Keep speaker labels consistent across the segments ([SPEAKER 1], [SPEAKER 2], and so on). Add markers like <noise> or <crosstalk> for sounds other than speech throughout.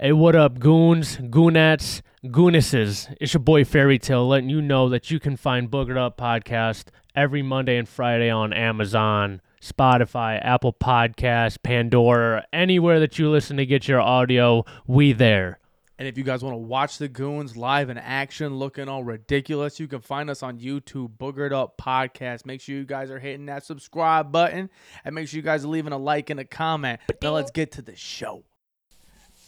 [SPEAKER 1] Hey, what up, goons, goonettes, goonesses? It's your boy Fairy Tale letting you know that you can find Boogered Up Podcast every Monday and Friday on Amazon, Spotify, Apple Podcasts, Pandora, anywhere that you listen to get your audio. We there.
[SPEAKER 2] And if you guys want to watch the goons live in action, looking all ridiculous, you can find us on YouTube, Boogered Up Podcast. Make sure you guys are hitting that subscribe button and make sure you guys are leaving a like and a comment. Now let's get to the show.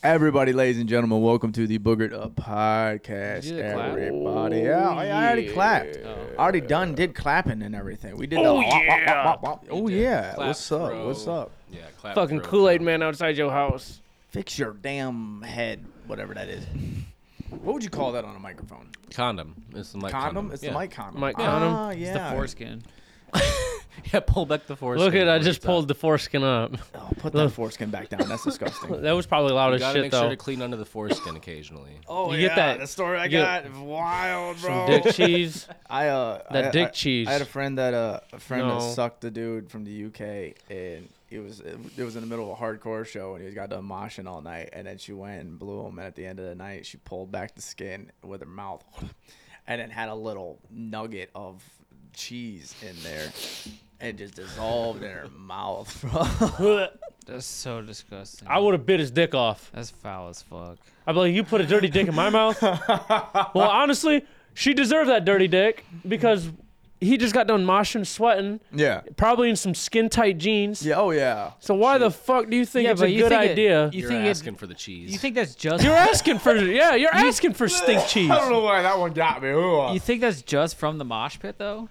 [SPEAKER 2] Everybody, ladies and gentlemen, welcome to the Boogered Up Podcast.
[SPEAKER 3] Did you clap? Oh,
[SPEAKER 2] Everybody, yeah, I, I already clapped. I already done did clapping and everything. We did the
[SPEAKER 1] Oh,
[SPEAKER 2] wop, wop,
[SPEAKER 1] yeah.
[SPEAKER 2] wop, wop. Oh
[SPEAKER 3] did.
[SPEAKER 2] yeah.
[SPEAKER 3] Clap,
[SPEAKER 2] What's up?
[SPEAKER 3] bro.
[SPEAKER 2] What's up?
[SPEAKER 3] Yeah, clap
[SPEAKER 1] Fucking
[SPEAKER 3] bro.
[SPEAKER 1] Kool Aid Man outside your house.
[SPEAKER 2] Fix your damn head, whatever that is. What would you call that on a microphone?
[SPEAKER 3] Condom. It's the mic
[SPEAKER 2] condom?
[SPEAKER 3] condom.
[SPEAKER 2] It's
[SPEAKER 3] yeah.
[SPEAKER 2] the mic condom.
[SPEAKER 1] Mic condom.
[SPEAKER 2] Ah, yeah.
[SPEAKER 4] It's the foreskin.
[SPEAKER 3] <laughs> Yeah, pull back the foreskin.
[SPEAKER 1] Look at I
[SPEAKER 3] before
[SPEAKER 1] just
[SPEAKER 3] you talk.
[SPEAKER 1] pulled the foreskin up.
[SPEAKER 2] Oh, put that foreskin back down. That's disgusting.
[SPEAKER 1] That was probably loud
[SPEAKER 3] You
[SPEAKER 1] as
[SPEAKER 3] gotta
[SPEAKER 1] shit
[SPEAKER 3] make sure
[SPEAKER 1] though.
[SPEAKER 3] to clean under the foreskin occasionally.
[SPEAKER 2] <laughs> oh,
[SPEAKER 1] You get that-
[SPEAKER 2] story I
[SPEAKER 1] you get-
[SPEAKER 2] is wild, bro.
[SPEAKER 1] Dick cheese.
[SPEAKER 2] I uh,
[SPEAKER 1] That
[SPEAKER 2] I-
[SPEAKER 1] dick
[SPEAKER 2] I-
[SPEAKER 1] cheese.
[SPEAKER 2] I had a friend that uh, a friend
[SPEAKER 1] No.
[SPEAKER 2] that sucked the dude from the UK, and it was it was in the middle of a hardcore show, and he got done moshing all night, and then she went and blew him, and at the end of the night, she pulled back the skin with her mouth, <laughs> and then had a little nugget of cheese in there, and just dissolved in her mouth, bro. <laughs>
[SPEAKER 4] That's so disgusting.
[SPEAKER 1] I would have bit his dick off.
[SPEAKER 4] That's foul as fuck.
[SPEAKER 1] I'd be like, you put a dirty dick in my
[SPEAKER 2] <laughs>
[SPEAKER 1] mouth. well, honestly, she deserved that dirty dick because he just got done moshing, sweating,
[SPEAKER 2] yeah.
[SPEAKER 1] probably in some skin tight jeans.
[SPEAKER 2] Yeah. Oh yeah.
[SPEAKER 1] So why the fuck do you think it's a good idea?
[SPEAKER 4] you
[SPEAKER 3] You're
[SPEAKER 4] think it,
[SPEAKER 3] asking for the cheese.
[SPEAKER 4] you think that's just
[SPEAKER 1] you, are asking for yeah, you're asking for
[SPEAKER 2] <laughs>
[SPEAKER 1] stink cheese.
[SPEAKER 2] I don't know why that one got me.
[SPEAKER 4] you think that's just from the mosh pit though?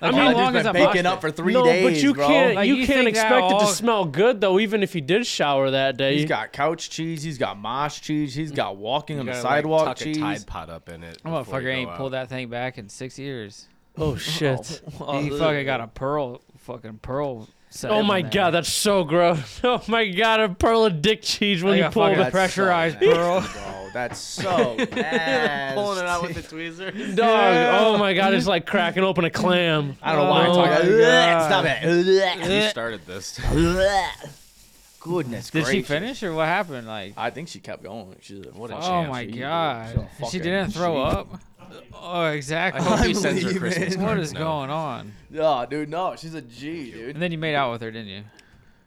[SPEAKER 4] Like,
[SPEAKER 1] mean,
[SPEAKER 4] how
[SPEAKER 1] dude's
[SPEAKER 4] long is
[SPEAKER 2] been
[SPEAKER 4] that mosh
[SPEAKER 2] baking
[SPEAKER 4] pit?
[SPEAKER 2] up for three
[SPEAKER 1] no,
[SPEAKER 2] days,
[SPEAKER 1] but you
[SPEAKER 2] bro.
[SPEAKER 1] can't
[SPEAKER 4] Like,
[SPEAKER 1] you,
[SPEAKER 4] you
[SPEAKER 1] can't
[SPEAKER 4] think that
[SPEAKER 1] expect it to
[SPEAKER 4] all-
[SPEAKER 1] smell good though, even if he did shower that day.
[SPEAKER 2] He's got couch cheese. He's got mosh cheese. He's got walking on the
[SPEAKER 3] gotta,
[SPEAKER 2] sidewalk
[SPEAKER 3] like, tuck
[SPEAKER 2] cheese.
[SPEAKER 3] a Tide Pod up in it.
[SPEAKER 4] That
[SPEAKER 3] before you
[SPEAKER 4] motherfucker ain't
[SPEAKER 3] go
[SPEAKER 4] pulled
[SPEAKER 3] out.
[SPEAKER 4] that thing back in six years.
[SPEAKER 2] <laughs>
[SPEAKER 1] oh
[SPEAKER 4] <laughs>
[SPEAKER 1] shit.
[SPEAKER 4] he fucking got a pearl, fucking pearl. set
[SPEAKER 1] Oh
[SPEAKER 4] in
[SPEAKER 1] my
[SPEAKER 4] there.
[SPEAKER 1] god, that's so gross. <laughs> Oh my god, a pearl of dick cheese when
[SPEAKER 4] Like
[SPEAKER 1] you
[SPEAKER 4] a
[SPEAKER 1] pull
[SPEAKER 4] fucking
[SPEAKER 1] the
[SPEAKER 4] that's pressurized
[SPEAKER 2] so
[SPEAKER 4] pearl.
[SPEAKER 2] nasty, bro. That's so nasty.
[SPEAKER 3] Pulling it out with the tweezer.
[SPEAKER 1] dog. Oh my god, it's like cracking open a clam.
[SPEAKER 2] I don't know why I'm talking.
[SPEAKER 1] Oh,
[SPEAKER 2] Bleh, Stop
[SPEAKER 3] you
[SPEAKER 2] it.
[SPEAKER 3] <laughs> started this.
[SPEAKER 2] Bleh. <laughs> Goodness
[SPEAKER 4] Did she
[SPEAKER 2] gracious.
[SPEAKER 4] finish or what happened? Like,
[SPEAKER 2] I think she kept going. She's a
[SPEAKER 3] What a
[SPEAKER 2] fucking
[SPEAKER 4] oh
[SPEAKER 3] champ.
[SPEAKER 4] my
[SPEAKER 2] she- she's
[SPEAKER 4] god,
[SPEAKER 2] a
[SPEAKER 4] she
[SPEAKER 2] fucking
[SPEAKER 4] didn't throw
[SPEAKER 2] <laughs> she-
[SPEAKER 4] up. Oh, exactly.
[SPEAKER 3] I hope
[SPEAKER 4] <laughs>
[SPEAKER 3] he sends her
[SPEAKER 2] Unbelievable. <laughs>
[SPEAKER 3] Christmas
[SPEAKER 4] what
[SPEAKER 3] cards
[SPEAKER 4] is
[SPEAKER 3] now.
[SPEAKER 4] going on?
[SPEAKER 2] Oh, dude, no, she's a G, dude.
[SPEAKER 4] And then you made out with her, didn't you?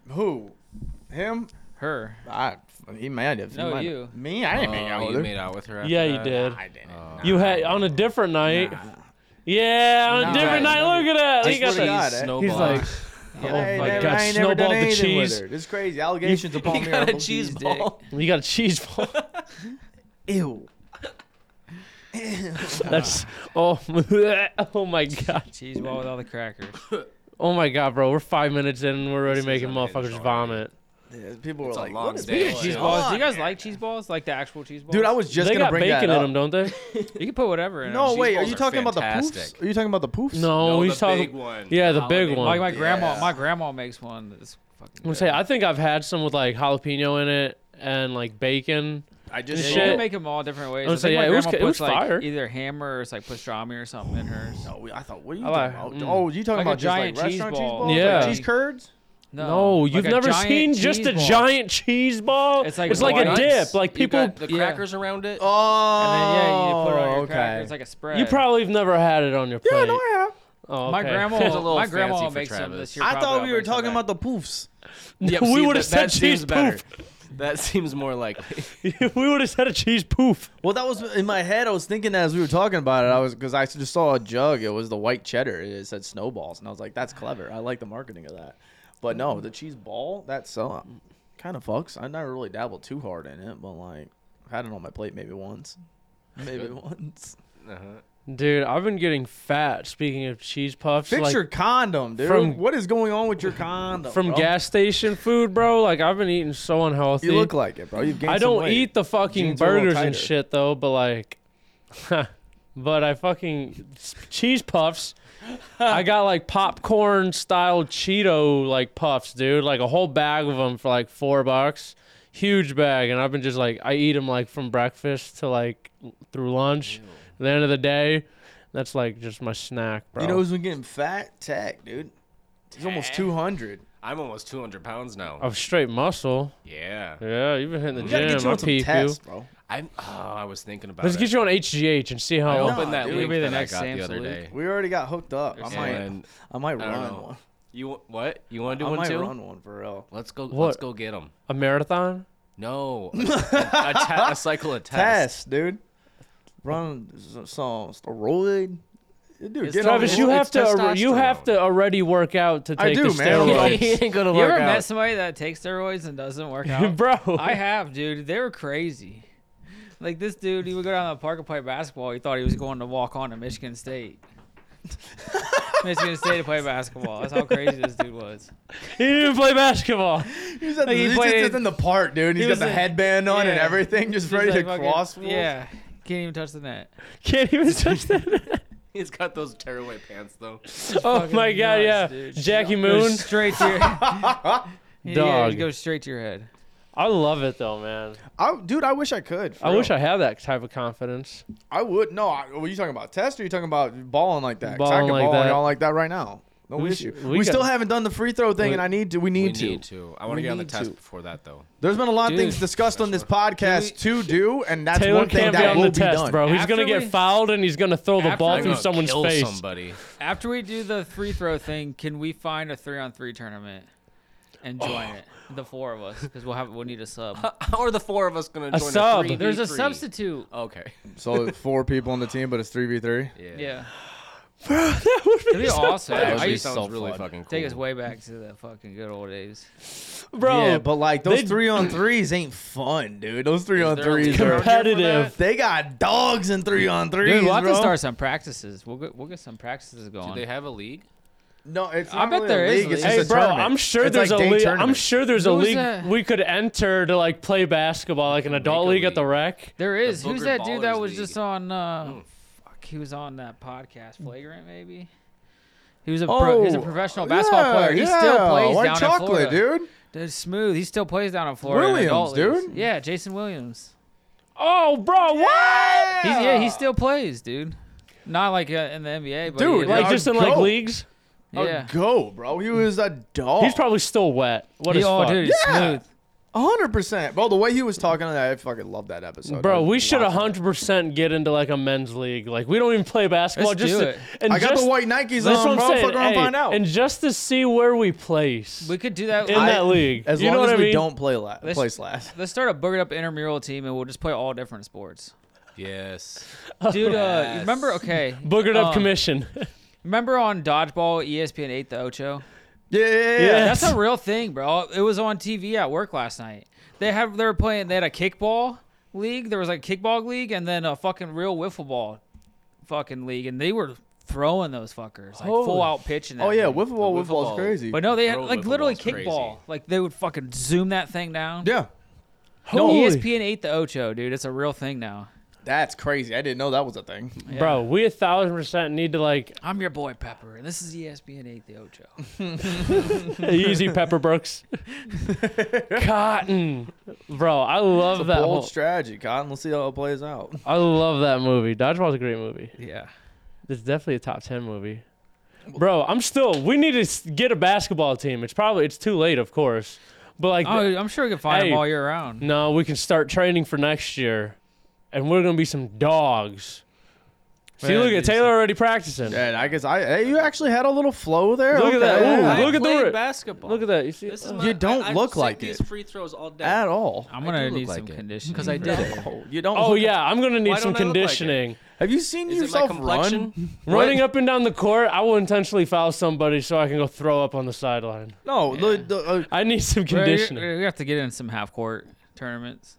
[SPEAKER 2] Who? Him?
[SPEAKER 4] Her.
[SPEAKER 2] I, he might have. he
[SPEAKER 4] No,
[SPEAKER 2] might have.
[SPEAKER 4] you.
[SPEAKER 2] Me? I didn't make out
[SPEAKER 3] Oh,
[SPEAKER 2] with
[SPEAKER 3] you
[SPEAKER 2] her.
[SPEAKER 3] made out with her.
[SPEAKER 1] Yeah,
[SPEAKER 3] after
[SPEAKER 1] you
[SPEAKER 3] that? Oh.
[SPEAKER 1] did.
[SPEAKER 2] I didn't.
[SPEAKER 1] You had on a different night.
[SPEAKER 2] Nah.
[SPEAKER 1] Yeah, on a
[SPEAKER 4] Nah.
[SPEAKER 1] different
[SPEAKER 4] Nah.
[SPEAKER 1] night. Look at that.
[SPEAKER 2] I
[SPEAKER 1] He Oh, got
[SPEAKER 2] swear to
[SPEAKER 1] the,
[SPEAKER 2] God, eh?
[SPEAKER 3] Snowball.
[SPEAKER 1] he's like,
[SPEAKER 4] Yeah.
[SPEAKER 1] Oh
[SPEAKER 2] I ain't
[SPEAKER 1] my
[SPEAKER 2] never-
[SPEAKER 1] God,
[SPEAKER 2] I ain't never done
[SPEAKER 1] snowballed the
[SPEAKER 2] anything with
[SPEAKER 1] cheese.
[SPEAKER 2] her. This is crazy.
[SPEAKER 4] <laughs>
[SPEAKER 2] Allegations upon
[SPEAKER 3] he
[SPEAKER 2] me.
[SPEAKER 3] got a cheese ball.
[SPEAKER 1] you got a cheese ball. <laughs>
[SPEAKER 2] Ew.
[SPEAKER 1] That's oh, <laughs> oh my god,
[SPEAKER 4] Cheese ball with all the crackers.
[SPEAKER 1] oh my god, bro. We're five minutes in and we're already
[SPEAKER 3] is
[SPEAKER 1] making
[SPEAKER 3] unhinged
[SPEAKER 1] motherfuckers
[SPEAKER 3] already.
[SPEAKER 1] vomit.
[SPEAKER 2] Yeah, <laughs> people were
[SPEAKER 3] It's a
[SPEAKER 2] like,
[SPEAKER 3] long
[SPEAKER 2] what is
[SPEAKER 3] day.
[SPEAKER 2] this?
[SPEAKER 4] Cheese
[SPEAKER 3] Yeah.
[SPEAKER 4] balls. Do you guys like cheese balls? Like the actual cheese balls?
[SPEAKER 2] Dude, I was just
[SPEAKER 1] they
[SPEAKER 2] gonna
[SPEAKER 1] got
[SPEAKER 2] bring
[SPEAKER 1] bacon
[SPEAKER 2] that up.
[SPEAKER 1] in them, don't
[SPEAKER 2] <laughs>
[SPEAKER 1] they?
[SPEAKER 4] You can put whatever in.
[SPEAKER 2] No,
[SPEAKER 4] them.
[SPEAKER 2] wait. Are
[SPEAKER 3] balls
[SPEAKER 2] you
[SPEAKER 3] are
[SPEAKER 2] talking about the poofs?
[SPEAKER 3] fantastic.
[SPEAKER 2] Are you talking about the poofs?
[SPEAKER 1] No,
[SPEAKER 3] no,
[SPEAKER 1] he's
[SPEAKER 3] the
[SPEAKER 1] talking.
[SPEAKER 3] big one.
[SPEAKER 1] Yeah, the
[SPEAKER 4] Cheese-
[SPEAKER 1] big
[SPEAKER 4] like
[SPEAKER 1] one.
[SPEAKER 4] Like my grandma.
[SPEAKER 2] Yeah.
[SPEAKER 4] My grandma makes one. That's fucking.
[SPEAKER 1] I'm gonna
[SPEAKER 4] Good.
[SPEAKER 1] say, I think I've had some with like jalapeno in it and like bacon.
[SPEAKER 2] I
[SPEAKER 4] Yeah,
[SPEAKER 2] just
[SPEAKER 4] you
[SPEAKER 1] shit.
[SPEAKER 4] can make them all different ways.
[SPEAKER 1] I
[SPEAKER 4] I
[SPEAKER 1] was
[SPEAKER 4] think
[SPEAKER 1] gonna
[SPEAKER 4] my
[SPEAKER 1] say, yeah, it was
[SPEAKER 4] grandma
[SPEAKER 1] ca- it was
[SPEAKER 4] puts, like,
[SPEAKER 1] fire.
[SPEAKER 4] Either ham or it's like pastrami or something in hers.
[SPEAKER 2] No, we- I thought, what are you
[SPEAKER 1] I
[SPEAKER 2] talking
[SPEAKER 1] like-
[SPEAKER 2] about?
[SPEAKER 1] mm.
[SPEAKER 2] Oh, you talking
[SPEAKER 4] Like a
[SPEAKER 2] about just like
[SPEAKER 4] giant cheese
[SPEAKER 2] restaurant cheese
[SPEAKER 4] ball.
[SPEAKER 2] balls? Like
[SPEAKER 1] Yeah.
[SPEAKER 2] cheese curds?
[SPEAKER 4] No,
[SPEAKER 1] no,
[SPEAKER 4] like
[SPEAKER 1] you've
[SPEAKER 4] a
[SPEAKER 1] never
[SPEAKER 4] giant
[SPEAKER 1] seen just
[SPEAKER 4] cheese
[SPEAKER 1] a
[SPEAKER 4] ball.
[SPEAKER 1] giant cheese ball.
[SPEAKER 4] It's like
[SPEAKER 1] a
[SPEAKER 4] white.
[SPEAKER 1] dip. Like
[SPEAKER 3] You
[SPEAKER 1] people,
[SPEAKER 3] got the crackers around it.
[SPEAKER 2] Oh,
[SPEAKER 4] And then, yeah, you put it on your
[SPEAKER 2] okay.
[SPEAKER 4] crackers. It's like a spread.
[SPEAKER 1] you probably have never had it on your plate.
[SPEAKER 2] yeah, no, I have.
[SPEAKER 1] Oh,
[SPEAKER 4] My
[SPEAKER 1] okay. <laughs>
[SPEAKER 4] grandma.
[SPEAKER 3] It's a little
[SPEAKER 4] my grandma
[SPEAKER 3] fancy
[SPEAKER 4] will
[SPEAKER 3] for
[SPEAKER 4] make some
[SPEAKER 3] Travis.
[SPEAKER 4] this year.
[SPEAKER 2] I
[SPEAKER 4] probably
[SPEAKER 2] thought
[SPEAKER 4] I'll
[SPEAKER 2] we were
[SPEAKER 4] bring some
[SPEAKER 2] talking
[SPEAKER 4] back.
[SPEAKER 2] about the poofs.
[SPEAKER 3] Yep,
[SPEAKER 1] we
[SPEAKER 3] see,
[SPEAKER 1] would've
[SPEAKER 3] that-
[SPEAKER 1] said
[SPEAKER 3] that seems
[SPEAKER 1] cheese
[SPEAKER 3] better. That seems more <laughs> uh-huh. likely.
[SPEAKER 1] <laughs> we would have said a cheese poof.
[SPEAKER 2] Well, that was in my head. I was thinking as we were talking about it. I was because I just saw a jug. It was the white cheddar. It said snowballs, and I was like, "That's clever. I like the marketing of that." But no, the cheese ball. That's so kind of fucks. I never really dabbled too hard in it, but like had it on my plate maybe once,
[SPEAKER 1] <laughs>
[SPEAKER 2] maybe once.
[SPEAKER 3] Uh-huh.
[SPEAKER 1] Dude, I've been getting fat. Speaking of cheese puffs,
[SPEAKER 2] Fix
[SPEAKER 1] like,
[SPEAKER 2] your condom, dude.
[SPEAKER 1] from-
[SPEAKER 2] what is going on with your condom?
[SPEAKER 1] from
[SPEAKER 2] bro?
[SPEAKER 1] gas station food, bro. Like I've been eating so unhealthy.
[SPEAKER 2] You look like it, bro. You've gained
[SPEAKER 1] I
[SPEAKER 2] some
[SPEAKER 1] don't
[SPEAKER 2] weight.
[SPEAKER 1] eat the fucking
[SPEAKER 2] Jeans are a little
[SPEAKER 1] burgers and
[SPEAKER 2] tighter.
[SPEAKER 1] shit though, but like, <laughs> but I fucking cheese puffs. I got like popcorn style Cheeto like puffs, dude. Like a whole bag of them for like four bucks, huge bag, and I've been just like I eat them like from breakfast to like through lunch. At the end of the day, that's like just my snack, bro.
[SPEAKER 2] You know who's been getting fat? Tech, dude. He's almost two hundred.
[SPEAKER 3] I'm almost 200 pounds now.
[SPEAKER 1] Of straight muscle.
[SPEAKER 3] Yeah.
[SPEAKER 1] Yeah, you've been hitting the
[SPEAKER 2] We gotta
[SPEAKER 1] gym.
[SPEAKER 2] get you
[SPEAKER 1] I
[SPEAKER 2] on some
[SPEAKER 1] peep you.
[SPEAKER 2] tests, bro.
[SPEAKER 3] I'm, oh, I was thinking about
[SPEAKER 1] Let's
[SPEAKER 3] it.
[SPEAKER 1] get you on HGH and see
[SPEAKER 3] I
[SPEAKER 1] how.
[SPEAKER 2] No,
[SPEAKER 3] opened that
[SPEAKER 2] dude.
[SPEAKER 3] link
[SPEAKER 4] You'll be the
[SPEAKER 3] that
[SPEAKER 4] next
[SPEAKER 3] I got the
[SPEAKER 4] Sam's
[SPEAKER 3] other
[SPEAKER 4] Luke.
[SPEAKER 3] day.
[SPEAKER 2] We already got hooked up. I might,
[SPEAKER 3] And
[SPEAKER 2] I might
[SPEAKER 3] I don't
[SPEAKER 2] run
[SPEAKER 3] know.
[SPEAKER 2] one.
[SPEAKER 3] you wa- what? You want to do
[SPEAKER 2] I
[SPEAKER 3] one
[SPEAKER 2] might
[SPEAKER 3] too?
[SPEAKER 2] run one for real.
[SPEAKER 3] Let's go.
[SPEAKER 1] What?
[SPEAKER 3] Let's go get them.
[SPEAKER 1] a marathon.
[SPEAKER 2] <laughs>
[SPEAKER 3] No, a, a, te- a cycle of tests.
[SPEAKER 2] Test, dude. Run some steroid. Dude,
[SPEAKER 3] It's
[SPEAKER 2] get
[SPEAKER 3] not
[SPEAKER 2] on
[SPEAKER 1] Travis,
[SPEAKER 2] this-
[SPEAKER 1] you have
[SPEAKER 3] it's
[SPEAKER 1] to alre- you have
[SPEAKER 3] testosterone.
[SPEAKER 1] to already work out to take
[SPEAKER 2] I do,
[SPEAKER 1] the
[SPEAKER 2] man.
[SPEAKER 1] steroids, <laughs>
[SPEAKER 3] he ain't gonna
[SPEAKER 4] You
[SPEAKER 3] work
[SPEAKER 4] ever
[SPEAKER 3] out.
[SPEAKER 4] met somebody that takes steroids and doesn't work out?
[SPEAKER 1] bro. <laughs>
[SPEAKER 4] I have, dude. They were crazy. Like this dude, he would go down to the park and play basketball. He thought he was going to walk on to Michigan State. Michigan State to play basketball. That's how crazy this dude was.
[SPEAKER 1] he didn't even play basketball. <laughs>
[SPEAKER 2] He's, at the,
[SPEAKER 4] Like, he
[SPEAKER 2] he's
[SPEAKER 4] played-
[SPEAKER 2] just in the park, dude. He's
[SPEAKER 4] he
[SPEAKER 2] got
[SPEAKER 4] was
[SPEAKER 2] the
[SPEAKER 4] a-
[SPEAKER 2] headband on and
[SPEAKER 4] yeah.
[SPEAKER 2] everything, just
[SPEAKER 4] He's
[SPEAKER 2] ready
[SPEAKER 4] like
[SPEAKER 2] to
[SPEAKER 4] fucking-
[SPEAKER 2] cross. walk.
[SPEAKER 4] Yeah, can't even touch the net.
[SPEAKER 1] Can't even touch that.
[SPEAKER 3] <laughs> He's got those tearaway pants though.
[SPEAKER 1] <laughs> oh
[SPEAKER 4] Fucking
[SPEAKER 1] my god,
[SPEAKER 4] nuts,
[SPEAKER 1] yeah.
[SPEAKER 4] dude.
[SPEAKER 1] Jackie
[SPEAKER 4] Goes
[SPEAKER 1] Moon.
[SPEAKER 4] straight to your Yeah,
[SPEAKER 1] Dog.
[SPEAKER 4] it goes straight to your head.
[SPEAKER 1] I love it though, man.
[SPEAKER 2] I, dude, I wish I could. for
[SPEAKER 1] I wish
[SPEAKER 2] real.
[SPEAKER 1] I had that type of confidence.
[SPEAKER 2] I would. No, I, were you talking about test or you talking about balling like that? 'Cause I
[SPEAKER 1] Balling
[SPEAKER 2] can
[SPEAKER 1] like
[SPEAKER 2] ball
[SPEAKER 1] that.
[SPEAKER 2] y'all like that right now. No
[SPEAKER 1] We
[SPEAKER 2] issue.
[SPEAKER 1] sh-
[SPEAKER 2] We,
[SPEAKER 1] we
[SPEAKER 2] still
[SPEAKER 1] gotta-
[SPEAKER 2] haven't done the free throw thing,
[SPEAKER 1] We-
[SPEAKER 2] and I need to. We need,
[SPEAKER 3] we
[SPEAKER 2] to.
[SPEAKER 3] need to. I want
[SPEAKER 2] We
[SPEAKER 3] to get on the
[SPEAKER 2] need
[SPEAKER 3] test
[SPEAKER 2] to.
[SPEAKER 3] before that though.
[SPEAKER 2] There's been a lot
[SPEAKER 4] Dude.
[SPEAKER 2] of things discussed on this podcast to do, and that's
[SPEAKER 1] Taylor
[SPEAKER 2] one thing
[SPEAKER 1] can't be
[SPEAKER 2] that
[SPEAKER 1] on
[SPEAKER 2] will
[SPEAKER 1] the
[SPEAKER 2] be
[SPEAKER 1] test,
[SPEAKER 2] done.
[SPEAKER 1] bro. He's
[SPEAKER 4] After
[SPEAKER 1] gonna
[SPEAKER 4] we-
[SPEAKER 1] get fouled and he's gonna throw the
[SPEAKER 4] After
[SPEAKER 1] ball
[SPEAKER 4] we-
[SPEAKER 3] I'm
[SPEAKER 1] through
[SPEAKER 3] gonna
[SPEAKER 1] someone's
[SPEAKER 3] kill
[SPEAKER 1] face.
[SPEAKER 3] Somebody. <laughs>
[SPEAKER 4] After we do the free throw thing, can we find a three on three tournament and join it? The four of us, because we'll have we'll need
[SPEAKER 3] <laughs>
[SPEAKER 4] a sub.
[SPEAKER 3] How are the four of us gonna
[SPEAKER 1] A
[SPEAKER 3] join
[SPEAKER 1] sub.
[SPEAKER 3] A three
[SPEAKER 4] There's a
[SPEAKER 3] v three?
[SPEAKER 4] substitute.
[SPEAKER 3] Okay.
[SPEAKER 2] So four people on the team, but it's three v three.
[SPEAKER 3] Yeah.
[SPEAKER 2] <sighs>
[SPEAKER 4] Yeah. Bro, that would be, It'd be awesome.
[SPEAKER 3] That
[SPEAKER 4] I
[SPEAKER 3] actually
[SPEAKER 4] used to
[SPEAKER 3] sounds
[SPEAKER 2] so
[SPEAKER 3] really
[SPEAKER 2] fun.
[SPEAKER 3] fucking cool.
[SPEAKER 4] take us way back to the fucking good old days.
[SPEAKER 1] Bro,
[SPEAKER 2] yeah, but like those
[SPEAKER 1] they-
[SPEAKER 2] three on threes ain't fun, dude. Those three on
[SPEAKER 3] there a
[SPEAKER 2] threes
[SPEAKER 3] league
[SPEAKER 2] are.
[SPEAKER 3] around here?
[SPEAKER 1] competitive.
[SPEAKER 2] They got dogs in three on threes,
[SPEAKER 4] Dude, we'll have
[SPEAKER 2] bro.
[SPEAKER 4] to start some practices. We'll get we'll get some practices
[SPEAKER 3] Do
[SPEAKER 4] going.
[SPEAKER 3] they have a league?
[SPEAKER 2] No, it's
[SPEAKER 4] I
[SPEAKER 2] not
[SPEAKER 4] bet
[SPEAKER 2] really
[SPEAKER 4] there
[SPEAKER 2] a
[SPEAKER 4] is
[SPEAKER 2] league. It's
[SPEAKER 4] a
[SPEAKER 2] just
[SPEAKER 1] Hey,
[SPEAKER 2] a
[SPEAKER 1] bro,
[SPEAKER 2] tournament.
[SPEAKER 1] I'm sure
[SPEAKER 2] It's
[SPEAKER 1] there's
[SPEAKER 2] like
[SPEAKER 1] a
[SPEAKER 2] day
[SPEAKER 1] league. I'm
[SPEAKER 2] tournament.
[SPEAKER 1] sure there's a
[SPEAKER 4] Who's
[SPEAKER 1] league
[SPEAKER 4] that?
[SPEAKER 1] we could enter to like play basketball, like an adult
[SPEAKER 3] make a
[SPEAKER 1] league at the
[SPEAKER 3] league.
[SPEAKER 1] rec.
[SPEAKER 4] there is.
[SPEAKER 3] The
[SPEAKER 4] Who's
[SPEAKER 3] Booger
[SPEAKER 4] that dude that
[SPEAKER 3] Ballers
[SPEAKER 4] was
[SPEAKER 3] League.
[SPEAKER 4] just on? Uh,
[SPEAKER 3] Hmm.
[SPEAKER 4] Fuck, he was on that podcast, Flagrant maybe. He was a pro, he's a
[SPEAKER 2] Mm. Oh,
[SPEAKER 4] professional basketball player. He still
[SPEAKER 2] yeah,
[SPEAKER 4] plays
[SPEAKER 2] white
[SPEAKER 4] down in
[SPEAKER 2] chocolate,
[SPEAKER 4] Florida.
[SPEAKER 2] dude.
[SPEAKER 4] Dude, smooth. He still plays down in Florida. in
[SPEAKER 2] Williams,
[SPEAKER 4] adult leagues.
[SPEAKER 2] dude.
[SPEAKER 4] Yeah, Jason Williams.
[SPEAKER 1] Oh, bro, what?
[SPEAKER 4] He's, yeah, he still plays, dude. Not like uh, in the NBA, but
[SPEAKER 2] Dude,
[SPEAKER 4] he-
[SPEAKER 1] Like
[SPEAKER 2] Yeah,
[SPEAKER 1] just in like
[SPEAKER 2] go.
[SPEAKER 1] leagues.
[SPEAKER 2] A
[SPEAKER 4] yeah.
[SPEAKER 2] go, bro. He was a dog.
[SPEAKER 1] He's probably still wet. What
[SPEAKER 4] He-
[SPEAKER 1] is
[SPEAKER 4] oh,
[SPEAKER 1] fuck?
[SPEAKER 4] dude, he's
[SPEAKER 2] Yeah.
[SPEAKER 4] smooth.
[SPEAKER 2] hundred percent, bro. The way he was talking on that, I fucking love that episode,
[SPEAKER 1] Bro,
[SPEAKER 2] dude.
[SPEAKER 1] we should
[SPEAKER 2] Wow.
[SPEAKER 1] 100% get into like a men's league. Like we don't even play basketball.
[SPEAKER 4] Let's
[SPEAKER 1] just
[SPEAKER 4] do
[SPEAKER 1] to-
[SPEAKER 4] it.
[SPEAKER 1] and
[SPEAKER 2] I got
[SPEAKER 1] just,
[SPEAKER 2] the white Nikes
[SPEAKER 1] That's
[SPEAKER 2] on,
[SPEAKER 1] what
[SPEAKER 2] bro.
[SPEAKER 1] I'm saying.
[SPEAKER 2] Fuck around,
[SPEAKER 1] hey,
[SPEAKER 2] find out.
[SPEAKER 1] And just to see where we place
[SPEAKER 4] We could do that.
[SPEAKER 1] in
[SPEAKER 4] I-
[SPEAKER 1] that league.
[SPEAKER 2] as
[SPEAKER 1] you
[SPEAKER 2] long
[SPEAKER 1] know
[SPEAKER 2] as
[SPEAKER 1] what I
[SPEAKER 2] we
[SPEAKER 1] mean?
[SPEAKER 2] don't play last,
[SPEAKER 4] Let's-
[SPEAKER 2] place last.
[SPEAKER 4] Let's start a boogered up intramural team, and we'll just play all
[SPEAKER 1] <laughs>
[SPEAKER 4] different sports.
[SPEAKER 3] Yes.
[SPEAKER 4] Dude, uh,
[SPEAKER 3] Yes.
[SPEAKER 4] remember? Okay,
[SPEAKER 1] Oh, <laughs> Boogered up
[SPEAKER 4] um,
[SPEAKER 1] commission. <laughs>
[SPEAKER 4] Remember on dodgeball, E ESPN eight the Ocho.
[SPEAKER 2] Yeah, yeah, yeah.
[SPEAKER 1] Yeah.
[SPEAKER 4] That's a real thing, bro. It was on TV at work last night. They have they were playing. They had a kickball league. There was like a kickball league, and then a fucking real wiffle ball, fucking league, and they were throwing those fuckers like
[SPEAKER 1] Holy-
[SPEAKER 4] full out pitching.
[SPEAKER 2] Oh yeah,
[SPEAKER 4] wiffle.
[SPEAKER 2] wiffle ball,
[SPEAKER 3] The
[SPEAKER 2] wiffle
[SPEAKER 3] wiffle
[SPEAKER 2] ball's
[SPEAKER 3] ball.
[SPEAKER 2] crazy.
[SPEAKER 4] But no, they had
[SPEAKER 3] Throw
[SPEAKER 4] like
[SPEAKER 3] wiffle
[SPEAKER 4] literally
[SPEAKER 3] ball's crazy.
[SPEAKER 4] kickball. Like they would fucking zoom that thing down.
[SPEAKER 2] yeah,
[SPEAKER 4] No, E
[SPEAKER 1] Holy-
[SPEAKER 4] ESPN ate the Ocho, dude. It's a real thing now.
[SPEAKER 2] that's crazy. I didn't know that was a thing.
[SPEAKER 1] Bro, we a thousand percent need to like <laughs>
[SPEAKER 4] I'm your boy Pepper, and this is E ESPN ate the
[SPEAKER 2] <laughs>
[SPEAKER 4] Ocho.
[SPEAKER 1] Easy Pepper <laughs> Brooks. Cotton. Bro, I love
[SPEAKER 2] It's a
[SPEAKER 1] that
[SPEAKER 2] bold
[SPEAKER 1] whole,
[SPEAKER 2] strategy, Cotton. Let's see how it plays <laughs> out.
[SPEAKER 1] I love that movie. Dodgeball's a great movie.
[SPEAKER 4] Yeah.
[SPEAKER 1] It's definitely a top 10 movie. Bro, I'm still we need to s- get a basketball team. It's probably it's too late, of course. But like
[SPEAKER 4] Oh, I'm sure we can find
[SPEAKER 1] Hey.
[SPEAKER 4] them all year round.
[SPEAKER 1] no, we can start training for next year and we're going to be some dogs. See,
[SPEAKER 4] Man,
[SPEAKER 1] look at
[SPEAKER 4] dude.
[SPEAKER 1] Taylor already practicing.
[SPEAKER 2] And I guess I hey, you actually had a little flow there.
[SPEAKER 1] Look at that.
[SPEAKER 2] Okay.
[SPEAKER 1] Ooh,
[SPEAKER 2] Yeah.
[SPEAKER 1] look at the
[SPEAKER 3] played
[SPEAKER 1] ri-
[SPEAKER 3] basketball.
[SPEAKER 1] Look at that. You see
[SPEAKER 3] This is
[SPEAKER 1] uh,
[SPEAKER 3] my,
[SPEAKER 2] You don't
[SPEAKER 3] I,
[SPEAKER 2] look
[SPEAKER 3] I
[SPEAKER 2] like
[SPEAKER 3] these
[SPEAKER 2] it.
[SPEAKER 3] free throws all day.
[SPEAKER 2] at all.
[SPEAKER 4] I'm
[SPEAKER 3] I
[SPEAKER 4] gonna
[SPEAKER 3] do
[SPEAKER 4] need
[SPEAKER 3] look like
[SPEAKER 4] some
[SPEAKER 3] it,
[SPEAKER 4] conditioning
[SPEAKER 3] because I
[SPEAKER 4] for
[SPEAKER 2] <laughs>
[SPEAKER 3] did
[SPEAKER 4] that.
[SPEAKER 3] it.
[SPEAKER 2] No, you don't.
[SPEAKER 1] Oh
[SPEAKER 2] look-
[SPEAKER 1] yeah, I'm going to need
[SPEAKER 3] Why
[SPEAKER 1] some
[SPEAKER 3] don't I look like it?
[SPEAKER 1] conditioning.
[SPEAKER 2] Have you seen
[SPEAKER 3] Is it my
[SPEAKER 2] yourself run?
[SPEAKER 3] complexion?
[SPEAKER 1] Running up and down the court, I will intentionally foul somebody so I can go throw up on the sideline.
[SPEAKER 2] No, the, the, uh,
[SPEAKER 1] I need some
[SPEAKER 4] Bro, you-
[SPEAKER 1] conditioning.
[SPEAKER 4] We have to get in some half court tournaments.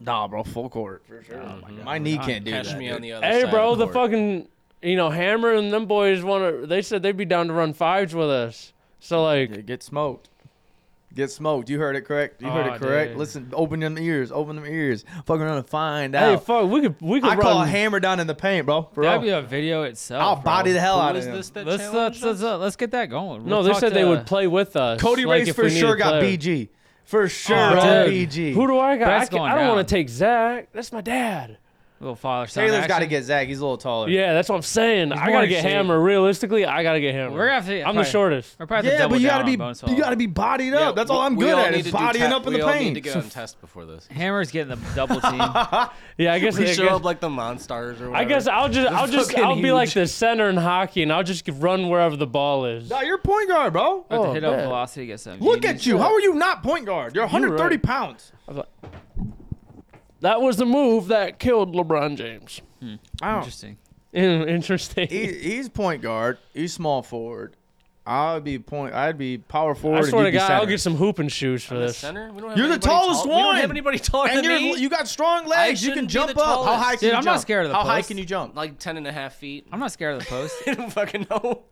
[SPEAKER 2] nah, bro, full court for sure. Oh my knee can't do
[SPEAKER 3] Catch
[SPEAKER 2] that.
[SPEAKER 3] me
[SPEAKER 2] dude.
[SPEAKER 3] on the other side.
[SPEAKER 1] Hey,
[SPEAKER 3] of
[SPEAKER 1] bro, the
[SPEAKER 3] court.
[SPEAKER 1] fucking you know Hammer and them boys want to. They said they'd be down to run fives with us. So like,
[SPEAKER 2] Yeah, get smoked. Get smoked. You heard it correct. You heard
[SPEAKER 4] Aw,
[SPEAKER 2] it correct.
[SPEAKER 4] dude.
[SPEAKER 2] Listen, open them ears. Open them ears. Fucking run and find
[SPEAKER 1] hey,
[SPEAKER 2] out.
[SPEAKER 1] fuck, we could we could
[SPEAKER 2] I
[SPEAKER 1] run.
[SPEAKER 2] call a hammer down in the paint, bro. For
[SPEAKER 4] That'd be
[SPEAKER 2] real.
[SPEAKER 4] a video itself.
[SPEAKER 2] I'll
[SPEAKER 4] bro.
[SPEAKER 2] body the hell
[SPEAKER 3] Who
[SPEAKER 2] out of
[SPEAKER 3] is
[SPEAKER 2] him.
[SPEAKER 3] this that
[SPEAKER 4] Let's let's,
[SPEAKER 3] challenged
[SPEAKER 4] let's
[SPEAKER 3] us?
[SPEAKER 4] uh, let's get that going.
[SPEAKER 1] no,
[SPEAKER 4] We'll
[SPEAKER 1] they
[SPEAKER 4] talk
[SPEAKER 1] said
[SPEAKER 4] to-
[SPEAKER 1] they would play with us.
[SPEAKER 2] Cody
[SPEAKER 1] like,
[SPEAKER 2] Ray's
[SPEAKER 1] if
[SPEAKER 2] for
[SPEAKER 1] we needed
[SPEAKER 2] sure got
[SPEAKER 1] players.
[SPEAKER 2] BG. For sure
[SPEAKER 4] Oh,
[SPEAKER 2] got
[SPEAKER 4] dude.
[SPEAKER 2] BG.
[SPEAKER 1] Who do I got? I,
[SPEAKER 4] That's
[SPEAKER 1] can,
[SPEAKER 4] going
[SPEAKER 1] I don't
[SPEAKER 4] down.
[SPEAKER 1] want to take Zach. That's my dad.
[SPEAKER 4] Little father son.
[SPEAKER 2] Taylor's got to
[SPEAKER 4] action.
[SPEAKER 2] get Zach. He's a little taller.
[SPEAKER 1] Yeah, that's what I'm saying.
[SPEAKER 4] He's
[SPEAKER 1] I
[SPEAKER 4] more
[SPEAKER 1] gotta
[SPEAKER 4] in
[SPEAKER 1] get
[SPEAKER 4] shape.
[SPEAKER 1] hammered. Realistically, I gotta get hammered.
[SPEAKER 4] We're gonna have to-
[SPEAKER 1] I'm the
[SPEAKER 4] probably-
[SPEAKER 1] shortest.
[SPEAKER 4] We're probably
[SPEAKER 2] Yeah,
[SPEAKER 4] have to
[SPEAKER 2] but you
[SPEAKER 4] got
[SPEAKER 2] gotta
[SPEAKER 4] to
[SPEAKER 2] be
[SPEAKER 4] bonus
[SPEAKER 2] you gotta be bodied up. That's all I'm
[SPEAKER 3] we
[SPEAKER 2] good
[SPEAKER 3] all
[SPEAKER 2] at
[SPEAKER 3] need to
[SPEAKER 2] is
[SPEAKER 3] do
[SPEAKER 2] bodying
[SPEAKER 3] ta-
[SPEAKER 2] up in
[SPEAKER 3] we
[SPEAKER 2] the
[SPEAKER 3] all
[SPEAKER 2] paint.
[SPEAKER 3] need to go and test before <laughs> this.
[SPEAKER 4] <laughs> Hammer's getting the
[SPEAKER 2] <laughs>
[SPEAKER 4] double team.
[SPEAKER 1] Yeah, I guess. I
[SPEAKER 3] We show
[SPEAKER 1] guess,
[SPEAKER 3] up like the monstars or whatever.
[SPEAKER 1] I guess I'll just, I'll just,
[SPEAKER 3] fucking
[SPEAKER 1] I'll be like
[SPEAKER 3] huge.
[SPEAKER 1] the center in hockey, and I'll just run wherever the ball is.
[SPEAKER 2] Nah, you're point guard, bro.
[SPEAKER 4] I have
[SPEAKER 1] Oh,
[SPEAKER 4] to hit up
[SPEAKER 1] man.
[SPEAKER 4] velocity to get some.
[SPEAKER 2] Look at you. How are you not point guard? You're 130
[SPEAKER 1] right.
[SPEAKER 2] pounds.
[SPEAKER 1] That was the move that killed LeBron James.
[SPEAKER 2] I don't,
[SPEAKER 4] Interesting.
[SPEAKER 1] In- <laughs> Interesting.
[SPEAKER 2] he, he's point guard. He's small forward. I'd be point. I'd be power
[SPEAKER 1] <laughs>
[SPEAKER 2] forward.
[SPEAKER 1] I
[SPEAKER 2] and
[SPEAKER 1] swear
[SPEAKER 2] you'd
[SPEAKER 1] to
[SPEAKER 2] be
[SPEAKER 1] God, I'll
[SPEAKER 2] center.
[SPEAKER 1] get some hooping shoes for
[SPEAKER 3] The
[SPEAKER 1] this.
[SPEAKER 3] center? We don't have
[SPEAKER 2] You're the
[SPEAKER 3] anybody tall-
[SPEAKER 2] tallest
[SPEAKER 3] We don't have
[SPEAKER 2] one.
[SPEAKER 3] anybody taller
[SPEAKER 2] And
[SPEAKER 3] than
[SPEAKER 2] you're,
[SPEAKER 3] me.
[SPEAKER 2] you got strong legs. You
[SPEAKER 3] shouldn't
[SPEAKER 2] can
[SPEAKER 3] be
[SPEAKER 2] jump
[SPEAKER 3] the
[SPEAKER 2] up. How
[SPEAKER 3] tallest.
[SPEAKER 2] high can
[SPEAKER 4] Dude,
[SPEAKER 2] you
[SPEAKER 4] I'm
[SPEAKER 2] jump?
[SPEAKER 4] not scared of the
[SPEAKER 2] How high
[SPEAKER 4] post.
[SPEAKER 2] can you jump?
[SPEAKER 3] like 10 and a half feet. <laughs>
[SPEAKER 4] I'm not scared of the post. <laughs>
[SPEAKER 3] I don't fucking know.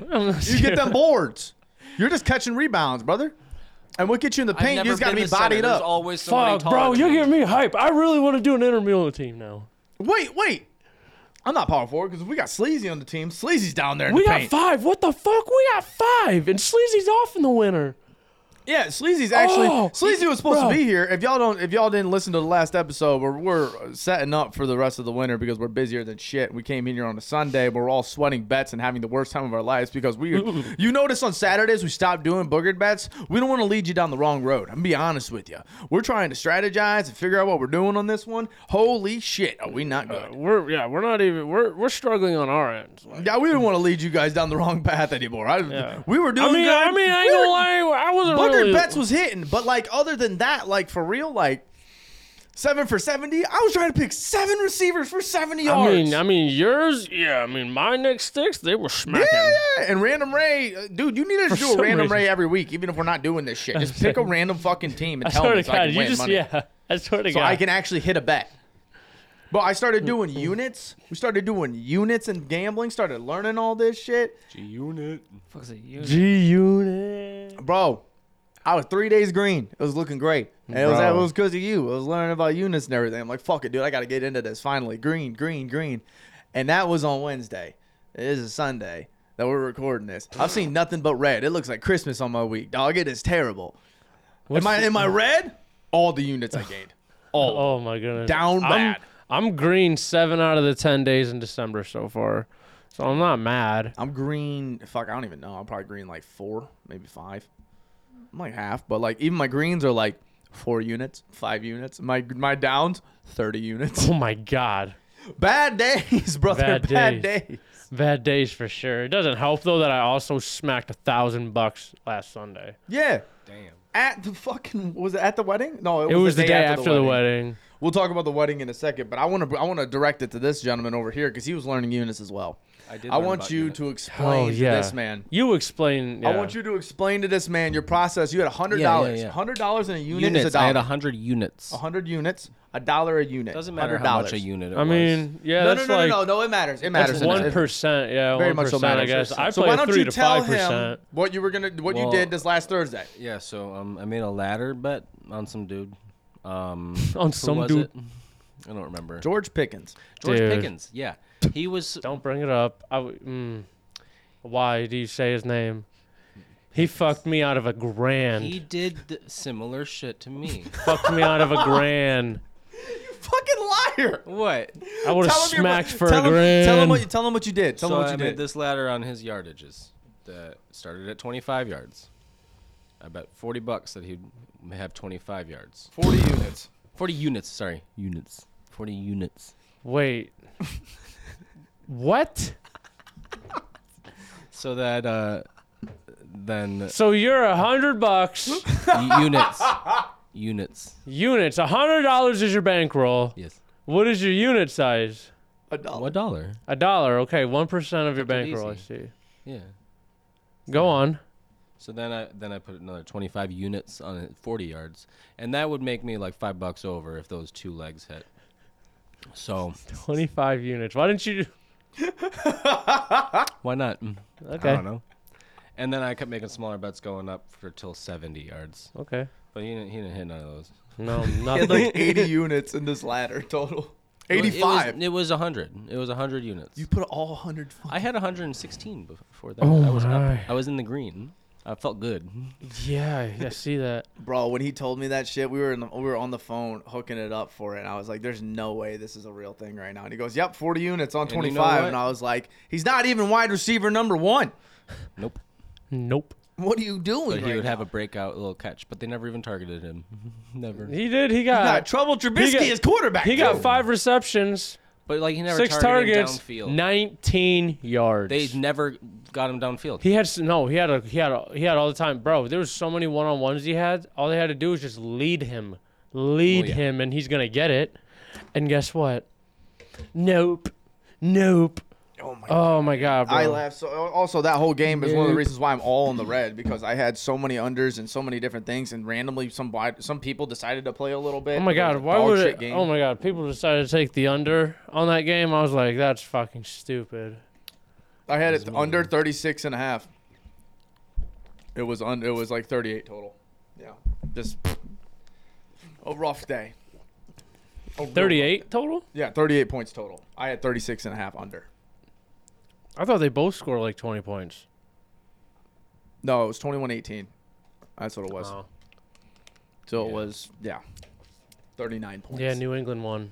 [SPEAKER 2] <laughs>
[SPEAKER 1] <laughs>
[SPEAKER 2] You
[SPEAKER 3] <laughs>
[SPEAKER 2] get them boards. You're just catching rebounds, brother. And what gets you in the
[SPEAKER 3] I've
[SPEAKER 2] paint? You
[SPEAKER 3] never
[SPEAKER 2] just got to
[SPEAKER 3] been
[SPEAKER 2] be
[SPEAKER 3] the center.
[SPEAKER 2] bodied
[SPEAKER 3] There's
[SPEAKER 2] up.
[SPEAKER 3] always somebody
[SPEAKER 1] Fuck,
[SPEAKER 3] taller
[SPEAKER 1] bro,
[SPEAKER 3] than
[SPEAKER 1] you're
[SPEAKER 3] me.
[SPEAKER 1] giving me hype. I really want to do an intramural team now.
[SPEAKER 2] Wait, wait. I'm not power forward because we got Sleazy on the team. Sleazy's down there. In
[SPEAKER 1] We
[SPEAKER 2] the
[SPEAKER 1] got
[SPEAKER 2] paint.
[SPEAKER 1] five. What the fuck? We got five, and Sleazy's off in the winter.
[SPEAKER 2] Yeah, Sleazy's actually
[SPEAKER 1] Oh,
[SPEAKER 2] Sleazy was supposed
[SPEAKER 1] bro.
[SPEAKER 2] to be here. If y'all don't, if y'all didn't listen to the last episode, we're, we're setting up for the rest of the winter because we're busier than shit. We came in here on a Sunday, but we're all sweating bets and having the worst time of our lives because we. you notice on Saturdays we stopped doing boogered bets. We don't want to lead you down the wrong road. I'm gonna be honest with you. We're trying to strategize and figure out what we're doing on this one. Holy shit, are we not good?
[SPEAKER 1] We're yeah, we're not even. We're we're struggling on our end.
[SPEAKER 2] Yeah, we didn't want to lead you guys down the wrong path anymore. I, We were doing
[SPEAKER 1] I mean,
[SPEAKER 2] good.
[SPEAKER 1] I mean, I ain't
[SPEAKER 2] We
[SPEAKER 1] gonna
[SPEAKER 2] were-
[SPEAKER 1] lie. I wasn't
[SPEAKER 2] Booger
[SPEAKER 1] really.
[SPEAKER 2] Betts was hitting, but like other than that, like for real, like seven for seventy. I was trying to pick seven receivers for seventy
[SPEAKER 1] I
[SPEAKER 2] yards.
[SPEAKER 1] mean, I mean, yours. Yeah, I mean, my next sticks they were smacking.
[SPEAKER 2] yeah, yeah. And random Ray, uh, dude, you need to just do
[SPEAKER 1] some
[SPEAKER 2] a random
[SPEAKER 1] reason-
[SPEAKER 2] Ray every week, even if we're not doing this shit. Just
[SPEAKER 1] <laughs>
[SPEAKER 2] pick a random fucking team
[SPEAKER 1] I
[SPEAKER 2] and tell
[SPEAKER 1] swear
[SPEAKER 2] me
[SPEAKER 1] to
[SPEAKER 2] so I
[SPEAKER 1] God,
[SPEAKER 2] can
[SPEAKER 1] you
[SPEAKER 2] win
[SPEAKER 1] just
[SPEAKER 2] money.
[SPEAKER 1] yeah. <laughs> I swear to
[SPEAKER 2] So
[SPEAKER 1] God,
[SPEAKER 2] I can actually hit a bet. But I started doing units. We started doing units and gambling. Started learning all this shit,
[SPEAKER 3] G-Unit.
[SPEAKER 4] Fuck's it, you-
[SPEAKER 1] G Unit.
[SPEAKER 2] bro. I was three days green. It was looking great. And it was it
[SPEAKER 1] Bro.
[SPEAKER 2] was because of you. I was learning about units and everything. I'm like, fuck it, dude. I got to get into this finally. Green, green, green. And that was on Wednesday. It is a Sunday that we're recording this. I've seen nothing but red. It looks like Christmas on my week, dog. It is terrible.
[SPEAKER 1] What's
[SPEAKER 2] am I
[SPEAKER 1] the-
[SPEAKER 2] am
[SPEAKER 1] <laughs>
[SPEAKER 2] I red? All the units
[SPEAKER 1] <sighs>
[SPEAKER 2] I gained. All.
[SPEAKER 1] Oh my goodness.
[SPEAKER 2] Down
[SPEAKER 1] I'm,
[SPEAKER 2] bad.
[SPEAKER 1] I'm green seven out of the ten days in December so far, so I'm not mad.
[SPEAKER 2] I'm green. Fuck, I don't even know. I'm probably green like four, maybe five. I'm like half, but like even my greens are like four units, five units. My my downs, thirty units.
[SPEAKER 1] Oh my god,
[SPEAKER 2] Bad days, <laughs> brother.
[SPEAKER 1] Bad
[SPEAKER 2] Bad,
[SPEAKER 1] days.
[SPEAKER 2] days.
[SPEAKER 1] bad days for sure. It doesn't help though that I also smacked a thousand bucks last Sunday.
[SPEAKER 2] Yeah.
[SPEAKER 3] Damn.
[SPEAKER 2] At the fucking was it at the wedding? No, it,
[SPEAKER 1] It was the day, after, the, wedding.
[SPEAKER 2] We'll talk about the wedding in a second, but I want to I want to direct it to this gentleman over here because he was learning units as well.
[SPEAKER 3] I did.
[SPEAKER 2] I
[SPEAKER 3] learn
[SPEAKER 2] want
[SPEAKER 3] about
[SPEAKER 2] you
[SPEAKER 3] unit.
[SPEAKER 2] to explain
[SPEAKER 1] Oh,
[SPEAKER 2] to
[SPEAKER 1] yeah.
[SPEAKER 2] this man.
[SPEAKER 1] You explain.
[SPEAKER 2] I want you to explain to this man your process. You had hundred
[SPEAKER 3] Yeah,
[SPEAKER 2] dollars.
[SPEAKER 3] yeah, yeah.
[SPEAKER 2] Hundred dollars in a unit
[SPEAKER 3] units.
[SPEAKER 2] is a
[SPEAKER 3] I had
[SPEAKER 2] dollar.
[SPEAKER 3] 100 units.
[SPEAKER 2] hundred units, a dollar a unit.
[SPEAKER 3] Doesn't
[SPEAKER 2] $100.
[SPEAKER 3] matter how much a unit. It
[SPEAKER 1] I
[SPEAKER 3] was.
[SPEAKER 1] mean, yeah,
[SPEAKER 2] No, no,
[SPEAKER 1] that's
[SPEAKER 2] no,
[SPEAKER 1] like
[SPEAKER 2] no, no, no. It matters. It matters.
[SPEAKER 1] that's
[SPEAKER 2] It matters.
[SPEAKER 1] one percent. Yeah,
[SPEAKER 2] Very
[SPEAKER 1] 1%,
[SPEAKER 2] much so
[SPEAKER 1] I
[SPEAKER 2] matters.
[SPEAKER 1] guess I
[SPEAKER 2] so
[SPEAKER 1] play
[SPEAKER 2] why don't
[SPEAKER 1] three
[SPEAKER 2] you
[SPEAKER 1] to
[SPEAKER 2] tell
[SPEAKER 1] five
[SPEAKER 2] him <laughs>
[SPEAKER 1] percent.
[SPEAKER 2] what you were gonna, what
[SPEAKER 3] Well-
[SPEAKER 2] you did this last Thursday?
[SPEAKER 3] Yeah, so um, I made a ladder bet on some dude. Um,
[SPEAKER 1] On
[SPEAKER 3] who
[SPEAKER 1] some
[SPEAKER 3] was
[SPEAKER 1] dude.
[SPEAKER 3] it? I don't remember.
[SPEAKER 2] George Pickens.
[SPEAKER 3] George
[SPEAKER 1] Dude.
[SPEAKER 3] Pickens. Yeah, he was.
[SPEAKER 1] Don't bring it up. I w- mm. Why do you say his name? He fucked me out of a grand.
[SPEAKER 3] He did th- similar shit to <laughs> me.
[SPEAKER 1] fucked me out of a grand.
[SPEAKER 2] Fucking liar.
[SPEAKER 3] what?
[SPEAKER 1] I would have
[SPEAKER 2] Tell him your-
[SPEAKER 1] smacked for
[SPEAKER 2] tell
[SPEAKER 1] a grand.
[SPEAKER 2] Him, tell him what you tell him what you did. Tell
[SPEAKER 3] so
[SPEAKER 2] him what
[SPEAKER 3] I
[SPEAKER 2] you
[SPEAKER 3] made
[SPEAKER 2] did.
[SPEAKER 3] this ladder on his yardages that started at 25 yards. I bet 40 bucks that he'd have 25 yards.
[SPEAKER 2] Forty units.
[SPEAKER 3] 40 units, sorry, units. 40 units.
[SPEAKER 1] Wait. what?
[SPEAKER 3] So that uh then
[SPEAKER 1] So you're a hundred bucks,
[SPEAKER 3] y- units <laughs> units.
[SPEAKER 1] units. A hundred dollars is your bankroll.
[SPEAKER 3] Yes.
[SPEAKER 1] What is your unit size?
[SPEAKER 2] A dollar.
[SPEAKER 3] What dollar?
[SPEAKER 1] A dollar. Okay, one percent of your
[SPEAKER 3] Fucking
[SPEAKER 1] bankroll. I
[SPEAKER 3] easy.
[SPEAKER 1] see.
[SPEAKER 3] Yeah.
[SPEAKER 1] Go on.
[SPEAKER 3] So then I then I put another 25 units on it, 40 yards, and that would make me like 5 bucks over if those two legs hit. So,
[SPEAKER 1] Twenty-five units. Why didn't you?
[SPEAKER 3] why not? Mm.
[SPEAKER 1] Okay.
[SPEAKER 3] I don't know. And then I kept making smaller bets going up for till 70 yards.
[SPEAKER 1] Okay.
[SPEAKER 3] But he didn't, he didn't hit none of those.
[SPEAKER 1] No,
[SPEAKER 2] He
[SPEAKER 1] nothing.
[SPEAKER 2] had <laughs> like eighty units in this ladder total.
[SPEAKER 3] It was-
[SPEAKER 2] Eighty-five.
[SPEAKER 3] It was, it was 100. It was 100 units.
[SPEAKER 2] you put all hundred.
[SPEAKER 3] I had 116 before that.
[SPEAKER 1] Oh
[SPEAKER 3] I was
[SPEAKER 1] my.
[SPEAKER 3] up. I was in the green. I felt good.
[SPEAKER 1] Yeah, I see that.
[SPEAKER 2] Bro, when he told me that shit, we were in the, we were on the phone hooking it up for it, and I was like, "There's no way this is a real thing right now." And he goes, "Yep, 40 units on
[SPEAKER 3] And you know
[SPEAKER 2] 25," and,
[SPEAKER 3] what?
[SPEAKER 2] I was like, "He's not even wide receiver number one. <laughs>
[SPEAKER 3] Nope.
[SPEAKER 1] Nope.
[SPEAKER 2] What are you doing?"
[SPEAKER 3] But he
[SPEAKER 2] right
[SPEAKER 3] would
[SPEAKER 2] now?
[SPEAKER 3] have a breakout little catch, but they never even targeted him. <laughs> never.
[SPEAKER 1] He did. He
[SPEAKER 2] He's got
[SPEAKER 1] got.
[SPEAKER 2] trouble. Trubisky
[SPEAKER 1] got-
[SPEAKER 2] is quarterback.
[SPEAKER 1] He got
[SPEAKER 2] too.
[SPEAKER 1] five receptions,
[SPEAKER 3] But like he never
[SPEAKER 1] six
[SPEAKER 3] targeted him
[SPEAKER 1] targets,
[SPEAKER 3] downfield.
[SPEAKER 1] nineteen yards.
[SPEAKER 3] They never got him downfield.
[SPEAKER 1] He had s- no. He had a. He had. A, he had all the time, bro. There was so many one on ones he had. All they had to do was just lead him, lead
[SPEAKER 3] Well, yeah.
[SPEAKER 1] him, and he's gonna get it. And guess what? Nope. Nope.
[SPEAKER 2] Oh my
[SPEAKER 1] Oh my god, bro.
[SPEAKER 2] I laughed. So also that whole game is one of the reasons why I'm all in the red because I had so many unders and so many different things, and randomly some wide, some people decided to play a little bit.
[SPEAKER 1] Oh my
[SPEAKER 2] It was
[SPEAKER 1] god,
[SPEAKER 2] a
[SPEAKER 1] why
[SPEAKER 2] dog
[SPEAKER 1] would
[SPEAKER 2] shit
[SPEAKER 1] it?
[SPEAKER 2] game.
[SPEAKER 1] Oh my god, people decided to take the under on that game. I was like, that's fucking stupid.
[SPEAKER 2] I had it under 36 and a half. It was un, it was like 38 total. Yeah. Just a rough day. A real-
[SPEAKER 1] 38 total?
[SPEAKER 2] Yeah, 38 points total. I had 36 and a half under.
[SPEAKER 1] I thought they both scored like 20 points.
[SPEAKER 2] No, it was 21-18. That's what it was.
[SPEAKER 1] Oh.
[SPEAKER 2] So it
[SPEAKER 3] Yeah.
[SPEAKER 2] was yeah. 39 points.
[SPEAKER 1] Yeah, New England won.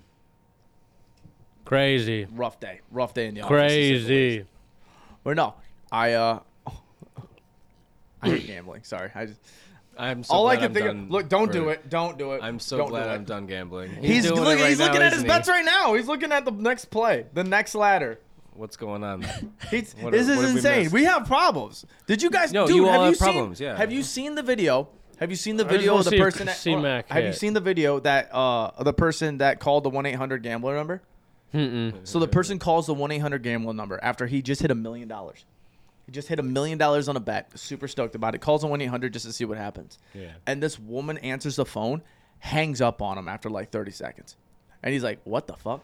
[SPEAKER 1] Crazy.
[SPEAKER 2] rough day. Rough day in the office.
[SPEAKER 1] Crazy.
[SPEAKER 2] Or no, I uh, <laughs> I hate gambling. Sorry, I just
[SPEAKER 3] I'm so
[SPEAKER 2] all I
[SPEAKER 3] glad
[SPEAKER 2] can
[SPEAKER 3] I'm
[SPEAKER 2] think
[SPEAKER 3] done
[SPEAKER 2] of. Look, don't do
[SPEAKER 3] for-
[SPEAKER 2] it. Don't do it.
[SPEAKER 3] I'm so
[SPEAKER 2] Don't
[SPEAKER 3] glad
[SPEAKER 2] do it.
[SPEAKER 3] I'm done gambling.
[SPEAKER 2] He's,
[SPEAKER 3] doing it
[SPEAKER 2] look,
[SPEAKER 3] right
[SPEAKER 2] he's
[SPEAKER 3] now,
[SPEAKER 2] looking at his
[SPEAKER 3] isn't he?
[SPEAKER 2] bets right now. He's looking at the next play, the next ladder.
[SPEAKER 3] What's going
[SPEAKER 2] <laughs>
[SPEAKER 3] on?
[SPEAKER 2] He's,
[SPEAKER 3] What
[SPEAKER 2] this is
[SPEAKER 3] have- what have we
[SPEAKER 2] insane.
[SPEAKER 3] missed?
[SPEAKER 2] We, have problems. Did you guys?
[SPEAKER 3] No,
[SPEAKER 2] dude,
[SPEAKER 3] you all have
[SPEAKER 2] seen-
[SPEAKER 3] problems, yeah.
[SPEAKER 2] Have you seen the video? Have you seen the
[SPEAKER 1] I just
[SPEAKER 2] video
[SPEAKER 1] wanna
[SPEAKER 2] of the
[SPEAKER 1] see if
[SPEAKER 2] person? That, hold on.
[SPEAKER 1] C-Mac
[SPEAKER 2] have you
[SPEAKER 1] hit.
[SPEAKER 2] seen the video that uh the person that called the one eight hundred gambler number?
[SPEAKER 1] Mm-mm.
[SPEAKER 2] So the person calls the 1 800 gambler number after he just hit a million dollars. He just hit a million dollars on a bet. Super stoked about it. Calls the 1 800 just to see what happens.
[SPEAKER 3] Yeah.
[SPEAKER 2] And this woman answers the phone, hangs up on him after like 30 seconds. And he's like, what the fuck?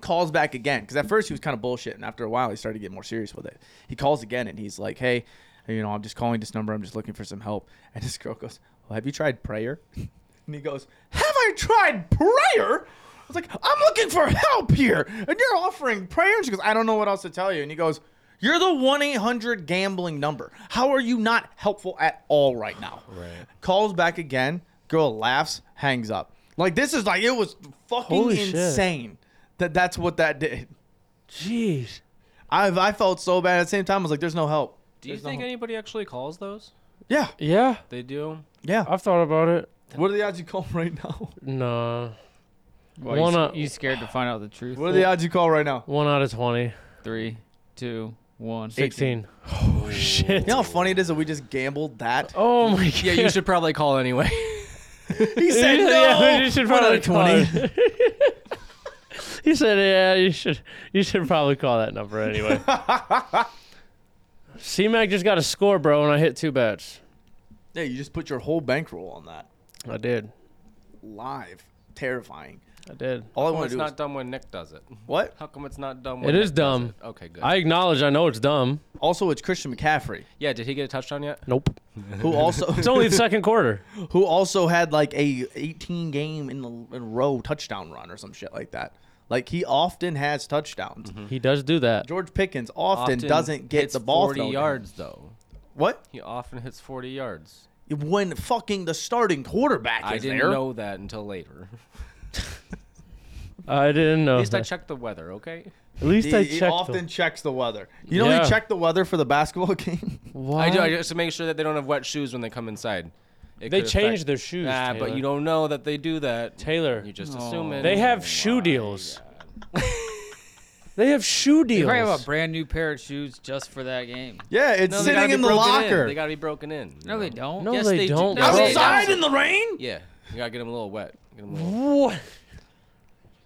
[SPEAKER 2] Calls back again. Because at first he was kind of bullshitting. After a while, he started to get more serious with it. He calls again and he's like, hey, you know, I'm just calling this number. I'm just looking for some help. And this girl goes, well, have you tried prayer? <laughs> And he goes, Have I tried prayer? I was like, I'm looking for help here. And you're offering prayer? And she goes, I don't know what else to tell you. And he goes, You're the 1 800 gambling number. How are you not helpful at all right now?
[SPEAKER 3] Right.
[SPEAKER 2] Calls back again. Girl laughs, hangs up. Like, this is like, it was fucking
[SPEAKER 1] Holy shit.
[SPEAKER 2] insane that that's what that did.
[SPEAKER 1] Jeez.
[SPEAKER 2] I, I felt so bad at the same time. I was like, There's no help.
[SPEAKER 3] Do you
[SPEAKER 2] There's no
[SPEAKER 3] think
[SPEAKER 2] hope.
[SPEAKER 3] anybody actually calls those?
[SPEAKER 2] Yeah.
[SPEAKER 1] Yeah,
[SPEAKER 3] They do.
[SPEAKER 2] Yeah.
[SPEAKER 1] I've thought about it.
[SPEAKER 2] What are the odds you call right now? <laughs>
[SPEAKER 1] Nah.
[SPEAKER 4] Well,
[SPEAKER 1] One
[SPEAKER 4] you, s-
[SPEAKER 1] up.
[SPEAKER 4] you scared to find out the truth?
[SPEAKER 2] What are the odds you call right now?
[SPEAKER 1] One out of 20.
[SPEAKER 4] Three, two, one.
[SPEAKER 1] 16. Oh, <laughs> shit.
[SPEAKER 2] You know how funny it is that we just gambled that?
[SPEAKER 1] Oh, my God.
[SPEAKER 3] Yeah, you <laughs> should probably call anyway.
[SPEAKER 2] <laughs> He said
[SPEAKER 1] Yeah,
[SPEAKER 2] no.
[SPEAKER 1] <laughs> yeah, you should
[SPEAKER 2] One
[SPEAKER 1] probably
[SPEAKER 2] out of
[SPEAKER 1] call it. <laughs> he said, "Yeah, you should. You should probably call that number anyway." C Mac just got a score, bro, and I hit two bets.
[SPEAKER 2] Yeah, you just put your whole bankroll on that
[SPEAKER 1] I did.
[SPEAKER 2] live. Terrifying.
[SPEAKER 1] I did.
[SPEAKER 2] All I
[SPEAKER 3] Well,
[SPEAKER 2] want
[SPEAKER 3] it's
[SPEAKER 2] to do
[SPEAKER 3] not
[SPEAKER 2] is
[SPEAKER 3] dumb when Nick does it.
[SPEAKER 2] what?
[SPEAKER 3] How come it's not dumb?
[SPEAKER 1] It
[SPEAKER 3] When
[SPEAKER 1] is
[SPEAKER 3] Nick does
[SPEAKER 1] dumb.
[SPEAKER 3] it? Okay, good.
[SPEAKER 1] I acknowledge. I know it's dumb.
[SPEAKER 2] Also, it's Christian McCaffrey
[SPEAKER 3] yeah, did he get a touchdown yet?
[SPEAKER 1] Nope.
[SPEAKER 2] <laughs> who also
[SPEAKER 1] It's only the second quarter.
[SPEAKER 2] who also had like a 18 game in the in a row touchdown run or some shit like that. Like he often has touchdowns.
[SPEAKER 1] He does do that.
[SPEAKER 2] George Pickens Mm-hmm. often, doesn't get
[SPEAKER 3] hits
[SPEAKER 2] the ball
[SPEAKER 3] 40
[SPEAKER 2] thrown to him.
[SPEAKER 3] yards though.
[SPEAKER 2] What?
[SPEAKER 3] He often hits 40 yards.
[SPEAKER 2] When fucking the starting quarterback
[SPEAKER 3] I
[SPEAKER 2] is
[SPEAKER 3] didn't
[SPEAKER 2] there.
[SPEAKER 3] know that until later. <laughs>
[SPEAKER 1] I didn't know.
[SPEAKER 3] At least I
[SPEAKER 1] that.
[SPEAKER 3] checked the weather, okay?
[SPEAKER 1] At least
[SPEAKER 2] He,
[SPEAKER 1] I
[SPEAKER 2] he
[SPEAKER 1] checked.
[SPEAKER 2] often
[SPEAKER 1] them.
[SPEAKER 2] checks the weather. You know
[SPEAKER 1] Yeah.
[SPEAKER 2] he checked the weather for the basketball <laughs> game.
[SPEAKER 1] Why?
[SPEAKER 3] I do, I just to make sure that they don't have wet shoes when they come inside. It
[SPEAKER 1] They
[SPEAKER 3] could
[SPEAKER 1] change
[SPEAKER 3] affect-
[SPEAKER 1] their shoes,
[SPEAKER 3] Nah, but
[SPEAKER 1] Taylor.
[SPEAKER 3] you don't know that they do that.
[SPEAKER 1] Taylor.
[SPEAKER 3] You're just assuming.
[SPEAKER 1] They have shoe deals. They have shoe
[SPEAKER 4] They
[SPEAKER 1] deals.
[SPEAKER 4] probably have a brand new pair of shoes just for that game.
[SPEAKER 2] yeah, it's
[SPEAKER 3] No, they gotta
[SPEAKER 2] sitting
[SPEAKER 3] be
[SPEAKER 2] in the
[SPEAKER 3] broken
[SPEAKER 2] locker.
[SPEAKER 3] They gotta be broken in.
[SPEAKER 4] No, they don't.
[SPEAKER 1] No,
[SPEAKER 4] yes,
[SPEAKER 1] they
[SPEAKER 4] they, do.
[SPEAKER 1] don't,
[SPEAKER 4] No,
[SPEAKER 1] bro.
[SPEAKER 4] they
[SPEAKER 2] Outside
[SPEAKER 4] don't.
[SPEAKER 2] in the rain?
[SPEAKER 3] Yeah, you gotta get them a little wet. Get 'em a little
[SPEAKER 1] What?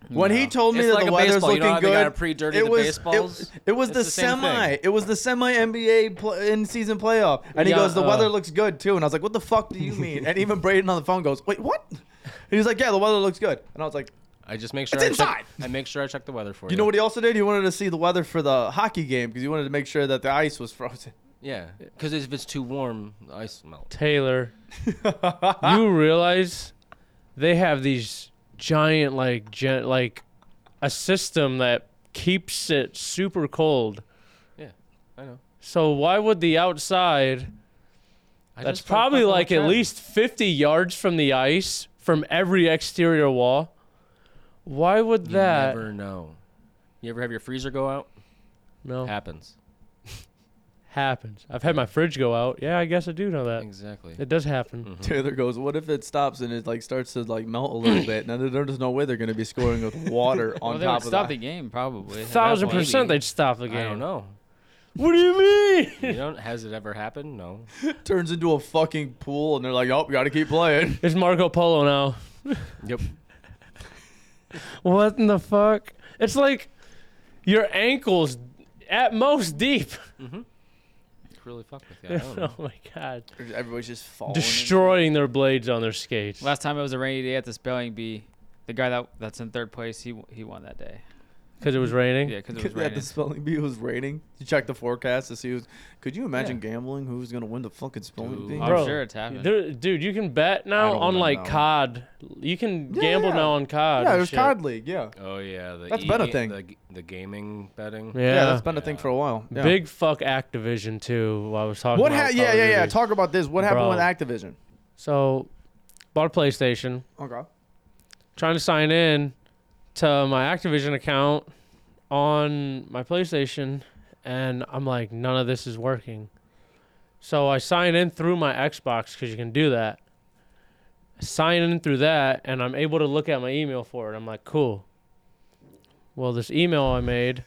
[SPEAKER 2] When he told me
[SPEAKER 3] It's
[SPEAKER 2] that
[SPEAKER 3] like
[SPEAKER 2] the
[SPEAKER 3] a
[SPEAKER 2] weather's
[SPEAKER 3] baseball, you
[SPEAKER 2] looking
[SPEAKER 3] know how they
[SPEAKER 2] good,
[SPEAKER 3] gotta pre-dirty the baseballs?
[SPEAKER 2] It, it was
[SPEAKER 3] It's
[SPEAKER 2] the,
[SPEAKER 3] the same
[SPEAKER 2] semi.
[SPEAKER 3] thing.
[SPEAKER 2] It was the semi NBA pl- in season playoff, and he
[SPEAKER 1] Yeah,
[SPEAKER 2] goes, "The
[SPEAKER 1] uh,
[SPEAKER 2] weather looks good too." And I was like, "What the fuck do you mean?" and even Braden on the phone goes, "Wait, what?" And he's like, "Yeah, the weather looks good." And I was like,
[SPEAKER 3] I just make sure
[SPEAKER 2] It's
[SPEAKER 3] I check-
[SPEAKER 2] inside!
[SPEAKER 3] I make sure I check the weather for you.
[SPEAKER 2] "You know what he also did? He wanted to see the weather for the hockey game because he wanted to make sure that the ice was frozen."
[SPEAKER 3] Yeah, because if it's too warm, the ice melt.
[SPEAKER 1] Taylor, you
[SPEAKER 3] <laughs>
[SPEAKER 1] realize they have these giant like gen- like a system that keeps it super cold.
[SPEAKER 3] Yeah, I know.
[SPEAKER 1] So why would the outside
[SPEAKER 3] I
[SPEAKER 1] That's
[SPEAKER 3] just wanna
[SPEAKER 1] probably
[SPEAKER 3] fuck with
[SPEAKER 1] like at
[SPEAKER 3] Travis.
[SPEAKER 1] least 50 yards from the ice from every exterior wall. Why would
[SPEAKER 3] You
[SPEAKER 1] that?
[SPEAKER 3] never know. You ever have your freezer go out?
[SPEAKER 1] no.
[SPEAKER 3] Happens.
[SPEAKER 1] happens. I've had my fridge go out. Yeah, I guess I do know that.
[SPEAKER 3] Exactly.
[SPEAKER 1] It does happen.
[SPEAKER 2] <laughs> Taylor goes, "What if it stops and it like starts to like melt a little bit? Now there- there's no way they're going to be scoring with water on
[SPEAKER 4] well, they would
[SPEAKER 2] top of
[SPEAKER 4] stop
[SPEAKER 2] that."
[SPEAKER 4] the game probably. at that
[SPEAKER 1] Thousand
[SPEAKER 4] point.
[SPEAKER 1] percent, they'd stop the game.
[SPEAKER 3] I
[SPEAKER 1] <laughs>
[SPEAKER 3] don't know.
[SPEAKER 1] What do you mean?
[SPEAKER 3] You don't, has it ever happened? No.
[SPEAKER 2] Turns into a fucking pool, and they're like, "Oh, we got to keep <laughs> playing."
[SPEAKER 1] It's Marco Polo now.
[SPEAKER 2] <laughs>
[SPEAKER 3] Yep.
[SPEAKER 1] What in the fuck? It's like your ankles at most deep.
[SPEAKER 3] Really fuck with you.
[SPEAKER 1] <laughs>
[SPEAKER 3] I don't know.
[SPEAKER 1] oh my god.
[SPEAKER 2] Everybody's just falling. <laughs>
[SPEAKER 1] Destroying their blades on their skates.
[SPEAKER 4] Last time it was a rainy day at the spelling bee. The guy that that's in third place, he he won that day.
[SPEAKER 1] Because it was raining.
[SPEAKER 4] Yeah, because it was
[SPEAKER 2] At the
[SPEAKER 4] raining.
[SPEAKER 2] spelling bee it was raining. You check the forecast to see who's. Could you imagine gambling who's going to win the fucking spelling
[SPEAKER 3] Dude.
[SPEAKER 2] bee?
[SPEAKER 4] I'm
[SPEAKER 1] Bro,
[SPEAKER 4] sure it's happened.
[SPEAKER 1] There- dude, you can bet now
[SPEAKER 2] don't
[SPEAKER 1] on
[SPEAKER 2] wanna
[SPEAKER 1] like
[SPEAKER 2] know.
[SPEAKER 1] COD. You can
[SPEAKER 2] Yeah,
[SPEAKER 1] gamble
[SPEAKER 2] yeah.
[SPEAKER 1] now on COD.
[SPEAKER 2] yeah,
[SPEAKER 1] and
[SPEAKER 2] there's
[SPEAKER 1] shit.
[SPEAKER 2] COD League. Yeah.
[SPEAKER 3] Oh yeah, the
[SPEAKER 2] That's been a thing.
[SPEAKER 3] The, g- the gaming betting.
[SPEAKER 1] Yeah.
[SPEAKER 2] yeah, that's been a thing
[SPEAKER 3] Yeah.
[SPEAKER 2] for a while. Yeah.
[SPEAKER 1] Big fuck Activision too. I was talking
[SPEAKER 2] What?
[SPEAKER 1] about.
[SPEAKER 2] Ha-
[SPEAKER 1] Call
[SPEAKER 2] yeah,
[SPEAKER 1] of
[SPEAKER 2] yeah, yeah.
[SPEAKER 1] Duty.
[SPEAKER 2] Talk about this. What happened
[SPEAKER 1] Bro.
[SPEAKER 2] with Activision?
[SPEAKER 1] so bought a PlayStation,
[SPEAKER 2] Okay.
[SPEAKER 1] trying to sign in to my Activision account on my PlayStation, and I'm like, none of this is working. So I sign in through my Xbox because you can do that. Sign in through that, and I'm able to look at my email for it. I'm like, cool. Well, this email I made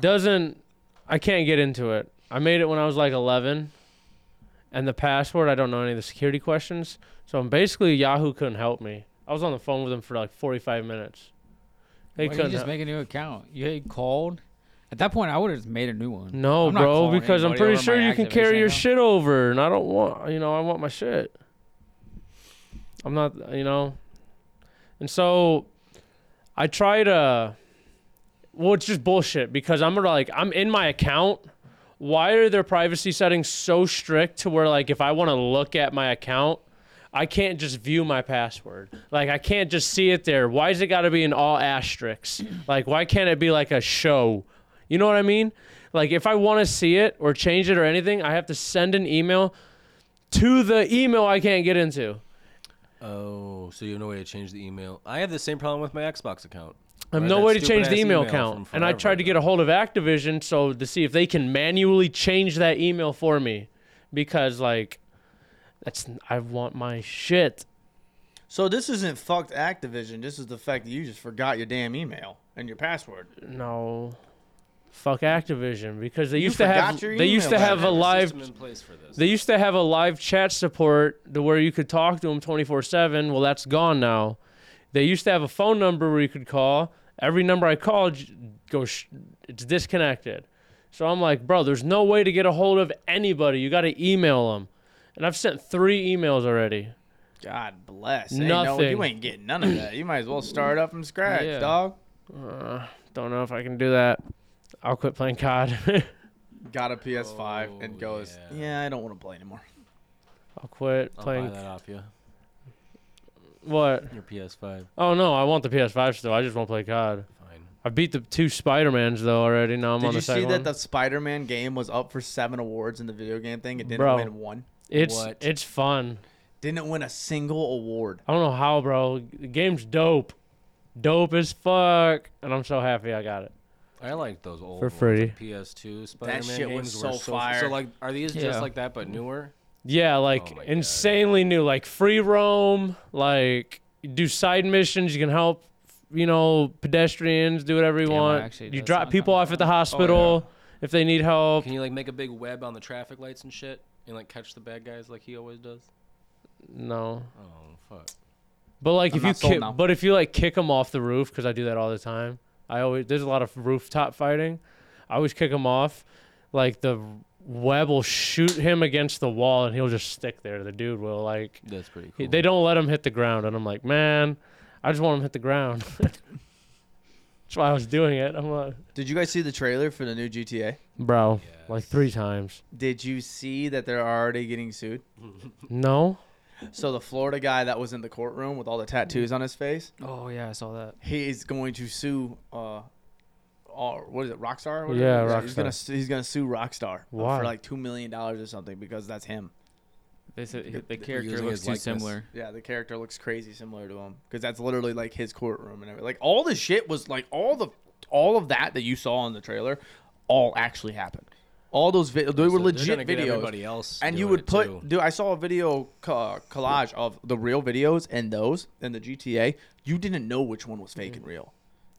[SPEAKER 1] doesn't, I can't get into it. I made it when I was like 11, and the password, I don't know any of the security questions. So I'm basically, Yahoo couldn't help me. I was on the phone with them for like 45 minutes. They
[SPEAKER 4] Why don't
[SPEAKER 1] couldn't.
[SPEAKER 4] you just
[SPEAKER 1] hel-
[SPEAKER 4] make a new account. You had called. At that point, I would have just made a new one.
[SPEAKER 1] no,
[SPEAKER 4] I'm not
[SPEAKER 1] bro,
[SPEAKER 4] calling
[SPEAKER 1] because I'm
[SPEAKER 4] anybody
[SPEAKER 1] pretty
[SPEAKER 4] over
[SPEAKER 1] sure
[SPEAKER 4] my
[SPEAKER 1] you can
[SPEAKER 4] Activision
[SPEAKER 1] carry your
[SPEAKER 4] account.
[SPEAKER 1] shit over, and I don't want, you know, I want my shit. I'm not, you know. And so I try to, well, it's just bullshit because I'm gonna, like, I'm in my account. Why are their privacy settings so strict to where, like, if I wanna look at my account, I can't just view my password. Like, I can't just see it there. Why is it gotta be in all asterisks? Like, why can't it be like a show? You know what I mean? Like, if I wanna see it or change it or anything, I have to send an email to the email I can't get into.
[SPEAKER 3] Oh, so you have no way to change the email. I have the same problem with my Xbox account.
[SPEAKER 1] I have
[SPEAKER 3] Right,
[SPEAKER 1] no
[SPEAKER 3] that
[SPEAKER 1] way to change
[SPEAKER 3] stupid-ass
[SPEAKER 1] the email,
[SPEAKER 3] email
[SPEAKER 1] account.
[SPEAKER 3] from
[SPEAKER 1] And I
[SPEAKER 3] forever
[SPEAKER 1] tried to get a
[SPEAKER 3] ago.
[SPEAKER 1] hold of Activision so to see if they can manually change that email for me because like that's I want my shit.
[SPEAKER 2] So this isn't fucked Activision. This is the fact that you just forgot your damn email and your password.
[SPEAKER 1] No. Fuck Activision because they
[SPEAKER 2] You
[SPEAKER 1] used to have
[SPEAKER 2] forgot your
[SPEAKER 1] they used
[SPEAKER 2] email
[SPEAKER 1] to
[SPEAKER 2] back
[SPEAKER 1] have a live
[SPEAKER 3] system in place for this.
[SPEAKER 1] they used to have a live chat support to where you could talk to them 24/7. Well, that's gone now. They used to have a phone number where you could call. Every number I called j- goes sh- it's disconnected. So I'm like, bro, there's no way to get a hold of anybody. You got to email them. And I've sent 3 emails already.
[SPEAKER 2] God bless. Ain't no,
[SPEAKER 1] Nothing.
[SPEAKER 2] you ain't getting none of that. You might as well start up from scratch,
[SPEAKER 4] Yeah.
[SPEAKER 2] dog.
[SPEAKER 1] Uh, don't know if I can do that. I'll quit playing COD.
[SPEAKER 2] Got a PS5 and
[SPEAKER 3] Oh,
[SPEAKER 2] goes, yeah.
[SPEAKER 3] yeah.
[SPEAKER 2] I don't want to play anymore.
[SPEAKER 1] <laughs> I'll quit
[SPEAKER 3] I'll buy
[SPEAKER 1] playing
[SPEAKER 3] that off you.
[SPEAKER 1] what?
[SPEAKER 3] Your PS5.
[SPEAKER 1] Oh no, I want the PS5 still. I just won't play COD.
[SPEAKER 3] Fine.
[SPEAKER 1] I beat the two Spider-Mans though already. Now I'm on
[SPEAKER 2] Did
[SPEAKER 1] the
[SPEAKER 2] you see
[SPEAKER 1] second one.
[SPEAKER 2] that the Spider-Man game was up for seven awards in the video game thing? It didn't
[SPEAKER 1] Bro.
[SPEAKER 2] win one.
[SPEAKER 1] It's
[SPEAKER 3] What?
[SPEAKER 1] it's fun.
[SPEAKER 2] Didn't win a single award.
[SPEAKER 1] I don't know how, bro. The game's dope, dope as fuck, and I'm so happy I got it.
[SPEAKER 3] I like those old
[SPEAKER 1] For
[SPEAKER 3] ones, the
[SPEAKER 1] free.
[SPEAKER 3] PS2 Spider-Man
[SPEAKER 2] shit was
[SPEAKER 3] games were
[SPEAKER 2] so
[SPEAKER 3] so
[SPEAKER 2] fire.
[SPEAKER 3] So like, are these
[SPEAKER 4] Yeah.
[SPEAKER 3] just like that but newer?
[SPEAKER 1] Yeah, like
[SPEAKER 3] Oh my God.
[SPEAKER 1] insanely new, like free roam, like you do side missions. You can help, you know, pedestrians do whatever you
[SPEAKER 4] Damn, I
[SPEAKER 1] want.
[SPEAKER 4] actually-
[SPEAKER 1] you
[SPEAKER 4] that
[SPEAKER 1] drop
[SPEAKER 4] sounds
[SPEAKER 1] people
[SPEAKER 4] kinda
[SPEAKER 1] off at the
[SPEAKER 4] fun. Oh, yeah.
[SPEAKER 1] hospital if they need help.
[SPEAKER 3] Can you like make a big web on the traffic lights and shit and like catch the bad guys like he always does?
[SPEAKER 1] No,
[SPEAKER 3] Oh fuck.
[SPEAKER 1] but like
[SPEAKER 2] I'm
[SPEAKER 1] if you
[SPEAKER 2] not sold
[SPEAKER 1] kick,
[SPEAKER 2] now.
[SPEAKER 1] but if you like kick them off the roof, because I do that all the time. I always there's a lot of rooftop fighting. I always kick him off. Like the web will shoot him against the wall, and he'll just stick there. The dude will like
[SPEAKER 3] That's pretty
[SPEAKER 1] he-
[SPEAKER 3] cool.
[SPEAKER 1] they don't let him hit the ground, and I'm like, man, I just want him to hit the ground. <laughs> That's why I was doing it. I'm like,
[SPEAKER 2] Did you guys see the trailer for the new GTA?
[SPEAKER 1] bro, like three times.
[SPEAKER 2] Did you see that they're already getting sued?
[SPEAKER 1] No,
[SPEAKER 2] So the Florida guy that was in the courtroom with all the tattoos on his face,
[SPEAKER 4] Oh yeah, I saw that.
[SPEAKER 2] he is going to sue. Uh, or what is it, Rockstar? or
[SPEAKER 1] Yeah,
[SPEAKER 2] whatever? He's
[SPEAKER 1] Rockstar.
[SPEAKER 2] gonna su- he's gonna sue Rockstar uh,
[SPEAKER 1] Why?
[SPEAKER 2] for like two million dollars or something because that's him.
[SPEAKER 5] They said the
[SPEAKER 2] They're
[SPEAKER 5] character
[SPEAKER 3] using
[SPEAKER 5] looks
[SPEAKER 3] his
[SPEAKER 5] too
[SPEAKER 3] likeness.
[SPEAKER 5] similar.
[SPEAKER 2] Yeah, the character looks crazy similar to him because that's literally like his courtroom and everything. Like all the shit was like all the all of that that you saw in the trailer, all actually happened. All those videos, they were
[SPEAKER 3] they're
[SPEAKER 2] legit
[SPEAKER 3] gonna get
[SPEAKER 2] videos.
[SPEAKER 3] everybody else
[SPEAKER 2] And you
[SPEAKER 3] doing
[SPEAKER 2] would
[SPEAKER 3] it,
[SPEAKER 2] put,
[SPEAKER 3] too.
[SPEAKER 2] dude, I saw a video co- uh, collage of the real videos and those and the GTA. You didn't know which one was fake and
[SPEAKER 3] Mm-hmm.
[SPEAKER 2] real.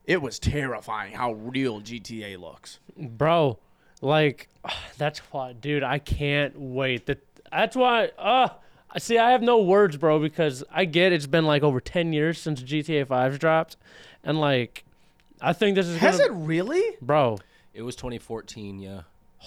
[SPEAKER 2] It was terrifying how real GTA looks.
[SPEAKER 1] bro like <sighs> that's why dude i can't wait that that's why uh see i have no words bro because i get it's been like over 10 years since gta 5's dropped and like i think this is
[SPEAKER 2] Has it
[SPEAKER 1] gonna,
[SPEAKER 2] really?
[SPEAKER 1] bro
[SPEAKER 3] It was 2014, yeah.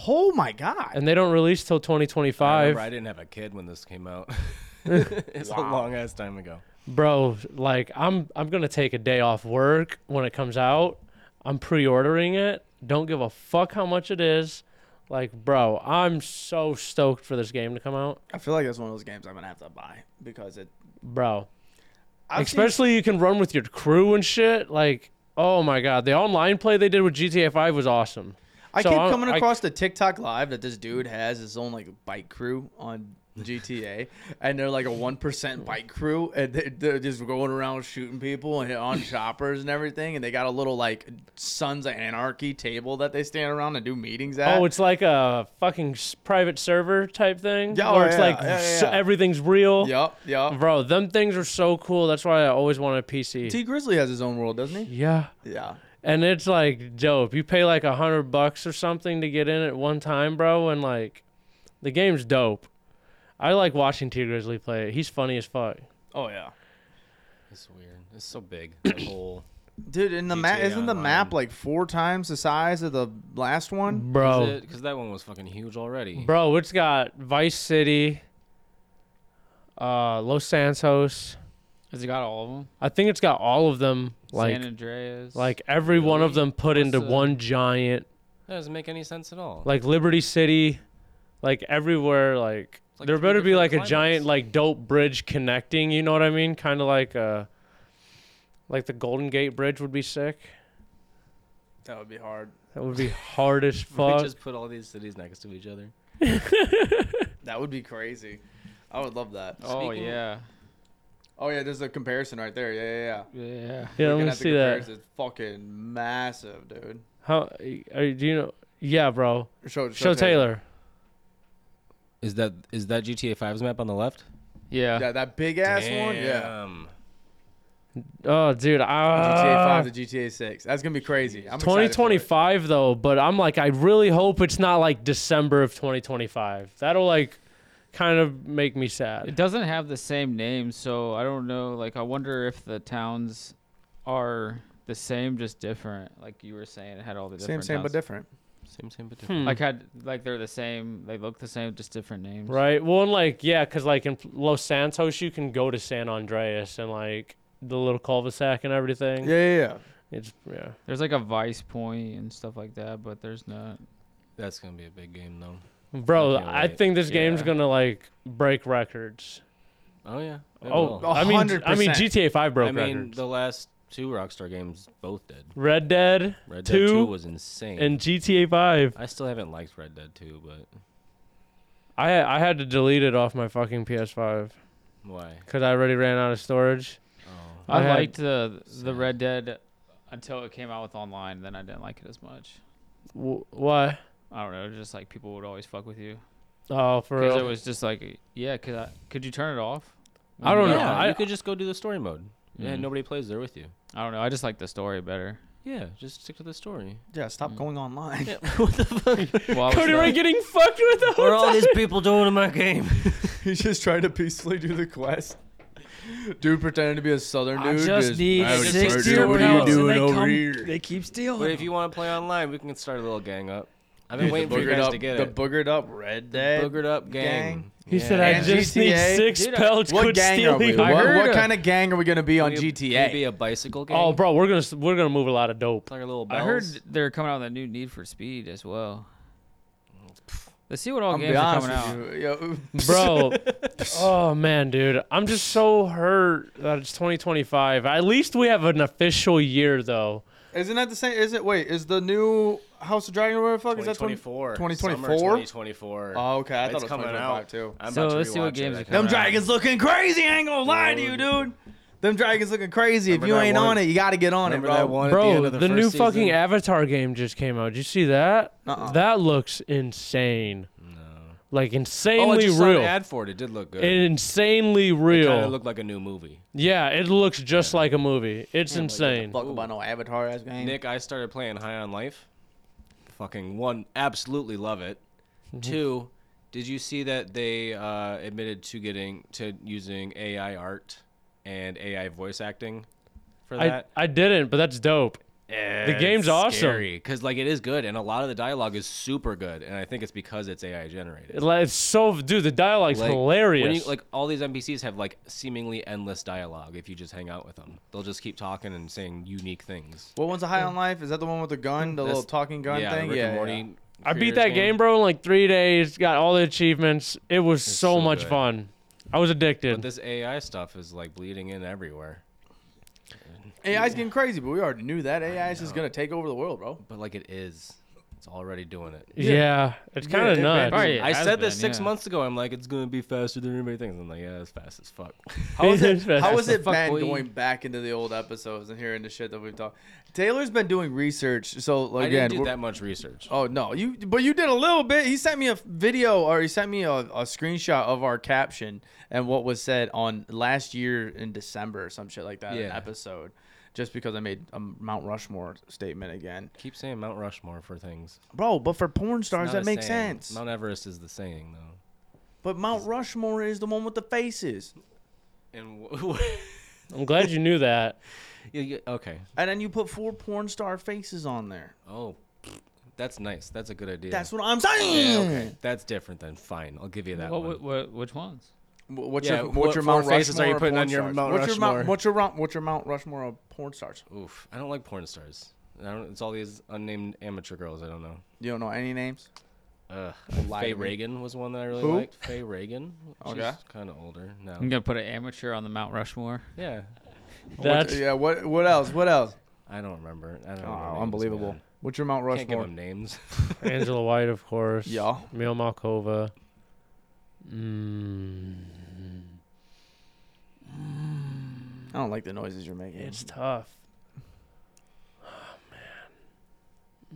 [SPEAKER 2] Oh my god!
[SPEAKER 1] and they don't release till
[SPEAKER 3] I,
[SPEAKER 1] 2025
[SPEAKER 3] remember I didn't have a kid when this
[SPEAKER 1] <laughs>
[SPEAKER 3] came out. <laughs> it's a long ass time ago.
[SPEAKER 1] bro like i'm i'm gonna take a day off work when it comes out i'm pre-ordering it don't give a fuck how much it is like bro i'm so stoked for this game to come out
[SPEAKER 2] I feel like that's one of those games I'm gonna have to buy because it.
[SPEAKER 1] bro
[SPEAKER 2] I've seen-
[SPEAKER 1] Especially you can run with your crew and shit. Like, oh my god, the online play they did with GTA Five was awesome.
[SPEAKER 2] I
[SPEAKER 1] So
[SPEAKER 2] keep
[SPEAKER 1] I'm-
[SPEAKER 2] coming
[SPEAKER 1] I-
[SPEAKER 2] across the TikTok live that this dude has his own like bike crew on <laughs> GTA, and they're like a one percent bike crew, and they- they're just going around shooting people and on choppers and everything, and they got a little like Sons of Anarchy table that they stand around and do meetings at. <laughs>
[SPEAKER 1] Oh, it's like a fucking s- private server type thing.
[SPEAKER 2] Yeah,
[SPEAKER 1] where
[SPEAKER 2] oh,
[SPEAKER 1] it's
[SPEAKER 2] yeah,
[SPEAKER 1] like
[SPEAKER 2] yeah,
[SPEAKER 1] s-
[SPEAKER 2] yeah.
[SPEAKER 1] everything's real.
[SPEAKER 2] yep, yep.
[SPEAKER 1] Bro, them things are so cool. That's why I always wanted a PC.
[SPEAKER 2] T Grizzly has his own world, doesn't he?
[SPEAKER 1] yeah.
[SPEAKER 2] Yeah.
[SPEAKER 1] And it's like dope. You pay like a hundred bucks or something to get in at one time, bro, and like the game's dope. I like watching T Grizzly play it. He's funny as fuck.
[SPEAKER 2] Oh yeah.
[SPEAKER 3] It's weird. It's so <coughs> big. The whole.
[SPEAKER 2] Dude, in the map
[SPEAKER 3] GTA
[SPEAKER 2] isn't the
[SPEAKER 3] Online.
[SPEAKER 2] map like four times the size of the last
[SPEAKER 1] <coughs>
[SPEAKER 2] one?
[SPEAKER 1] Bro.
[SPEAKER 3] Because that one was fucking huge already.
[SPEAKER 1] Bro, it's got Vice City, uh, Los Santos.
[SPEAKER 5] Has it got all of them?
[SPEAKER 1] I think it's got all of them. Like,
[SPEAKER 5] San Andreas.
[SPEAKER 1] like every one of
[SPEAKER 3] Really?
[SPEAKER 1] them put
[SPEAKER 5] What's
[SPEAKER 1] into
[SPEAKER 5] the-
[SPEAKER 1] one giant.
[SPEAKER 3] That doesn't make any sense at all.
[SPEAKER 1] Like Liberty City, like everywhere. Like,
[SPEAKER 3] like
[SPEAKER 1] there
[SPEAKER 3] three
[SPEAKER 1] better be
[SPEAKER 3] different
[SPEAKER 1] like a
[SPEAKER 3] climates.
[SPEAKER 1] giant, like dope bridge connecting. You know what I mean? Kind of like uh, like the Golden Gate Bridge would be sick.
[SPEAKER 2] That would be hard.
[SPEAKER 1] That would be hard as
[SPEAKER 3] we
[SPEAKER 1] fuck.
[SPEAKER 3] just put all these cities next to each other.
[SPEAKER 2] That would be crazy. I would love that.
[SPEAKER 5] oh
[SPEAKER 3] Speaking-
[SPEAKER 5] yeah,
[SPEAKER 2] Oh yeah, there's a comparison right there. Yeah, yeah, yeah.
[SPEAKER 5] yeah.
[SPEAKER 1] yeah, let
[SPEAKER 2] Looking
[SPEAKER 1] me
[SPEAKER 2] at the
[SPEAKER 1] see that.
[SPEAKER 2] comparison, It's fucking massive, dude.
[SPEAKER 1] How are, do you know? Yeah, bro.
[SPEAKER 2] Show, show,
[SPEAKER 1] Show Taylor.
[SPEAKER 3] Is that is that GTA 5's map on the left?
[SPEAKER 5] Yeah.
[SPEAKER 2] Yeah, that big ass one. Yeah.
[SPEAKER 3] Damn.
[SPEAKER 1] Oh, dude.
[SPEAKER 2] GTA
[SPEAKER 1] ah.
[SPEAKER 2] Five to GTA Six. That's gonna be crazy. I'm excited for it.
[SPEAKER 1] 2025 though, but I'm like I really hope it's not like December of 2025. That'll like kind of make me
[SPEAKER 5] It
[SPEAKER 1] sad.
[SPEAKER 5] doesn't have the same name, so I don't know. Like, I wonder if the towns are the same, just different. Like you were saying, it had all the
[SPEAKER 2] Same,
[SPEAKER 5] different.
[SPEAKER 2] same, but
[SPEAKER 5] towns.
[SPEAKER 2] different.
[SPEAKER 3] Same, same, but different.
[SPEAKER 1] Hmm.
[SPEAKER 5] Like had like they're the same. They look the same, just different names.
[SPEAKER 1] right? Well, and like yeah, cuz like in Los Santos you can go to San Andreas and like the little cul-de-sac and everything.
[SPEAKER 2] Yeah, yeah, yeah.
[SPEAKER 1] It's yeah.
[SPEAKER 5] There's like a Vice Point and stuff like that, but there's not.
[SPEAKER 3] That's gonna be a big game though.
[SPEAKER 1] Bro,
[SPEAKER 3] I can't
[SPEAKER 1] I
[SPEAKER 3] wait.
[SPEAKER 1] think this game's
[SPEAKER 5] Yeah.
[SPEAKER 1] going to like break records.
[SPEAKER 3] Oh yeah. it
[SPEAKER 1] Oh,
[SPEAKER 3] will.
[SPEAKER 2] Oh,
[SPEAKER 1] I mean I mean
[SPEAKER 2] 100%.
[SPEAKER 1] GTA 5 broke
[SPEAKER 3] I mean
[SPEAKER 1] records.
[SPEAKER 3] the last two Rockstar games both did.
[SPEAKER 1] Red Dead
[SPEAKER 3] Red
[SPEAKER 1] Two
[SPEAKER 3] Dead Two was insane.
[SPEAKER 1] and GTA 5.
[SPEAKER 3] I still haven't liked Red Dead Two, but
[SPEAKER 1] I I had to delete it off my fucking PS5
[SPEAKER 3] why?
[SPEAKER 1] cuz I already ran out of storage.
[SPEAKER 3] Oh,
[SPEAKER 5] I,
[SPEAKER 1] I had-
[SPEAKER 5] liked the the
[SPEAKER 3] Sad.
[SPEAKER 5] Red Dead until it came out with online. Then I didn't like it as much.
[SPEAKER 1] W- why?
[SPEAKER 5] I don't know. Just like people would always fuck with you
[SPEAKER 1] Oh, for
[SPEAKER 5] because
[SPEAKER 1] real.
[SPEAKER 5] it was just like, yeah, could I, could you turn it off?
[SPEAKER 1] I don't
[SPEAKER 3] yeah,
[SPEAKER 1] know. I- Mm-hmm.
[SPEAKER 3] you could just go do the story mode. Yeah,
[SPEAKER 5] Mhm.
[SPEAKER 3] nobody plays there with you.
[SPEAKER 5] I don't know. I just like the story
[SPEAKER 1] <laughs>
[SPEAKER 5] better.
[SPEAKER 3] Yeah, just stick to the story.
[SPEAKER 2] Yeah, stop
[SPEAKER 5] Mm.
[SPEAKER 2] going online. <laughs>
[SPEAKER 5] Well, I was
[SPEAKER 1] Cody Ray
[SPEAKER 5] like-
[SPEAKER 1] getting fucked with <laughs> the
[SPEAKER 3] What are
[SPEAKER 1] whole
[SPEAKER 3] all
[SPEAKER 1] time.
[SPEAKER 3] these people doing in my
[SPEAKER 1] <laughs>
[SPEAKER 3] game?
[SPEAKER 2] He's just trying to peacefully do the quest. Dude pretending to be a southern dude.
[SPEAKER 4] I just need
[SPEAKER 2] "I was
[SPEAKER 4] six
[SPEAKER 2] murdered. What are you
[SPEAKER 4] pounds, and
[SPEAKER 2] doing
[SPEAKER 4] they
[SPEAKER 2] over
[SPEAKER 4] come-
[SPEAKER 2] here?
[SPEAKER 4] They keep stealing.
[SPEAKER 3] but if you want to play online, we can start a little gang up. I've been
[SPEAKER 2] Dude, the
[SPEAKER 3] waiting for you
[SPEAKER 2] boogered
[SPEAKER 3] guys
[SPEAKER 2] up,
[SPEAKER 3] to get
[SPEAKER 2] the
[SPEAKER 3] it.
[SPEAKER 2] boogered up red dead.
[SPEAKER 3] Boogered up gang.
[SPEAKER 2] gang.
[SPEAKER 1] He
[SPEAKER 3] Yeah.
[SPEAKER 1] said, "I
[SPEAKER 2] And
[SPEAKER 1] just
[SPEAKER 2] GTA?
[SPEAKER 1] need six
[SPEAKER 5] Dude, I-
[SPEAKER 1] pelts.
[SPEAKER 2] What
[SPEAKER 1] quit
[SPEAKER 2] gang are we?
[SPEAKER 1] stealing."
[SPEAKER 2] What,
[SPEAKER 5] heard
[SPEAKER 2] what
[SPEAKER 5] a-
[SPEAKER 2] kind of gang are we gonna be on
[SPEAKER 3] Maybe-
[SPEAKER 2] GTA?
[SPEAKER 3] Maybe a bicycle gang.
[SPEAKER 1] Oh, bro, we're gonna s- we're gonna move a lot of dope.
[SPEAKER 3] <laughs> Like a little
[SPEAKER 5] I
[SPEAKER 3] bells.
[SPEAKER 5] heard they're coming out with a new Need for Speed as well. Let's see what all
[SPEAKER 2] I'm
[SPEAKER 5] games
[SPEAKER 2] be
[SPEAKER 5] are
[SPEAKER 2] honest
[SPEAKER 5] coming out.
[SPEAKER 2] with you. Yo,
[SPEAKER 1] Bro, oh man, dude, I'm just so hurt that it's 2025. At least we have an official year though.
[SPEAKER 2] Isn't that the same? Is it? Wait, is the new House of Dragon or whatever the fuck is that? 20
[SPEAKER 6] 2024.
[SPEAKER 2] 2024?
[SPEAKER 6] Twenty twenty four.
[SPEAKER 2] Oh, okay. I
[SPEAKER 6] It's
[SPEAKER 2] thought it was
[SPEAKER 6] coming
[SPEAKER 2] 2025
[SPEAKER 6] out
[SPEAKER 2] too.
[SPEAKER 6] I'm
[SPEAKER 5] So
[SPEAKER 6] about to
[SPEAKER 5] let's see what
[SPEAKER 6] rewatch it.
[SPEAKER 5] games
[SPEAKER 6] I
[SPEAKER 5] are
[SPEAKER 6] think.
[SPEAKER 2] Them
[SPEAKER 5] Alright.
[SPEAKER 2] dragons looking crazy. I ain't gonna lie to you, dude. Them dragons looking crazy. If
[SPEAKER 6] Remember
[SPEAKER 2] you
[SPEAKER 6] that
[SPEAKER 2] ain't
[SPEAKER 6] one-
[SPEAKER 2] on it, you got to get on it,
[SPEAKER 6] Remember
[SPEAKER 2] bro.
[SPEAKER 6] that one at the end
[SPEAKER 1] Bro,
[SPEAKER 6] of
[SPEAKER 1] the,
[SPEAKER 6] the,
[SPEAKER 1] new
[SPEAKER 6] first
[SPEAKER 1] fucking
[SPEAKER 6] season?
[SPEAKER 1] Avatar game just came out. Did you see that?
[SPEAKER 2] Uh-uh.
[SPEAKER 1] That looks insane. Like
[SPEAKER 3] Oh, I
[SPEAKER 1] insanely
[SPEAKER 3] just saw an
[SPEAKER 1] real.
[SPEAKER 3] ad for it. It did look good.
[SPEAKER 1] insanely
[SPEAKER 3] It kind
[SPEAKER 1] real.
[SPEAKER 3] of looked like a new movie.
[SPEAKER 1] yeah, it looks just like a movie. It's insane.
[SPEAKER 2] Fuck about no Avatar ass game.
[SPEAKER 3] Nick, I started playing High on Life. Fucking one, absolutely love it. Two, did you see that they uh, admitted to getting to using AI art and AI voice acting for
[SPEAKER 1] I,
[SPEAKER 3] that?
[SPEAKER 1] I didn't, but that's dope. the game's awesome.
[SPEAKER 3] because like it is good, and a lot of the dialogue is super good, and I think it's because it's AI generated.
[SPEAKER 1] It- like, It's so dude, the dialogue's
[SPEAKER 3] Like, When you,
[SPEAKER 1] hilarious.
[SPEAKER 3] like all these NPCs have like seemingly endless dialogue if you just hang out with them. They'll just keep talking and saying unique things.
[SPEAKER 2] What one's a high on life? Is that the one with the gun, the
[SPEAKER 3] That's-
[SPEAKER 2] little talking gun
[SPEAKER 3] yeah, the
[SPEAKER 2] thing?
[SPEAKER 3] Rick
[SPEAKER 2] yeah,
[SPEAKER 3] and Morty
[SPEAKER 2] yeah.
[SPEAKER 1] I beat
[SPEAKER 3] creators
[SPEAKER 1] that game. bro, in like three days. Got all the achievements. It was so,
[SPEAKER 3] so
[SPEAKER 1] much
[SPEAKER 3] good.
[SPEAKER 1] fun. I was addicted.
[SPEAKER 3] But this AI stuff is like bleeding in everywhere.
[SPEAKER 2] AI's getting crazy, but we already knew that AI is just gonna take over the
[SPEAKER 6] <laughs>
[SPEAKER 2] world, bro.
[SPEAKER 3] But like it is. It's already doing it.
[SPEAKER 1] yeah. it's kind of
[SPEAKER 2] it-
[SPEAKER 1] nuts.
[SPEAKER 5] Probably it
[SPEAKER 3] I
[SPEAKER 5] has
[SPEAKER 3] said this
[SPEAKER 5] been,
[SPEAKER 3] six
[SPEAKER 5] yeah.
[SPEAKER 3] months ago. I'm like, it's gonna be faster than everybody thinks. I'm like, yeah, it's fast as fuck.
[SPEAKER 2] How
[SPEAKER 1] <laughs>
[SPEAKER 2] is it?
[SPEAKER 1] That's
[SPEAKER 2] How is
[SPEAKER 1] the
[SPEAKER 2] it been
[SPEAKER 5] boy.
[SPEAKER 2] going back into the old episodes and hearing the shit that we've talked? Taylor's been doing research, so
[SPEAKER 3] I
[SPEAKER 2] like,
[SPEAKER 3] didn't
[SPEAKER 2] again,
[SPEAKER 3] do
[SPEAKER 2] we're-
[SPEAKER 3] that much research.
[SPEAKER 2] Oh no, you but you did a little bit. He sent me a video or he sent me a, a screenshot of our caption and what was said on last year in December or some shit like that. An
[SPEAKER 3] Yeah.
[SPEAKER 2] episode, just because I made a Mount Rushmore statement again,
[SPEAKER 3] Keep saying Mount Rushmore for things.
[SPEAKER 2] bro. But for porn
[SPEAKER 3] It's
[SPEAKER 2] stars,
[SPEAKER 3] not
[SPEAKER 2] that
[SPEAKER 3] a
[SPEAKER 2] makes
[SPEAKER 3] saying.
[SPEAKER 2] sense.
[SPEAKER 3] Mount Everest is the saying though.
[SPEAKER 2] but Mount Rushmore is the one with the faces,
[SPEAKER 3] And <laughs>
[SPEAKER 1] I'm glad you knew that.
[SPEAKER 3] okay.
[SPEAKER 2] and then you put four porn star faces on there.
[SPEAKER 3] Oh, that's nice. That's a good idea.
[SPEAKER 2] That's what I'm saying.
[SPEAKER 3] okay. That's different then. Fine, I'll give you that
[SPEAKER 5] What,
[SPEAKER 3] one.
[SPEAKER 5] what, what, which ones?
[SPEAKER 2] Wh- What's
[SPEAKER 3] Yeah,
[SPEAKER 2] your what's
[SPEAKER 3] what
[SPEAKER 2] your
[SPEAKER 3] four
[SPEAKER 2] Mount
[SPEAKER 3] faces are
[SPEAKER 2] Rushmore
[SPEAKER 3] you
[SPEAKER 2] of
[SPEAKER 3] putting
[SPEAKER 2] porn
[SPEAKER 3] on your
[SPEAKER 2] stars?
[SPEAKER 3] Mount
[SPEAKER 2] what's Your
[SPEAKER 3] Rushmore?
[SPEAKER 2] Mount, what's your Mount what's your Mount Rushmore of porn stars?
[SPEAKER 3] Oof, I don't like porn stars. I don't, it's all these unnamed amateur girls. I don't know.
[SPEAKER 2] You don't know any names.
[SPEAKER 3] Ugh.
[SPEAKER 2] lie
[SPEAKER 3] Faye
[SPEAKER 2] to me.
[SPEAKER 3] Reagan was one that I really
[SPEAKER 2] Who?
[SPEAKER 3] liked. Faye Reagan.
[SPEAKER 2] Okay.
[SPEAKER 3] She's kind of older now.
[SPEAKER 5] I'm gonna put an amateur on the Mount Rushmore.
[SPEAKER 3] Yeah.
[SPEAKER 1] That's
[SPEAKER 2] What, yeah. What what else? What else?
[SPEAKER 3] I don't remember. I don't
[SPEAKER 2] Oh,
[SPEAKER 3] know names,
[SPEAKER 2] unbelievable.
[SPEAKER 3] man.
[SPEAKER 2] What's your Mount
[SPEAKER 3] Can't give
[SPEAKER 2] Rushmore?
[SPEAKER 3] them names. <laughs>
[SPEAKER 1] Angela White, of course.
[SPEAKER 2] Yeah.
[SPEAKER 1] Mil Malkova. Mm,
[SPEAKER 2] I don't like the noises you're making.
[SPEAKER 1] it's tough. Oh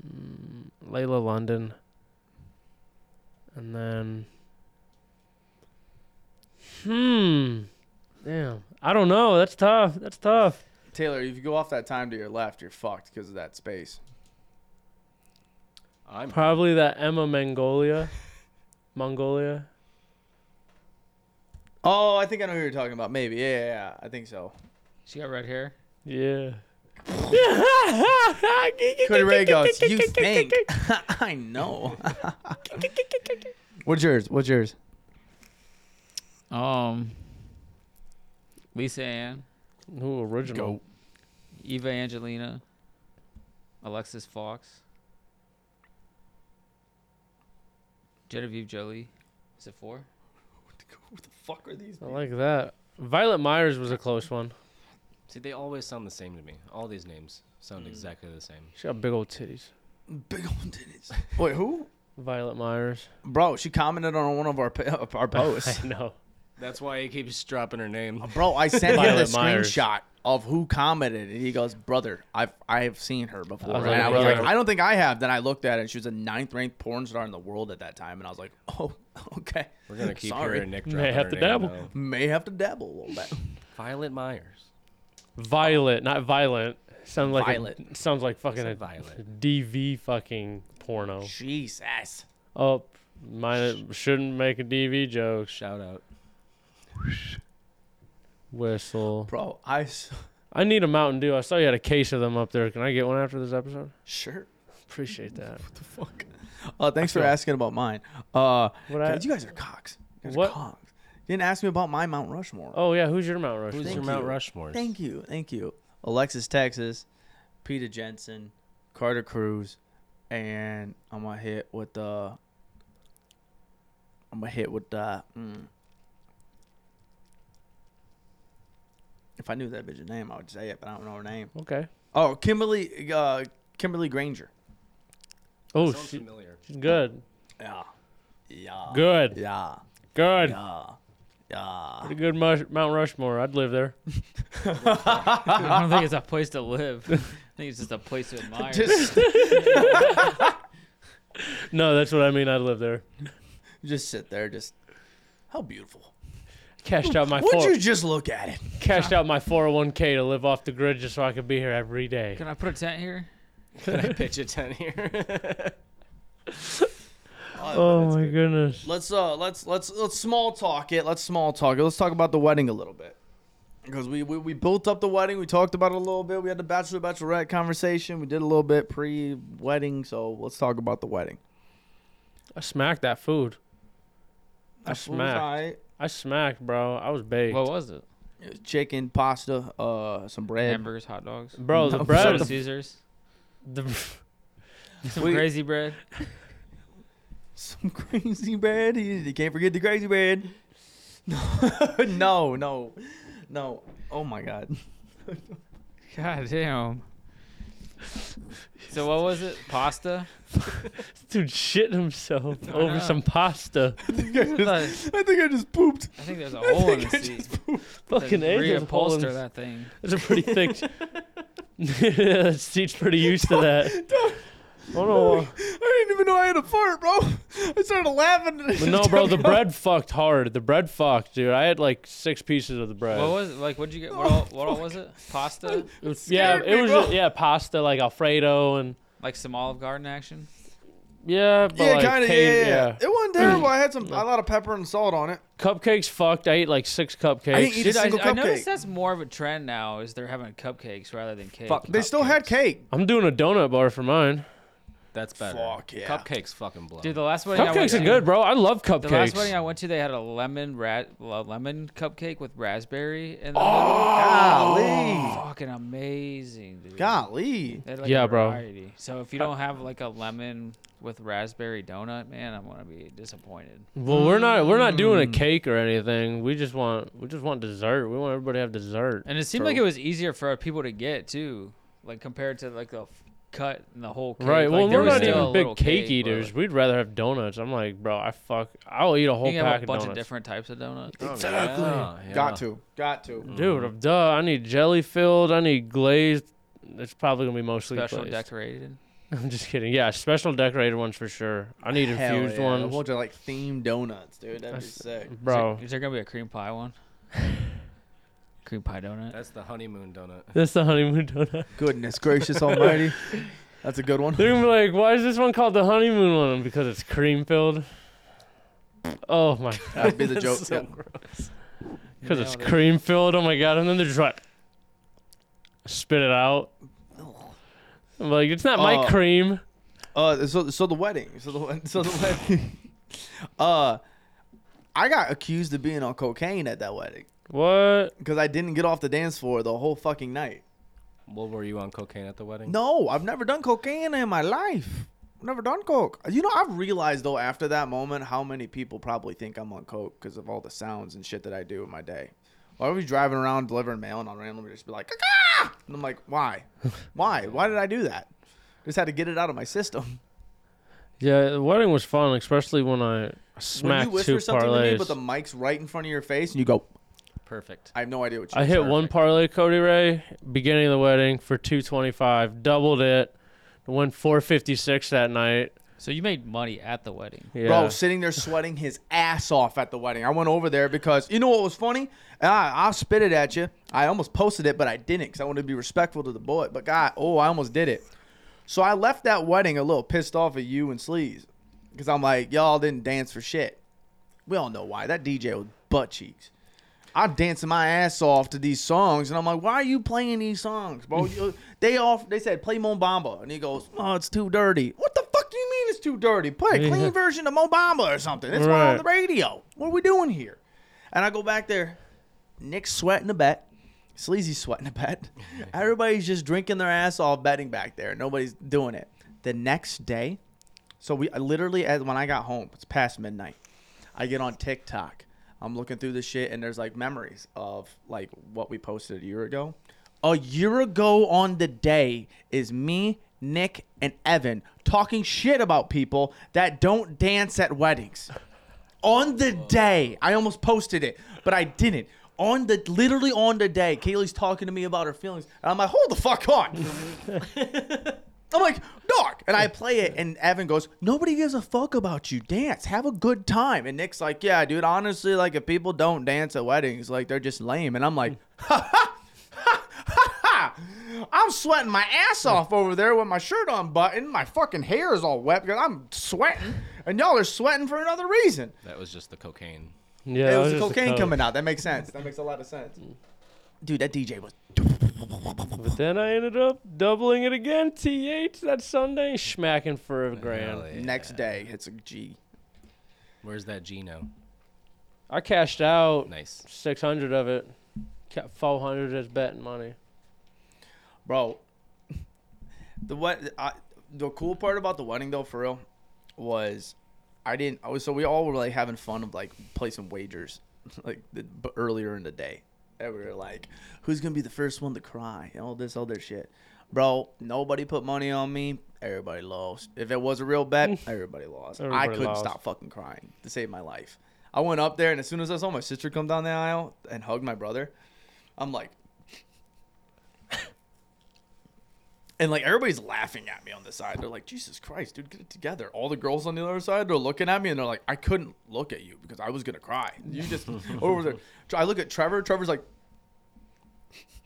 [SPEAKER 1] man. Mm, Layla London. And then. Hmm. Damn. I don't know. That's tough. That's tough.
[SPEAKER 2] Taylor, if you go off that time to your left, you're fucked because of that space.
[SPEAKER 3] I'm
[SPEAKER 1] Probably that Emma Mongolia. Mongolia.
[SPEAKER 2] Oh, I think I know who you're talking about. Maybe. Yeah, yeah, yeah. I think so.
[SPEAKER 5] She got red hair.
[SPEAKER 1] Yeah. <laughs>
[SPEAKER 2] Cody Ray goes, You think? <laughs> I know. <laughs> What's yours? What's yours?
[SPEAKER 5] Um, Lisa Ann,
[SPEAKER 1] Ooh, original.
[SPEAKER 5] Eva Angelina, Alexis Fox, Genevieve Jolie. Is it <laughs> four?
[SPEAKER 2] Who the fuck are these?
[SPEAKER 1] I like that. Violet Myers was a close one.
[SPEAKER 3] See, they always sound the same to me. All these names sound exactly the same.
[SPEAKER 1] She got big old titties.
[SPEAKER 2] Big old titties. Wait, who?
[SPEAKER 1] Violet Myers.
[SPEAKER 2] Bro, she commented on one of our pa- our posts.
[SPEAKER 1] <laughs> I know.
[SPEAKER 3] That's why he keeps dropping her name.
[SPEAKER 2] Uh, Bro, I sent him the
[SPEAKER 1] Violet Myers.
[SPEAKER 2] screenshot of who commented, and he goes, "Brother, I've I have seen her before."
[SPEAKER 1] I was
[SPEAKER 2] and
[SPEAKER 1] like,
[SPEAKER 2] I was
[SPEAKER 1] "Brother."
[SPEAKER 2] like, "I don't think I have." Then I looked at it, and she was a ninth ranked porn star in the world at that time, and I was like, "Oh, <laughs> okay,
[SPEAKER 3] We're <laughs> gonna keep
[SPEAKER 2] Sorry.
[SPEAKER 3] hearing Nick
[SPEAKER 1] May
[SPEAKER 3] dropping
[SPEAKER 1] have
[SPEAKER 3] her
[SPEAKER 1] to
[SPEAKER 3] name,
[SPEAKER 1] dabble.
[SPEAKER 3] though.
[SPEAKER 2] may have to dabble a little bit."
[SPEAKER 3] Violet Myers.
[SPEAKER 1] Violet, not violent. Sounds like a-
[SPEAKER 2] Violet.
[SPEAKER 1] sounds like fucking
[SPEAKER 3] said
[SPEAKER 1] a <laughs>
[SPEAKER 3] Violet.
[SPEAKER 1] DV fucking porno.
[SPEAKER 2] Jesus,
[SPEAKER 1] Oh, mine shouldn't make a DV joke.
[SPEAKER 3] Shout out.
[SPEAKER 1] Whistle.
[SPEAKER 2] bro, I s- <laughs>
[SPEAKER 1] I need a Mountain Dew. I saw you had a case of them up there. Can I get one after this episode?
[SPEAKER 2] sure
[SPEAKER 1] Appreciate that.
[SPEAKER 2] the fuck. Uh, thanks for
[SPEAKER 1] feel-
[SPEAKER 2] asking about mine. Uh,
[SPEAKER 1] What I-
[SPEAKER 2] dude, you guys are cocks. You guys are
[SPEAKER 1] What?
[SPEAKER 2] cocks. You didn't ask me about my Mount Rushmore.
[SPEAKER 1] Oh yeah, who's your Mount Rushmore?
[SPEAKER 3] Who's your
[SPEAKER 2] Thank
[SPEAKER 3] Mount
[SPEAKER 2] you.
[SPEAKER 3] Rushmore?
[SPEAKER 2] Thank you, thank you. Alexis Texas, Peter Jensen, Carter Cruz, and I'm gonna hit with the. hmm. I'm gonna hit with the. Mm, If I knew that bitch's name, I would say it, but I don't know her name.
[SPEAKER 1] Okay.
[SPEAKER 2] Oh, Kimberly, uh, Kimberly Granger.
[SPEAKER 1] Oh,
[SPEAKER 3] Sounds
[SPEAKER 1] she,
[SPEAKER 3] familiar.
[SPEAKER 1] she's good.
[SPEAKER 2] Yeah, yeah,
[SPEAKER 1] Good.
[SPEAKER 2] Uh, yeah,
[SPEAKER 1] Good.
[SPEAKER 2] yeah, yeah.
[SPEAKER 1] Pretty good mush, Mount Rushmore. I'd live there.
[SPEAKER 4] I don't think it's a place to live. <laughs> I think it's just a place to admire.
[SPEAKER 2] Just,
[SPEAKER 1] No, that's what I mean. I'd live there.
[SPEAKER 2] just sit there. Just how beautiful.
[SPEAKER 1] Cashed out my
[SPEAKER 2] Would
[SPEAKER 1] four,
[SPEAKER 2] you just look at it?
[SPEAKER 1] cashed out my 401k to live off the grid just so I could be here every day.
[SPEAKER 4] Can I put a tent here?
[SPEAKER 3] Can I pitch a tent here?
[SPEAKER 1] Oh my goodness.
[SPEAKER 2] Let's uh, let's let's let's small talk it. Let's small talk it. Let's talk about the wedding a little bit. Because we, we, we built up the wedding, we talked about it a little bit. We had the bachelor bachelorette conversation. We did a little bit pre wedding, so let's talk about the wedding.
[SPEAKER 1] I smacked that food. I
[SPEAKER 2] That food was
[SPEAKER 1] smacked.
[SPEAKER 2] alright.
[SPEAKER 1] I smacked, bro. I was baked.
[SPEAKER 5] What was it?
[SPEAKER 2] It was Chicken, pasta, uh, some bread.
[SPEAKER 5] Hamburgers, hot dogs.
[SPEAKER 1] bro, the
[SPEAKER 2] No,
[SPEAKER 1] bread.
[SPEAKER 5] Little
[SPEAKER 2] <laughs>
[SPEAKER 5] Caesars.
[SPEAKER 1] The, <laughs>
[SPEAKER 5] Some
[SPEAKER 2] We-
[SPEAKER 5] crazy bread.
[SPEAKER 2] <laughs> Some crazy bread. You you can't forget the crazy bread. <laughs> No, no, no, no. Oh my God. <laughs>
[SPEAKER 5] God damn. So what was it?
[SPEAKER 2] <laughs>
[SPEAKER 5] Pasta?
[SPEAKER 1] dude shitting himself over
[SPEAKER 5] know.
[SPEAKER 1] some pasta.
[SPEAKER 2] I think I just, I think I just pooped. <laughs>
[SPEAKER 5] I think there's a
[SPEAKER 2] I
[SPEAKER 5] hole in
[SPEAKER 2] think
[SPEAKER 5] the
[SPEAKER 2] I
[SPEAKER 5] seat.
[SPEAKER 2] just pooped.
[SPEAKER 1] Fucking
[SPEAKER 5] To
[SPEAKER 1] Asian pulling. <laughs>
[SPEAKER 5] Reupholster that thing.
[SPEAKER 1] That's a pretty thick. <laughs> that seat's pretty used to that.
[SPEAKER 2] <laughs>
[SPEAKER 1] I don't know. why-
[SPEAKER 2] I didn't even know I had a fart, bro. I started laughing. and it
[SPEAKER 1] But no,
[SPEAKER 2] just
[SPEAKER 1] bro,
[SPEAKER 2] <laughs> kept
[SPEAKER 1] the
[SPEAKER 2] going.
[SPEAKER 1] bread fucked hard. The bread fucked, dude. I had like six pieces of the bread.
[SPEAKER 5] What was it? Like what'd you get? What all, what all was
[SPEAKER 2] <laughs>
[SPEAKER 5] it? Pasta?
[SPEAKER 1] It was- yeah,
[SPEAKER 2] scared
[SPEAKER 1] it
[SPEAKER 2] me,
[SPEAKER 1] was
[SPEAKER 2] bro.
[SPEAKER 1] yeah pasta like Alfredo and
[SPEAKER 5] Like some Olive Garden action?
[SPEAKER 1] yeah, but
[SPEAKER 2] Yeah,
[SPEAKER 1] like,
[SPEAKER 2] kind of. Yeah,
[SPEAKER 1] came-
[SPEAKER 2] yeah, yeah. It wasn't terrible. I had some a lot of pepper and salt on it.
[SPEAKER 1] Cupcakes fucked. I ate like six cupcakes.
[SPEAKER 2] I didn't eat a
[SPEAKER 5] Dude, I,
[SPEAKER 2] single
[SPEAKER 5] I
[SPEAKER 2] cupcake.
[SPEAKER 5] noticed that's more of a trend now is they're having cupcakes rather than cake.
[SPEAKER 2] Fuck, they still had cake.
[SPEAKER 1] I'm doing a donut bar for mine.
[SPEAKER 3] <laughs> That's better.
[SPEAKER 2] Fuck yeah.
[SPEAKER 3] Cupcakes fucking blow.
[SPEAKER 5] Dude, the last wedding I went
[SPEAKER 1] Cupcakes are
[SPEAKER 5] to-
[SPEAKER 1] good, bro. I love
[SPEAKER 5] The last
[SPEAKER 1] cupcakes.
[SPEAKER 5] wedding I went to, they had a lemon rat, a lemon cupcake with raspberry in the middle.
[SPEAKER 2] Golly,
[SPEAKER 5] Fucking amazing, dude.
[SPEAKER 2] golly.
[SPEAKER 5] They had, like,
[SPEAKER 1] Yeah,
[SPEAKER 5] a
[SPEAKER 1] bro.
[SPEAKER 5] variety. So if you don't have like a lemon with raspberry donut, man, I'm gonna be disappointed.
[SPEAKER 1] well, we're not we're not
[SPEAKER 5] Mm.
[SPEAKER 1] doing a cake or anything. We just want we just want dessert. We want everybody to have dessert.
[SPEAKER 5] And it seemed like it was easier for people to get too, like compared to like the f- cut and the whole. Cake.
[SPEAKER 1] Right.
[SPEAKER 5] Like,
[SPEAKER 1] Well,
[SPEAKER 5] there
[SPEAKER 1] we're
[SPEAKER 5] was
[SPEAKER 1] not
[SPEAKER 5] still a
[SPEAKER 1] even big
[SPEAKER 5] little
[SPEAKER 1] cake,
[SPEAKER 5] but,
[SPEAKER 1] eaters.
[SPEAKER 5] like,
[SPEAKER 1] We'd rather have donuts. I'm like, bro, I fuck. I'll eat a whole
[SPEAKER 5] you can
[SPEAKER 1] pack
[SPEAKER 5] have a bunch
[SPEAKER 1] of
[SPEAKER 5] of
[SPEAKER 1] donuts.
[SPEAKER 5] different types of donuts.
[SPEAKER 3] Oh,
[SPEAKER 2] Exactly.
[SPEAKER 3] yeah, yeah.
[SPEAKER 2] Got to, got to.
[SPEAKER 5] Mm.
[SPEAKER 1] Dude, duh. I need jelly filled. I need glazed. It's probably gonna be mostly
[SPEAKER 5] Special
[SPEAKER 1] glazed.
[SPEAKER 5] decorated.
[SPEAKER 1] <laughs> I'm just kidding. Yeah, special decorated ones for sure. I need
[SPEAKER 2] Hell
[SPEAKER 1] infused
[SPEAKER 2] yeah.
[SPEAKER 1] ones,
[SPEAKER 2] What like themed donuts, dude? That'd be
[SPEAKER 1] That's- <laughs>
[SPEAKER 2] sick.
[SPEAKER 1] bro.
[SPEAKER 5] Is there, is there gonna be a cream pie
[SPEAKER 1] <laughs>
[SPEAKER 5] one? cream pie donut.
[SPEAKER 3] That's the honeymoon donut.
[SPEAKER 1] That's the honeymoon donut. <laughs>
[SPEAKER 2] Goodness gracious almighty. That's a good one.
[SPEAKER 1] They're gonna be like, why is this one called the honeymoon one? Because it's cream filled. Oh my.
[SPEAKER 2] That'd be the joke.
[SPEAKER 3] So
[SPEAKER 2] yeah.
[SPEAKER 1] Because it's
[SPEAKER 5] Nailed it.
[SPEAKER 1] cream filled. Oh my god! And then they're just like, spit it out. I'm like, it's not my
[SPEAKER 2] Uh,
[SPEAKER 1] cream.
[SPEAKER 2] Uh, so so the wedding. So the wed- <laughs> so the wedding. uh, I got accused of being on cocaine at that wedding
[SPEAKER 1] What?
[SPEAKER 2] because I didn't get off the dance floor the whole fucking night.
[SPEAKER 3] Well, were you on cocaine at the wedding?
[SPEAKER 2] No, I've never done cocaine in my life. I've never done coke. You know, I've realized though after that moment how many people probably think I'm on coke because of all the sounds and shit that I do in my day. Why was driving around delivering mail and I'll randomly just be like, "Caca!" and I'm like,
[SPEAKER 1] <laughs>
[SPEAKER 2] why, why, why did I do that? Just had to get it out of my system.
[SPEAKER 1] Yeah, the wedding was fun, especially when I
[SPEAKER 2] When you
[SPEAKER 1] smacked two
[SPEAKER 2] whisper something to me,
[SPEAKER 1] parlays.
[SPEAKER 2] but the mic's right in front of your face, and you go,
[SPEAKER 3] Perfect.
[SPEAKER 2] I have no idea what you.
[SPEAKER 1] I hit one
[SPEAKER 3] Perfect.
[SPEAKER 1] parlay, Cody Ray, beginning of the wedding for two twenty five, doubled it, won four fifty six that night.
[SPEAKER 5] So you made money at the wedding.
[SPEAKER 1] Yeah.
[SPEAKER 2] Bro, sitting there sweating his ass off at the wedding. I went over there because you know what was funny? And I, I'll spit it at you. I almost posted it, but I didn't because I wanted to be respectful to the boy. But God, oh, I almost did it. So I left that wedding a little pissed off at you and Sleaze because I'm like, y'all didn't dance for shit. We all know why. That DJ was butt cheeks. I'm dancing my ass off to these songs, and I'm like, "Why are you playing these
[SPEAKER 1] <laughs>
[SPEAKER 2] songs, bro?" You- they off. They said, "Play Mo Bamba," and he goes, "Oh, it's too dirty." What the fuck do you mean it's too dirty? Play a
[SPEAKER 1] Yeah.
[SPEAKER 2] clean version of Mo Bamba or something. It's one on
[SPEAKER 1] Right.
[SPEAKER 2] the radio. What are we doing here? And I go back there. Nick's sweating a bet. Sleazy's sweating
[SPEAKER 1] <laughs>
[SPEAKER 2] a bet. Everybody's just drinking their ass off betting back there. Nobody's doing it. The next day, so we I literally as when I got home, it's past midnight. I get on TikTok. I'm I'm looking through this shit, and there's like memories of like what we posted a year ago. A year ago on the day is me, Nick, and Evan talking shit about people that don't dance at weddings. On the day, I almost posted it, but I didn't. On the literally on the day, Kaylee's talking to me about her feelings, and I'm like, hold the fuck on. I'm like, dog. And I play it, and Evan goes, nobody gives a fuck about you. Dance. Have a good time. And Nick's like, yeah, dude, honestly, like, if people don't dance at weddings, like, they're just lame. And I'm
[SPEAKER 1] <laughs>
[SPEAKER 2] like, ha ha, ha ha ha. I'm sweating my ass off over there with my shirt unbuttoned. My fucking hair is all wet because I'm sweating. And y'all are sweating for another reason.
[SPEAKER 3] That was just the cocaine.
[SPEAKER 1] Yeah,
[SPEAKER 2] it
[SPEAKER 1] that
[SPEAKER 2] was, the
[SPEAKER 1] just oh, a Mm.
[SPEAKER 2] cocaine
[SPEAKER 1] coke.
[SPEAKER 2] coming out. That makes sense. That makes a lot of sense. Dude, that DJ was.
[SPEAKER 1] But then I ended up doubling it again, TH, that Sunday, smacking for a grand.
[SPEAKER 3] Hell yeah.
[SPEAKER 2] Next day, it's a G.
[SPEAKER 3] Where's that Gino?
[SPEAKER 1] I cashed out
[SPEAKER 3] Nice.
[SPEAKER 1] 600 of it, kept 400 as betting money.
[SPEAKER 2] bro. <laughs> The what I, the cool part about the wedding though, for real, was I didn't. I was so we all were like having fun of like placing wagers, <laughs> like the, but earlier in the day, and we were like, who's gonna be the first one to cry and all this other shit, bro. Nobody put money on me. Everybody lost. If it was a
[SPEAKER 1] <laughs>
[SPEAKER 2] real bet, everybody lost. I
[SPEAKER 1] Everybody
[SPEAKER 2] couldn't
[SPEAKER 1] lost.
[SPEAKER 2] stop fucking crying to save my life. I went up there, and as soon as I saw my sister come down the aisle and hug my brother, I'm like, And like everybody's laughing at me on the side. They're like, Jesus Christ, dude, get it together. All the girls on the other side, they're looking at me and they're like, I couldn't look at you because I was gonna cry. You just over there. I look at Trevor. Trevor's like,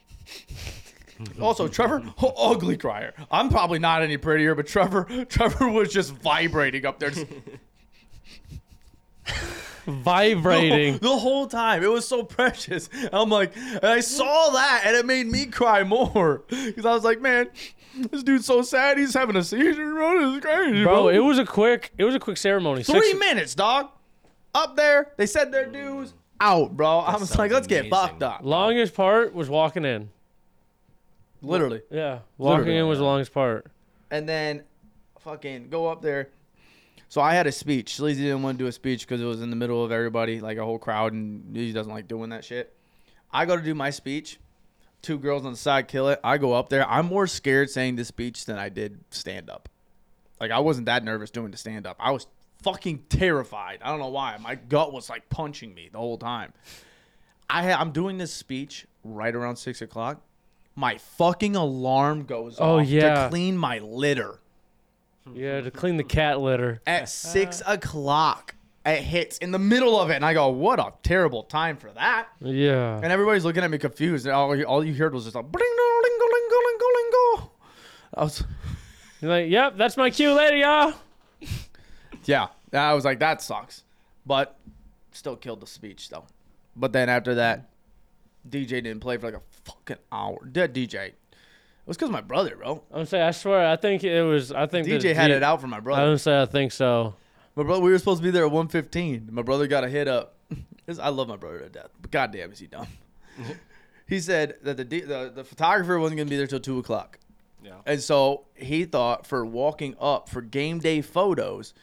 [SPEAKER 2] <laughs> also Trevor, <laughs> h- ugly crier. I'm probably not any prettier, but Trevor, <laughs> Trevor was just vibrating up there. just-
[SPEAKER 1] Vibrating.
[SPEAKER 2] <laughs> the whole time. It was so precious. I'm like, and I saw that, and it made me cry more <laughs> because I was like, man, this dude's so sad. He's having a seizure, bro. This is crazy, bro.
[SPEAKER 1] <laughs> Bro, it was a quick, it was a quick ceremony.
[SPEAKER 2] Three
[SPEAKER 1] Six-
[SPEAKER 2] minutes, dog. Up there, they said their dues. Out, bro. I was
[SPEAKER 3] sounds
[SPEAKER 2] like, let's get
[SPEAKER 3] amazing.
[SPEAKER 2] fucked up.
[SPEAKER 1] longest part was walking in.
[SPEAKER 2] Literally.
[SPEAKER 1] Yeah, walking in was the longest part.
[SPEAKER 2] and then fucking go up there. So I had a speech. Sleazy didn't want to do a speech because it was in the middle of everybody, like a whole crowd, and he doesn't like doing that shit. I go to do my speech. Two girls on the side kill it. I go up there. I'm more scared saying this speech than I did stand up. Like I wasn't that nervous doing the stand up. I was fucking terrified. I don't know why. My gut was like punching me the whole time. I ha- I'm doing this speech right around six o'clock. My fucking alarm goes
[SPEAKER 1] Oh,
[SPEAKER 2] off
[SPEAKER 1] yeah.
[SPEAKER 2] to clean my litter
[SPEAKER 1] Yeah, to clean the cat litter.
[SPEAKER 2] at six o'clock. It hits in the middle of it, and I go, "What a terrible time for that!"
[SPEAKER 1] Yeah.
[SPEAKER 2] And everybody's looking at me confused. And all, all you heard was just a bling, dong, lingo, lingo, lingo, lingo. I was,
[SPEAKER 1] You're like, yep, that's my cue later, y'all.
[SPEAKER 2] yeah, I was like, "That sucks," but still killed the speech though. But then after that, DJ didn't play for like a fucking hour. Dead DJ. It was because my brother, bro.
[SPEAKER 1] I'm saying, I swear, I think it was, I think
[SPEAKER 2] DJ had it out for my
[SPEAKER 1] I
[SPEAKER 2] brother.
[SPEAKER 1] don't say I think so.
[SPEAKER 2] My brother, we were supposed to be there at 1:15. My brother got a hit up. <laughs> This- I love my brother to death, but goddamn, is he dumb. he said that the, D- the the photographer wasn't gonna be there till two o'clock,
[SPEAKER 3] Yeah.
[SPEAKER 2] and so he thought for walking up for game day photos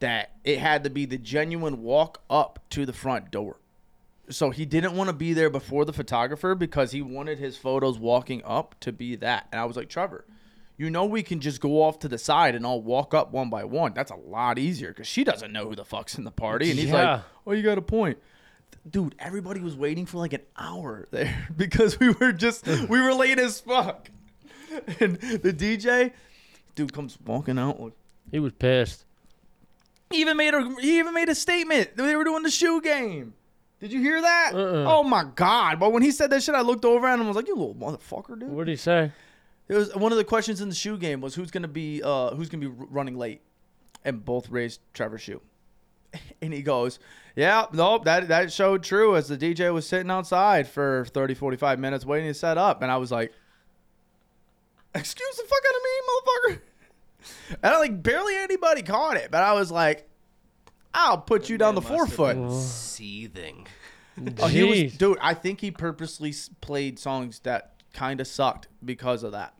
[SPEAKER 2] that it had to be the genuine walk up to the front door. So he didn't want to be there before the photographer because he wanted his photos walking up to be that. And I was like, Trevor, you know we can just go off to the side and I'll walk up one by one. That's a lot easier because she doesn't know who the fuck's in the party. And he's
[SPEAKER 1] Yeah.
[SPEAKER 2] like, oh, you got a point. Dude, everybody was waiting for like an hour there <laughs> because we were just, we were late as fuck. <laughs> And the DJ, dude, comes walking out like,
[SPEAKER 1] He was pissed.
[SPEAKER 2] he even made a he even made a statement. that They were doing the shoe game. Did you hear that?
[SPEAKER 1] Uh-uh.
[SPEAKER 2] Oh my god! But when he said that shit, I looked over at him and was like, "You little motherfucker, dude."
[SPEAKER 1] What did he say?
[SPEAKER 2] It was one of the questions in the shoe game was who's gonna be uh who's gonna be r- running late, and both raised Trevor Shoe. <laughs> And he goes, "Yeah, nope that that showed true as the DJ was sitting outside for 30, 45 minutes waiting to set up." And I was like, "Excuse the fuck out of me, motherfucker!" <laughs> And I like barely anybody caught it, but I was like, "I'll put you down the forefoot."
[SPEAKER 3] Seething.
[SPEAKER 2] Oh, he was,
[SPEAKER 1] Jeez.
[SPEAKER 2] dude. I think he purposely s- played songs that kind of sucked because of that.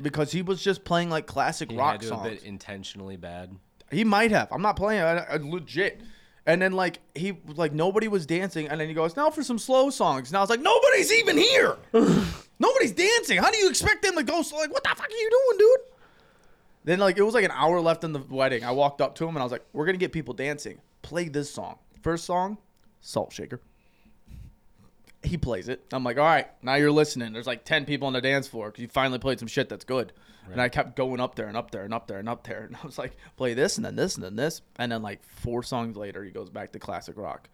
[SPEAKER 2] Because he was just playing like classic
[SPEAKER 3] He
[SPEAKER 2] rock
[SPEAKER 3] had to have
[SPEAKER 2] songs.
[SPEAKER 3] been intentionally bad.
[SPEAKER 2] He might have. I'm not playing. I, I- legit. And then like he like nobody was dancing, and then he goes now for some slow songs. And I was like, nobody's even here. nobody's dancing. How do you expect them to go? slow? like, what the fuck are you doing, dude? Then like it was like an hour left in the wedding. I walked up to him and I was like, we're gonna get people dancing. Play this song. First song, Salt Shaker. He plays it. I'm like, all right, now you're listening. There's like ten people on the dance floor because you finally played some shit that's good. And I kept going up there and up there and up there and up there. <laughs> And I was like, play this and then this and then this. And then like four songs later, he goes back to classic rock.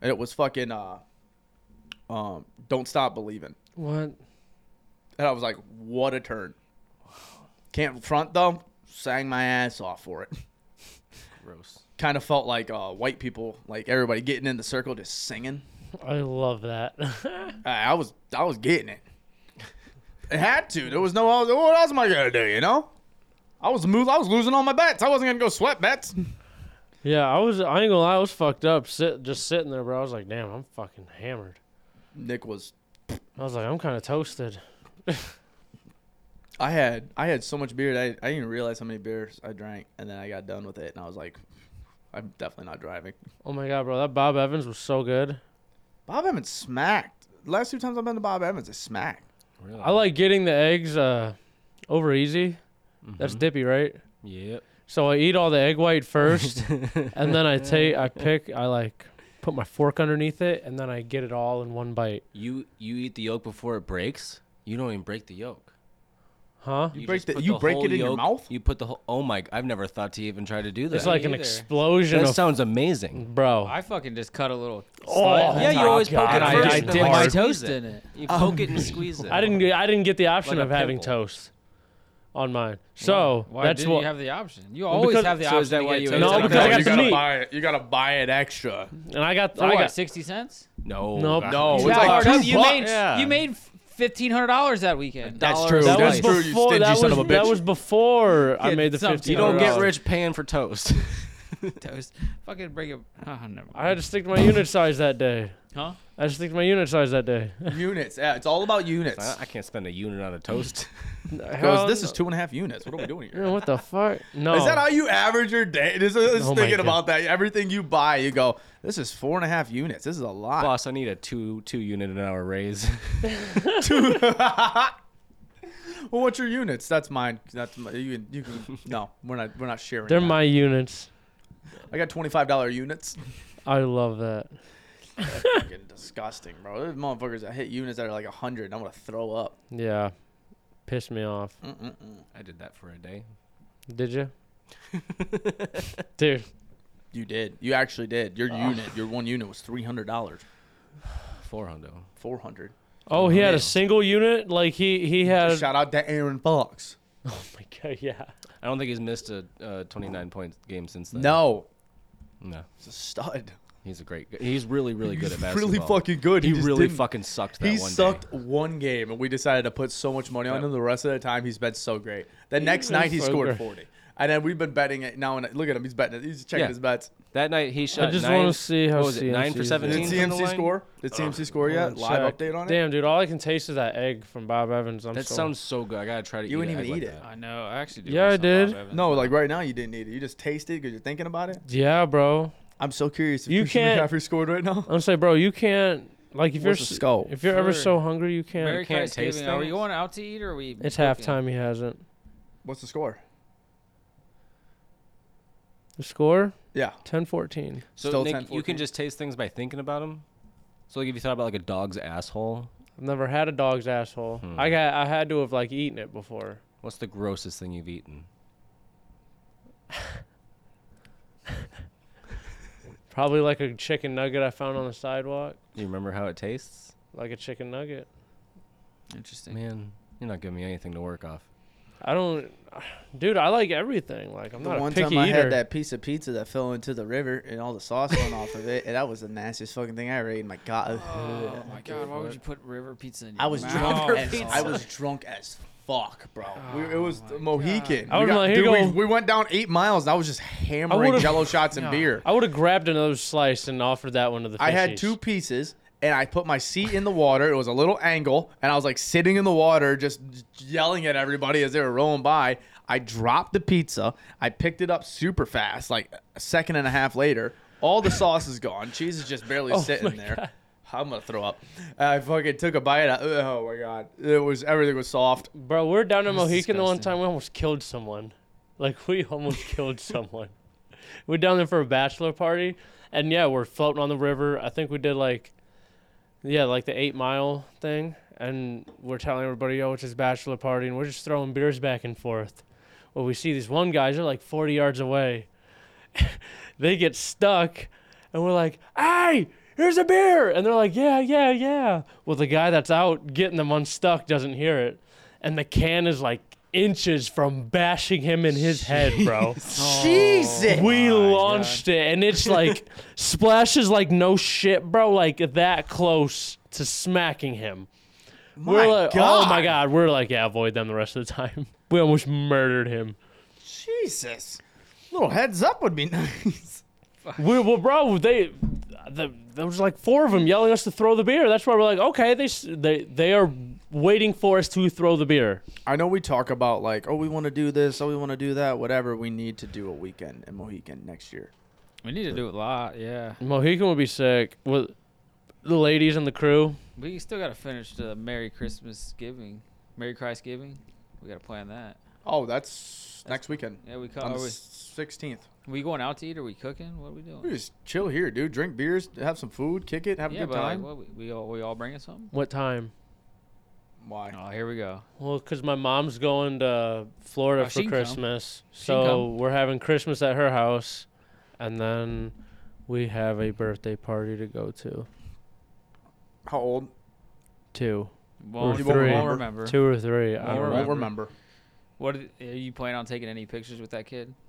[SPEAKER 2] And it was fucking uh um Don't Stop Believing.
[SPEAKER 1] What?
[SPEAKER 2] And I was like, what a turn. Can't front though, sang my ass off for it. <laughs>
[SPEAKER 3] Gross.
[SPEAKER 2] kind of felt like uh, white people, like everybody getting in the circle just singing.
[SPEAKER 1] I love that. <laughs>
[SPEAKER 2] I, I was I was getting it. It had to. There was no else. What else am I gonna do? You know, I was mo- I was losing all my bets. I wasn't gonna go sweat bets.
[SPEAKER 1] yeah, I was. I ain't gonna lie. I was fucked up. Sit, just sitting there, bro. I was like, damn, I'm fucking hammered.
[SPEAKER 2] Nick was.
[SPEAKER 1] I was like, I'm kind of toasted.
[SPEAKER 2] I had I had so much beer. That I I didn't even realize how many beers I drank, and then I got done with it, and I was like, I'm definitely not driving.
[SPEAKER 1] Oh my god, bro, that Bob Evans was so good.
[SPEAKER 2] Bob Evans smacked. Last two times I've been to Bob Evans, I smacked.
[SPEAKER 3] Really?
[SPEAKER 1] I like getting the eggs uh, over easy. That's
[SPEAKER 3] Mhm.
[SPEAKER 1] dippy, right?
[SPEAKER 3] Yep.
[SPEAKER 1] So I eat all the egg white first, and then I take, I pick, I like put my fork underneath it, and then I get it all in one bite.
[SPEAKER 3] You you eat the yolk before it breaks. You don't even break the yolk.
[SPEAKER 1] Huh?
[SPEAKER 2] You break
[SPEAKER 3] just
[SPEAKER 2] the-
[SPEAKER 3] put
[SPEAKER 2] you break
[SPEAKER 3] whole
[SPEAKER 2] it in your
[SPEAKER 3] yolk-
[SPEAKER 2] mouth?
[SPEAKER 3] You put the whole. Oh my! I've never thought to even try to do that.
[SPEAKER 1] It's like an
[SPEAKER 4] either.
[SPEAKER 1] explosion
[SPEAKER 3] that
[SPEAKER 1] of,
[SPEAKER 3] sounds amazing.
[SPEAKER 1] bro.
[SPEAKER 4] I fucking just cut a little.
[SPEAKER 1] Oh,
[SPEAKER 3] yeah, you
[SPEAKER 1] my
[SPEAKER 3] always poke
[SPEAKER 1] God.
[SPEAKER 3] it
[SPEAKER 1] I-
[SPEAKER 3] first.
[SPEAKER 1] I
[SPEAKER 3] and
[SPEAKER 1] did
[SPEAKER 3] then,
[SPEAKER 1] my
[SPEAKER 3] like,
[SPEAKER 4] my toast
[SPEAKER 3] squeeze it.
[SPEAKER 4] in it.
[SPEAKER 3] You poke
[SPEAKER 2] Oh.
[SPEAKER 3] it and squeeze it.
[SPEAKER 1] I didn't. Get, I didn't get the option
[SPEAKER 3] Like a
[SPEAKER 1] of having
[SPEAKER 3] pimple.
[SPEAKER 1] toast on mine. So
[SPEAKER 4] Why
[SPEAKER 1] that's
[SPEAKER 4] didn't
[SPEAKER 1] what.
[SPEAKER 4] you have the option? You
[SPEAKER 1] Well,
[SPEAKER 4] always
[SPEAKER 1] because-
[SPEAKER 4] have the
[SPEAKER 3] so
[SPEAKER 4] option.
[SPEAKER 3] is that
[SPEAKER 4] to
[SPEAKER 3] why
[SPEAKER 4] get
[SPEAKER 3] you
[SPEAKER 4] to
[SPEAKER 3] ate
[SPEAKER 4] it.
[SPEAKER 1] No,
[SPEAKER 3] It's like
[SPEAKER 1] Oh, because I
[SPEAKER 3] a-
[SPEAKER 1] got
[SPEAKER 2] you
[SPEAKER 1] the
[SPEAKER 2] gotta
[SPEAKER 1] meat.
[SPEAKER 2] buy it. You gotta buy it extra.
[SPEAKER 1] and I got.
[SPEAKER 4] For
[SPEAKER 1] I
[SPEAKER 4] what,
[SPEAKER 1] got. Oh,
[SPEAKER 4] sixty cents?
[SPEAKER 3] No.
[SPEAKER 1] Nope.
[SPEAKER 3] God.
[SPEAKER 2] No, it's
[SPEAKER 4] How
[SPEAKER 2] like
[SPEAKER 4] hard
[SPEAKER 2] two
[SPEAKER 4] up- you
[SPEAKER 2] bucks.
[SPEAKER 4] made you made fifteen hundred dollars that weekend.
[SPEAKER 2] That's
[SPEAKER 4] Dollars
[SPEAKER 2] true.
[SPEAKER 4] a
[SPEAKER 1] That
[SPEAKER 2] That's
[SPEAKER 1] was
[SPEAKER 4] slice.
[SPEAKER 2] true, you
[SPEAKER 1] before. That
[SPEAKER 2] stingy son of a
[SPEAKER 1] was, that
[SPEAKER 2] bitch.
[SPEAKER 1] was before I
[SPEAKER 4] Kid,
[SPEAKER 1] made the
[SPEAKER 4] something.
[SPEAKER 1] fifteen.
[SPEAKER 3] You don't get
[SPEAKER 1] dollars.
[SPEAKER 3] rich paying
[SPEAKER 2] <laughs>
[SPEAKER 3] for toast.
[SPEAKER 4] toast. Fucking bring it. Oh, never
[SPEAKER 1] I had to stick to my unit size that day.
[SPEAKER 4] Huh?
[SPEAKER 1] I just think my unit size that day.
[SPEAKER 2] <laughs> units. Yeah, it's all about units.
[SPEAKER 3] I I can't spend a unit
[SPEAKER 2] <laughs>
[SPEAKER 3] on a toast.
[SPEAKER 2] Because this is two and a half units. What are we doing here?
[SPEAKER 1] Yeah, what the fuck? No.
[SPEAKER 2] Is that how you average your day? This is
[SPEAKER 1] Oh my
[SPEAKER 2] thinking
[SPEAKER 1] God.
[SPEAKER 2] about that. Everything you buy, you go, this is four and a half units. This is a lot.
[SPEAKER 3] Boss, I need a two two unit an hour raise. <laughs>
[SPEAKER 2] <laughs> Well, what's your units? That's mine. That's my, you can, you can no, we're not we're not sharing.
[SPEAKER 1] They're
[SPEAKER 2] that.
[SPEAKER 1] my units.
[SPEAKER 2] I got twenty five dollar units. <laughs>
[SPEAKER 1] I love that.
[SPEAKER 2] Fucking disgusting, bro. There's motherfuckers that hit units that are like hundred. I'm gonna throw up.
[SPEAKER 1] Yeah. Pissed me off.
[SPEAKER 2] Mm.
[SPEAKER 3] I did that for a day.
[SPEAKER 1] Did you?
[SPEAKER 2] <laughs>
[SPEAKER 1] Dude,
[SPEAKER 2] You did. You actually did. Your unit, your one unit was three hundred dollars.
[SPEAKER 3] Four hundo.
[SPEAKER 2] Four hundred.
[SPEAKER 1] oh, he had
[SPEAKER 3] Yeah.
[SPEAKER 1] a single unit. Like he he had.
[SPEAKER 2] Shout out to Aaron Fox.
[SPEAKER 1] Oh my god, <laughs> yeah.
[SPEAKER 3] I don't think he's missed a uh, 29 point game since then.
[SPEAKER 2] No,
[SPEAKER 3] No.
[SPEAKER 2] it's a stud.
[SPEAKER 3] He's a great. He's really, really good at
[SPEAKER 2] He's
[SPEAKER 3] basketball.
[SPEAKER 2] <laughs> Really fucking good.
[SPEAKER 3] He,
[SPEAKER 2] just
[SPEAKER 3] really
[SPEAKER 2] didn't-
[SPEAKER 3] fucking sucked that
[SPEAKER 2] He
[SPEAKER 3] one day.
[SPEAKER 2] sucked one game, and we decided to put so much money on
[SPEAKER 3] Yep.
[SPEAKER 2] him. The rest of the time, he's been so great. The next
[SPEAKER 1] been
[SPEAKER 2] night, he
[SPEAKER 1] so
[SPEAKER 2] scored
[SPEAKER 1] great.
[SPEAKER 2] forty, and then we've been betting it now. And look at him; he's betting. It. He's checking
[SPEAKER 3] Yeah.
[SPEAKER 2] his bets.
[SPEAKER 3] That night he shot.
[SPEAKER 1] just
[SPEAKER 3] nine-
[SPEAKER 1] wanna see how
[SPEAKER 3] what was it, nine
[SPEAKER 1] CMC
[SPEAKER 3] for
[SPEAKER 1] is
[SPEAKER 3] 17.
[SPEAKER 2] Did
[SPEAKER 1] Teams
[SPEAKER 3] from the
[SPEAKER 2] CMC
[SPEAKER 3] line?
[SPEAKER 2] score? Did CMC score
[SPEAKER 1] Hold
[SPEAKER 2] yet?
[SPEAKER 1] on, check.
[SPEAKER 2] Live update on it.
[SPEAKER 1] Damn, dude, all I can taste is that egg from Bob Evans. I'm
[SPEAKER 3] That
[SPEAKER 1] so-
[SPEAKER 3] sounds so good. I gotta try to.
[SPEAKER 2] You
[SPEAKER 3] eat
[SPEAKER 2] wouldn't
[SPEAKER 3] it.
[SPEAKER 2] even
[SPEAKER 3] I'd
[SPEAKER 2] eat
[SPEAKER 3] like
[SPEAKER 2] it.
[SPEAKER 4] I know. I actually do.
[SPEAKER 1] Yeah, I
[SPEAKER 4] want some Bob
[SPEAKER 1] did.
[SPEAKER 4] Evans.
[SPEAKER 2] No, like right now, you didn't need it. You just taste it because you're thinking about it.
[SPEAKER 1] Yeah, bro.
[SPEAKER 2] I'm so curious. If
[SPEAKER 1] You
[SPEAKER 2] Christian
[SPEAKER 1] can't-
[SPEAKER 2] McCaffrey scored right
[SPEAKER 1] <laughs>
[SPEAKER 2] now.
[SPEAKER 1] I'm saying, bro, you can't. Like if
[SPEAKER 2] What's the
[SPEAKER 1] you're s-
[SPEAKER 2] score?
[SPEAKER 1] if you're ever
[SPEAKER 4] For-
[SPEAKER 1] so hungry, you can't.
[SPEAKER 4] Merry
[SPEAKER 3] can't taste
[SPEAKER 4] Thanksgiving. Are we
[SPEAKER 3] things?
[SPEAKER 4] going out to eat or are we?
[SPEAKER 1] it's
[SPEAKER 4] cooking?
[SPEAKER 1] halftime. He hasn't.
[SPEAKER 2] What's the score?
[SPEAKER 1] The score
[SPEAKER 2] Yeah.
[SPEAKER 1] 10-14.
[SPEAKER 3] that. So
[SPEAKER 2] Still
[SPEAKER 3] Nick,
[SPEAKER 2] 10,
[SPEAKER 3] you can
[SPEAKER 2] 14.
[SPEAKER 3] just taste things by thinking about them. So like if you thought about like a dog's asshole,
[SPEAKER 1] I've never had a dog's asshole. I got. I had to have like eaten it before.
[SPEAKER 3] what's the grossest thing you've eaten?
[SPEAKER 1] Probably like a chicken nugget I found on the sidewalk.
[SPEAKER 3] Do you remember how it tastes?
[SPEAKER 1] Like a chicken nugget.
[SPEAKER 4] Interesting.
[SPEAKER 3] Man, you're not giving me anything to work off.
[SPEAKER 1] I don't, <sighs> dude. I like everything. Like I'm
[SPEAKER 2] The
[SPEAKER 1] not
[SPEAKER 2] one
[SPEAKER 1] a picky
[SPEAKER 2] time I
[SPEAKER 1] eater.
[SPEAKER 2] had that piece of pizza that fell into the river and all the sauce went off of it, and that was the nastiest fucking thing I ever ate in my god.
[SPEAKER 4] Oh my god! Why would you put river pizza in? Your
[SPEAKER 2] I was
[SPEAKER 4] mouth? <laughs>
[SPEAKER 2] drunk. As,
[SPEAKER 4] Pizza.
[SPEAKER 2] I was drunk as fuck, bro. we, it was Mohican.
[SPEAKER 1] I
[SPEAKER 2] We,
[SPEAKER 1] would've been like, "Here you
[SPEAKER 2] we,
[SPEAKER 1] go."
[SPEAKER 2] we went down eight miles. and I was just hammering
[SPEAKER 1] would've-
[SPEAKER 2] Jello shots and beer.
[SPEAKER 1] I would have grabbed another slice and offered that one to the. Fishies.
[SPEAKER 2] I had two pieces, and I put my seat in the water. It was a little angle, and I was like sitting in the water, just yelling at everybody as they were rolling by. I dropped the pizza. I picked it up super fast, like a second and a half later. All the sauce is gone. Cheese is
[SPEAKER 1] <laughs>
[SPEAKER 2] just
[SPEAKER 1] Oh
[SPEAKER 2] barely sitting there. I'm gonna throw up. I fucking took a bite. Out. Oh my god, it was everything was soft.
[SPEAKER 1] Bro, we were down in
[SPEAKER 4] This is
[SPEAKER 1] Mohican the one
[SPEAKER 4] disgusting.
[SPEAKER 1] time we almost killed someone. Like we <laughs> almost killed someone. We're down there for a bachelor party, and yeah, we're floating on the river. I think we did like, yeah, like the eight mile thing, and we're telling everybody, "Yo, it's his bachelor party," and we're just throwing beers back and forth. Well, we see these one guys are like 40 yards away. <laughs> they get stuck, and we're like, "Hey, here's a beer!" And they're like, "Yeah, yeah, yeah." Well, the guy that's out getting them unstuck doesn't hear it and the can is like inches from bashing him in his head, bro.
[SPEAKER 2] Jesus.
[SPEAKER 1] Oh. We launched it and it's
[SPEAKER 2] <laughs>
[SPEAKER 1] like splashes like no shit, bro, like that close to smacking him.
[SPEAKER 2] My
[SPEAKER 1] we're like, oh my
[SPEAKER 2] God.
[SPEAKER 1] god, we're like, yeah, avoid them the rest of the time. <laughs> We almost murdered him.
[SPEAKER 2] Jesus. Little heads up would be <laughs> nice.
[SPEAKER 1] We well, bro, they, the, there was like four of them yelling us to throw the beer. That's why we're like, okay, they s- they they are waiting for us to throw the beer.
[SPEAKER 2] I know we talk about like, oh, we want to do this, oh, we want to do that, whatever. We need to do a weekend in Mohican next year.
[SPEAKER 5] We need to do it lot, yeah.
[SPEAKER 1] Mohican would be sick with the ladies and the crew.
[SPEAKER 5] We still gotta finish the Merry Christmas giving, Merry Christ giving. We gotta plan that.
[SPEAKER 2] Oh, that's, next weekend.
[SPEAKER 5] Yeah, we co-
[SPEAKER 2] On
[SPEAKER 5] are
[SPEAKER 2] the
[SPEAKER 5] we,
[SPEAKER 2] sixteenth.
[SPEAKER 5] we going out to eat? Are we cooking? What are we
[SPEAKER 2] We
[SPEAKER 5] doing?
[SPEAKER 2] just chill here, dude. Drink beers, have some food, kick it, have
[SPEAKER 5] yeah,
[SPEAKER 2] a good
[SPEAKER 5] but like,
[SPEAKER 2] time.
[SPEAKER 5] what, we, we all we all bringing something?
[SPEAKER 1] What time?
[SPEAKER 2] Why?
[SPEAKER 5] Oh, here we go.
[SPEAKER 1] Well, 'cause my mom's going to Florida
[SPEAKER 5] Oh, she
[SPEAKER 1] for
[SPEAKER 5] can come.
[SPEAKER 1] Christmas,
[SPEAKER 5] She can
[SPEAKER 1] so
[SPEAKER 5] come.
[SPEAKER 1] we're having Christmas at her house, and then we have a birthday party to go to.
[SPEAKER 2] How old?
[SPEAKER 1] Two,
[SPEAKER 5] Won't,
[SPEAKER 1] three.
[SPEAKER 5] won't remember.
[SPEAKER 1] two or three. I
[SPEAKER 5] Won't
[SPEAKER 1] don't
[SPEAKER 2] I
[SPEAKER 1] know.
[SPEAKER 2] won't remember.
[SPEAKER 5] What are, are you planning on taking any pictures with that kid?
[SPEAKER 2] <laughs>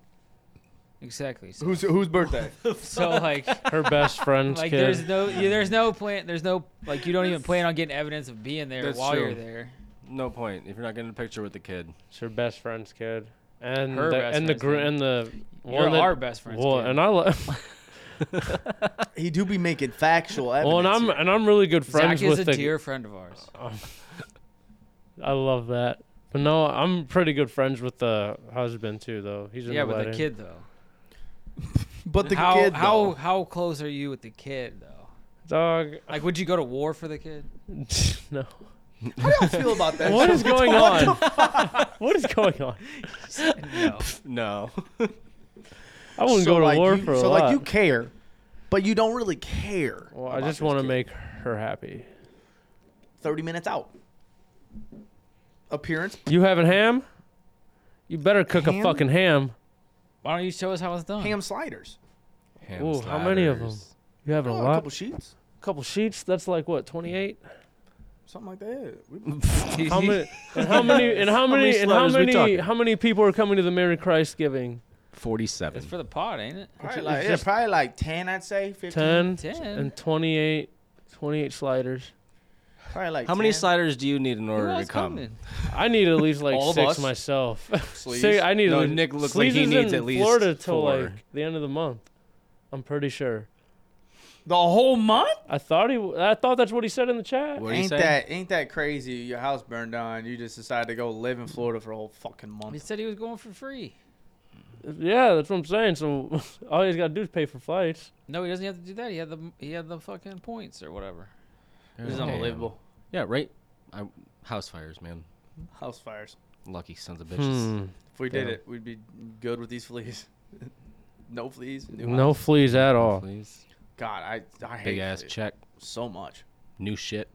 [SPEAKER 5] Exactly. So,
[SPEAKER 2] Who's whose birthday?
[SPEAKER 5] so like, <laughs>
[SPEAKER 1] Her best friend's
[SPEAKER 5] like
[SPEAKER 1] kid.
[SPEAKER 5] there's no yeah, there's no plan there's no like you don't even plan on getting evidence of being there
[SPEAKER 3] That's
[SPEAKER 5] while you're
[SPEAKER 3] true.
[SPEAKER 5] there.
[SPEAKER 3] No point if you're not getting a picture with the kid.
[SPEAKER 1] It's her best friend's kid, and
[SPEAKER 5] Her
[SPEAKER 1] the,
[SPEAKER 5] best
[SPEAKER 1] and the
[SPEAKER 5] friend's
[SPEAKER 1] gr-
[SPEAKER 5] kid.
[SPEAKER 1] and the
[SPEAKER 5] You're
[SPEAKER 1] one that-
[SPEAKER 5] our best friends.
[SPEAKER 1] Well,
[SPEAKER 5] kid.
[SPEAKER 1] and I <laughs> love.
[SPEAKER 2] he do be making factual evidence.
[SPEAKER 1] Well, and I'm
[SPEAKER 2] here.
[SPEAKER 1] and I'm really good friends
[SPEAKER 5] Zach is
[SPEAKER 1] with
[SPEAKER 5] a
[SPEAKER 1] the.
[SPEAKER 5] dear friend of ours.
[SPEAKER 1] I love that. But no, I'm pretty good friends with the husband too, though. He's in
[SPEAKER 5] Yeah,
[SPEAKER 1] the
[SPEAKER 5] but the
[SPEAKER 1] wedding.
[SPEAKER 5] kid though.
[SPEAKER 2] but the
[SPEAKER 5] how
[SPEAKER 2] kid.
[SPEAKER 5] how
[SPEAKER 2] though.
[SPEAKER 5] how close are you with the kid though?
[SPEAKER 1] Dog, <laughs>
[SPEAKER 5] Like, would you go to war for the <laughs> kid?
[SPEAKER 2] <laughs>
[SPEAKER 1] no.
[SPEAKER 2] How do you feel about
[SPEAKER 1] <laughs>
[SPEAKER 2] that?
[SPEAKER 1] What is going on?
[SPEAKER 2] <laughs>
[SPEAKER 1] What is going on?
[SPEAKER 5] No.
[SPEAKER 3] No.
[SPEAKER 1] I wouldn't go to
[SPEAKER 2] like
[SPEAKER 1] war
[SPEAKER 2] you,
[SPEAKER 1] for a
[SPEAKER 2] So
[SPEAKER 1] lot.
[SPEAKER 2] like you care, but you don't really care.
[SPEAKER 1] well, I
[SPEAKER 2] about
[SPEAKER 1] just
[SPEAKER 2] this
[SPEAKER 1] want to
[SPEAKER 2] kid.
[SPEAKER 1] make her happy.
[SPEAKER 2] thirty minutes out. Appearance.
[SPEAKER 1] You having ham? You better cook a
[SPEAKER 2] Ham?
[SPEAKER 1] fucking ham.
[SPEAKER 5] Why don't you show us how it's done? <laughs>
[SPEAKER 2] Ham sliders.
[SPEAKER 3] Ham
[SPEAKER 1] Ooh, how many of 'em?
[SPEAKER 3] sliders.
[SPEAKER 1] You having
[SPEAKER 2] Oh,
[SPEAKER 1] a
[SPEAKER 2] a
[SPEAKER 1] lot?
[SPEAKER 2] couple sheets.
[SPEAKER 1] couple sheets. That's like what, 28?
[SPEAKER 2] Something like that. <laughs> We-
[SPEAKER 1] How many? And how
[SPEAKER 3] <laughs>
[SPEAKER 1] many? And how many? And how
[SPEAKER 3] sliders we
[SPEAKER 1] many?
[SPEAKER 3] talking?
[SPEAKER 1] How many people are coming to the Merry Christ giving?
[SPEAKER 3] Forty-seven.
[SPEAKER 5] It's for the pot, ain't it?
[SPEAKER 2] probably
[SPEAKER 1] It's
[SPEAKER 2] like, yeah,
[SPEAKER 1] just-
[SPEAKER 2] probably like ten, I'd say. 15,
[SPEAKER 1] 10,
[SPEAKER 5] 10.
[SPEAKER 1] and 28, 28 sliders.
[SPEAKER 2] Probably like
[SPEAKER 3] How many
[SPEAKER 2] 10.
[SPEAKER 3] sliders do you need in order to come?
[SPEAKER 1] I need at least like
[SPEAKER 2] All of
[SPEAKER 1] six
[SPEAKER 2] us?
[SPEAKER 1] myself. <laughs>
[SPEAKER 2] Sleeves?
[SPEAKER 1] Say, I need.
[SPEAKER 3] No,
[SPEAKER 1] at-
[SPEAKER 3] Nick looks like he
[SPEAKER 1] Sleeves is
[SPEAKER 3] needs
[SPEAKER 1] in
[SPEAKER 3] at least
[SPEAKER 1] Florida till
[SPEAKER 3] four.
[SPEAKER 1] like the end of the month. I'm pretty sure.
[SPEAKER 2] The whole month?
[SPEAKER 1] I thought he. w- I thought that's what he said in the chat.
[SPEAKER 3] What do you
[SPEAKER 2] Ain't
[SPEAKER 3] say?
[SPEAKER 2] that ain't that crazy? Your house burned down. You just decided to go live in Florida for a whole fucking
[SPEAKER 5] He
[SPEAKER 2] month.
[SPEAKER 5] said he was going for free.
[SPEAKER 1] Yeah, that's what I'm saying. So <laughs> all he's got to do is pay for flights.
[SPEAKER 5] No, he doesn't have to do that. He had the he had the fucking points or whatever.
[SPEAKER 2] This is
[SPEAKER 3] Damn.
[SPEAKER 2] unbelievable.
[SPEAKER 3] Yeah, right. I, house fires, man.
[SPEAKER 2] House fires.
[SPEAKER 3] Lucky sons of bitches.
[SPEAKER 1] Hmm.
[SPEAKER 2] If we did
[SPEAKER 3] Damn.
[SPEAKER 2] it, we'd be good with these fleas. <laughs> no fleas. new
[SPEAKER 1] No
[SPEAKER 2] house.
[SPEAKER 1] fleas at all.
[SPEAKER 3] Please.
[SPEAKER 2] God, I I hate
[SPEAKER 3] Big ass
[SPEAKER 2] fleas
[SPEAKER 3] check.
[SPEAKER 2] so much.
[SPEAKER 3] New shit.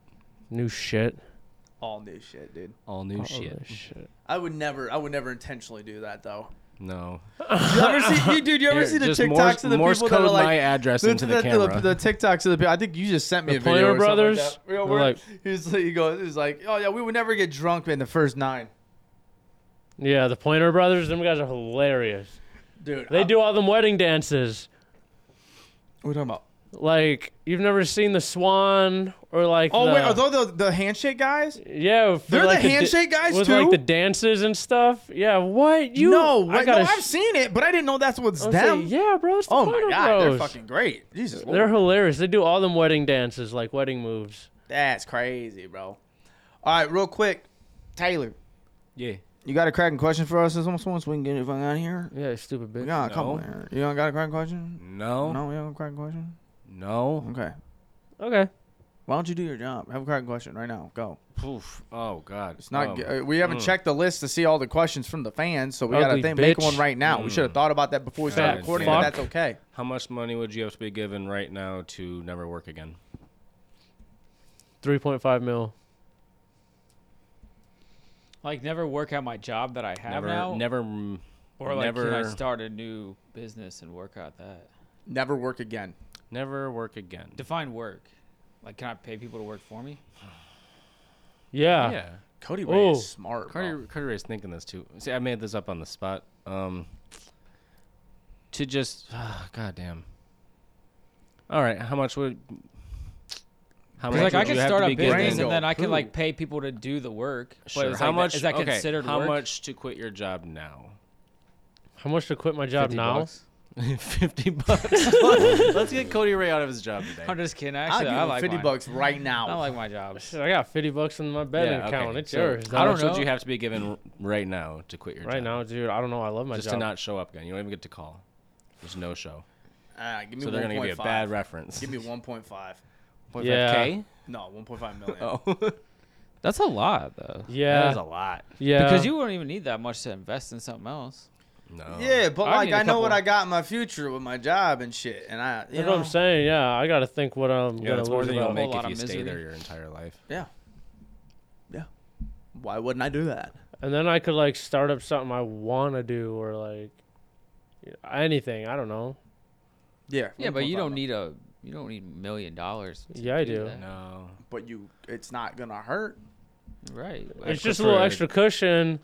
[SPEAKER 1] New shit.
[SPEAKER 2] All new shit, dude.
[SPEAKER 3] All new
[SPEAKER 1] All
[SPEAKER 3] shit.
[SPEAKER 1] this shit.
[SPEAKER 2] I would never. I would never intentionally do that though.
[SPEAKER 3] No. <laughs>
[SPEAKER 2] You ever see, you, dude? You ever
[SPEAKER 3] Here,
[SPEAKER 2] see the
[SPEAKER 3] just
[SPEAKER 2] TikToks
[SPEAKER 3] Morse,
[SPEAKER 2] of the
[SPEAKER 3] Morse
[SPEAKER 2] people
[SPEAKER 3] code
[SPEAKER 2] that are like
[SPEAKER 3] my address into the, camera.
[SPEAKER 2] The, TikToks of the people. I think you just sent me
[SPEAKER 1] The
[SPEAKER 2] a
[SPEAKER 1] Player
[SPEAKER 2] video. or something
[SPEAKER 1] Brothers,
[SPEAKER 2] Like that. You know,
[SPEAKER 1] they're
[SPEAKER 2] we're-
[SPEAKER 1] like-
[SPEAKER 2] he's like, he goes, he's like, oh yeah, we would never get drunk in the first nine.
[SPEAKER 1] Yeah, the Pointer Brothers. Them guys are hilarious.
[SPEAKER 2] Dude,
[SPEAKER 1] They
[SPEAKER 2] I'm-
[SPEAKER 1] do all them wedding dances.
[SPEAKER 2] What are we talking about?
[SPEAKER 1] Like you've never seen the Swan or like.
[SPEAKER 2] Oh
[SPEAKER 1] the,
[SPEAKER 2] wait, are those the, the handshake guys?
[SPEAKER 1] Yeah, for
[SPEAKER 2] They're the
[SPEAKER 1] like da-
[SPEAKER 2] handshake guys,
[SPEAKER 1] with like the
[SPEAKER 2] too?
[SPEAKER 1] dances and stuff. Yeah, what you?
[SPEAKER 2] no,
[SPEAKER 1] I
[SPEAKER 2] wait,
[SPEAKER 1] gotta
[SPEAKER 2] no, I've
[SPEAKER 1] sh-
[SPEAKER 2] seen it, but I didn't know that's what's
[SPEAKER 1] I'll say,
[SPEAKER 2] them.
[SPEAKER 1] yeah, bro. It's the
[SPEAKER 2] Oh my
[SPEAKER 1] Pointer
[SPEAKER 2] god,
[SPEAKER 1] Bros.
[SPEAKER 2] they're fucking great. Jesus, Lord.
[SPEAKER 1] They're hilarious. They do all them wedding dances, like wedding moves.
[SPEAKER 2] that's crazy, bro. All right, real quick, Taylor,
[SPEAKER 3] yeah.
[SPEAKER 2] You got a cracking question for us this once once we can get it fucking out of here?
[SPEAKER 1] Yeah, stupid bitch.
[SPEAKER 2] Yeah, come
[SPEAKER 3] No.
[SPEAKER 2] on. here. You don't got a cracking question?
[SPEAKER 3] No.
[SPEAKER 2] No, we don't have a cracking question?
[SPEAKER 3] No.
[SPEAKER 2] Okay.
[SPEAKER 1] Okay.
[SPEAKER 2] Why don't you do your job? Have a cracking question right now. Go.
[SPEAKER 3] Oof. Oh God.
[SPEAKER 2] It's not.
[SPEAKER 3] Um,
[SPEAKER 2] g- uh, we haven't
[SPEAKER 3] mm.
[SPEAKER 2] checked the list to see all the questions from the fans, so we got to
[SPEAKER 1] Ugly
[SPEAKER 2] think, make
[SPEAKER 1] bitch.
[SPEAKER 2] one right now. We should have thought about that before we started
[SPEAKER 1] Fat
[SPEAKER 2] recording, but
[SPEAKER 1] fuck.
[SPEAKER 2] that's okay.
[SPEAKER 3] How much money would you have to be given right now to never work again?
[SPEAKER 1] Three point five mil.
[SPEAKER 4] Like never work at my job that I have
[SPEAKER 3] never.
[SPEAKER 4] now,
[SPEAKER 3] Never. mm,
[SPEAKER 4] or like can I
[SPEAKER 3] never-
[SPEAKER 4] start a new business and work out that?
[SPEAKER 2] Never work again.
[SPEAKER 3] Never work again.
[SPEAKER 4] Define work. Like, can I pay people to work for me?
[SPEAKER 1] Yeah.
[SPEAKER 3] yeah.
[SPEAKER 2] Cody Ray
[SPEAKER 1] Oh.
[SPEAKER 2] is smart. bro.
[SPEAKER 3] Cardi, Cardi Ray's thinking this too. See, I made this up on the spot. Um, to just, ah, goddamn. All right, how much would? How
[SPEAKER 4] 'Cause, like I
[SPEAKER 3] would
[SPEAKER 4] can
[SPEAKER 3] you have
[SPEAKER 4] start
[SPEAKER 3] to
[SPEAKER 4] a
[SPEAKER 3] be
[SPEAKER 4] business
[SPEAKER 3] given-
[SPEAKER 2] Brandon.
[SPEAKER 4] and then I can
[SPEAKER 2] Who?
[SPEAKER 4] like pay people to do the work. But
[SPEAKER 3] Sure.
[SPEAKER 4] is
[SPEAKER 3] How
[SPEAKER 4] like,
[SPEAKER 3] much?
[SPEAKER 4] that, is that
[SPEAKER 3] okay,
[SPEAKER 4] considered
[SPEAKER 3] how
[SPEAKER 4] work? <laughs>
[SPEAKER 3] much to quit your job now?
[SPEAKER 1] How much to quit my job
[SPEAKER 4] 50
[SPEAKER 1] now?
[SPEAKER 4] bucks?
[SPEAKER 3] <laughs> Fifty bucks. <laughs> Let's get Cody Ray out of his job today.
[SPEAKER 4] I'm just kidding.
[SPEAKER 2] I'll
[SPEAKER 4] Actually,
[SPEAKER 2] give
[SPEAKER 4] I
[SPEAKER 2] him
[SPEAKER 4] like
[SPEAKER 2] 50
[SPEAKER 4] mine.
[SPEAKER 2] bucks right
[SPEAKER 4] I don't
[SPEAKER 2] now.
[SPEAKER 4] like my job.
[SPEAKER 1] Shit, I got fifty bucks in my betting
[SPEAKER 3] Yeah, okay,
[SPEAKER 1] account. It's
[SPEAKER 3] so
[SPEAKER 1] yours.
[SPEAKER 3] How
[SPEAKER 1] dog.
[SPEAKER 3] much would you have to be given right now to quit your
[SPEAKER 1] Right
[SPEAKER 3] job?
[SPEAKER 1] now, dude, I don't know. I love my
[SPEAKER 3] just
[SPEAKER 1] job.
[SPEAKER 3] to not show up again. You don't even get to call. There's no show.
[SPEAKER 2] Ah, give me
[SPEAKER 3] So they're gonna give you a
[SPEAKER 2] 1.5.
[SPEAKER 3] bad reference. <laughs>
[SPEAKER 2] Give me 1.5.
[SPEAKER 1] Yeah.
[SPEAKER 3] 1.5K?
[SPEAKER 2] No, 1.5 million.
[SPEAKER 3] Oh,
[SPEAKER 4] That's a lot though.
[SPEAKER 3] <laughs> that
[SPEAKER 1] yeah,
[SPEAKER 3] is a lot.
[SPEAKER 1] yeah.
[SPEAKER 4] Because you wouldn't even need that much to invest in something else.
[SPEAKER 3] No.
[SPEAKER 2] Yeah, but
[SPEAKER 4] I
[SPEAKER 2] like
[SPEAKER 4] need a
[SPEAKER 2] I know what
[SPEAKER 4] couple.
[SPEAKER 2] I got in my future with my job and shit, and I. You
[SPEAKER 1] that's
[SPEAKER 2] know,
[SPEAKER 1] what I'm saying. Yeah, I gotta think what I'm
[SPEAKER 3] Yeah,
[SPEAKER 1] gonna
[SPEAKER 3] that's more
[SPEAKER 1] lose
[SPEAKER 3] than you'll
[SPEAKER 1] about.
[SPEAKER 4] whole
[SPEAKER 3] make
[SPEAKER 4] lot
[SPEAKER 3] if
[SPEAKER 4] of
[SPEAKER 3] you stay
[SPEAKER 4] misery.
[SPEAKER 3] there your entire life.
[SPEAKER 2] Yeah. Yeah. Why wouldn't I do that?
[SPEAKER 1] and then I could like start up something I wanna do or like you know, anything. I don't know.
[SPEAKER 2] Yeah.
[SPEAKER 4] Yeah, but you don't
[SPEAKER 2] 1.5.
[SPEAKER 4] need a you don't need a million dollars. to
[SPEAKER 1] Yeah, I do.
[SPEAKER 4] that.
[SPEAKER 3] No.
[SPEAKER 2] But you, it's not gonna hurt.
[SPEAKER 4] Right.
[SPEAKER 3] I
[SPEAKER 1] it's just a little
[SPEAKER 3] prefer-
[SPEAKER 1] extra cushion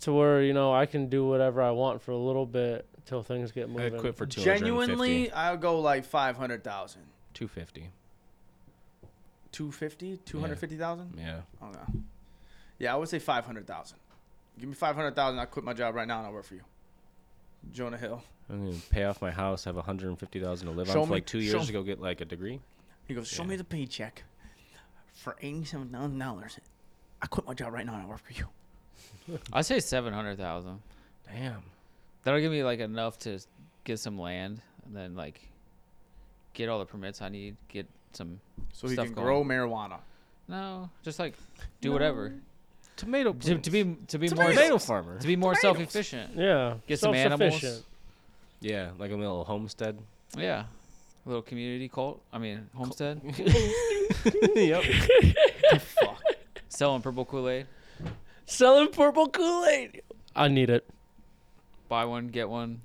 [SPEAKER 1] to where you know I can do whatever I want for a little bit till things get
[SPEAKER 3] I
[SPEAKER 1] moving.
[SPEAKER 3] quit for 250.
[SPEAKER 2] Genuinely, I'll go like 500,000.
[SPEAKER 3] 250.
[SPEAKER 2] 250, 250,000?
[SPEAKER 3] Yeah.
[SPEAKER 4] Mm.
[SPEAKER 2] Oh no. Yeah, I would say 500,000. Give me 500,000, I'll quit my job right now and I'll work for you. Jonah Hill.
[SPEAKER 3] I'm going to pay off my house, have 150000 to live
[SPEAKER 2] Show
[SPEAKER 3] on for
[SPEAKER 2] me-
[SPEAKER 3] like two
[SPEAKER 2] show
[SPEAKER 3] years
[SPEAKER 2] me.
[SPEAKER 3] to go get like a degree.
[SPEAKER 2] He goes, "Show me the paycheck for eighty-seven thousand dollars. I quit my job right now and I work for you."
[SPEAKER 4] I say seven hundred thousand.
[SPEAKER 3] Damn.
[SPEAKER 4] That'll give me like enough to get some land and then like get all the permits I need. Get some
[SPEAKER 2] So he
[SPEAKER 4] Stuff
[SPEAKER 2] can
[SPEAKER 4] going.
[SPEAKER 2] grow marijuana.
[SPEAKER 4] no, just like do whatever
[SPEAKER 3] Tomato.
[SPEAKER 4] to, to be to be more
[SPEAKER 3] tomato farmer.
[SPEAKER 4] to be more self efficient.
[SPEAKER 1] Yeah,
[SPEAKER 4] Get some animals.
[SPEAKER 1] self-sufficient.
[SPEAKER 3] Yeah, like a little homestead.
[SPEAKER 4] Yeah, a little community cult. I mean homestead.
[SPEAKER 3] yep.
[SPEAKER 4] Selling purple Kool Aid.
[SPEAKER 1] Selling purple Kool Aid. I need it.
[SPEAKER 4] Buy one get one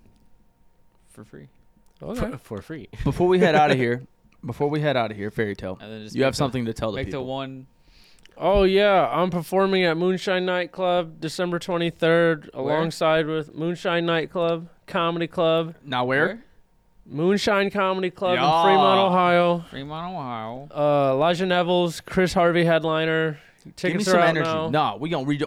[SPEAKER 4] for free.
[SPEAKER 3] <laughs> For, for free.
[SPEAKER 2] Before we head out of here, before we head out of here, fairy tale.
[SPEAKER 4] And then just
[SPEAKER 2] You have
[SPEAKER 4] make the-
[SPEAKER 2] something to tell the
[SPEAKER 4] Make the
[SPEAKER 2] people.
[SPEAKER 4] one
[SPEAKER 1] Oh yeah, I'm performing at Moonshine Nightclub December 23rd alongside with Moonshine Nightclub Comedy Club,
[SPEAKER 2] Now where?
[SPEAKER 1] Moonshine Comedy Club
[SPEAKER 2] Yeah.
[SPEAKER 1] in Fremont, Ohio.
[SPEAKER 4] Fremont, Ohio.
[SPEAKER 1] Uh, Elijah Neville's, Chris Harvey headliner.
[SPEAKER 2] Give me
[SPEAKER 1] Tickets
[SPEAKER 2] some
[SPEAKER 1] are out
[SPEAKER 2] energy.
[SPEAKER 1] now.
[SPEAKER 2] Nah, we gonna read.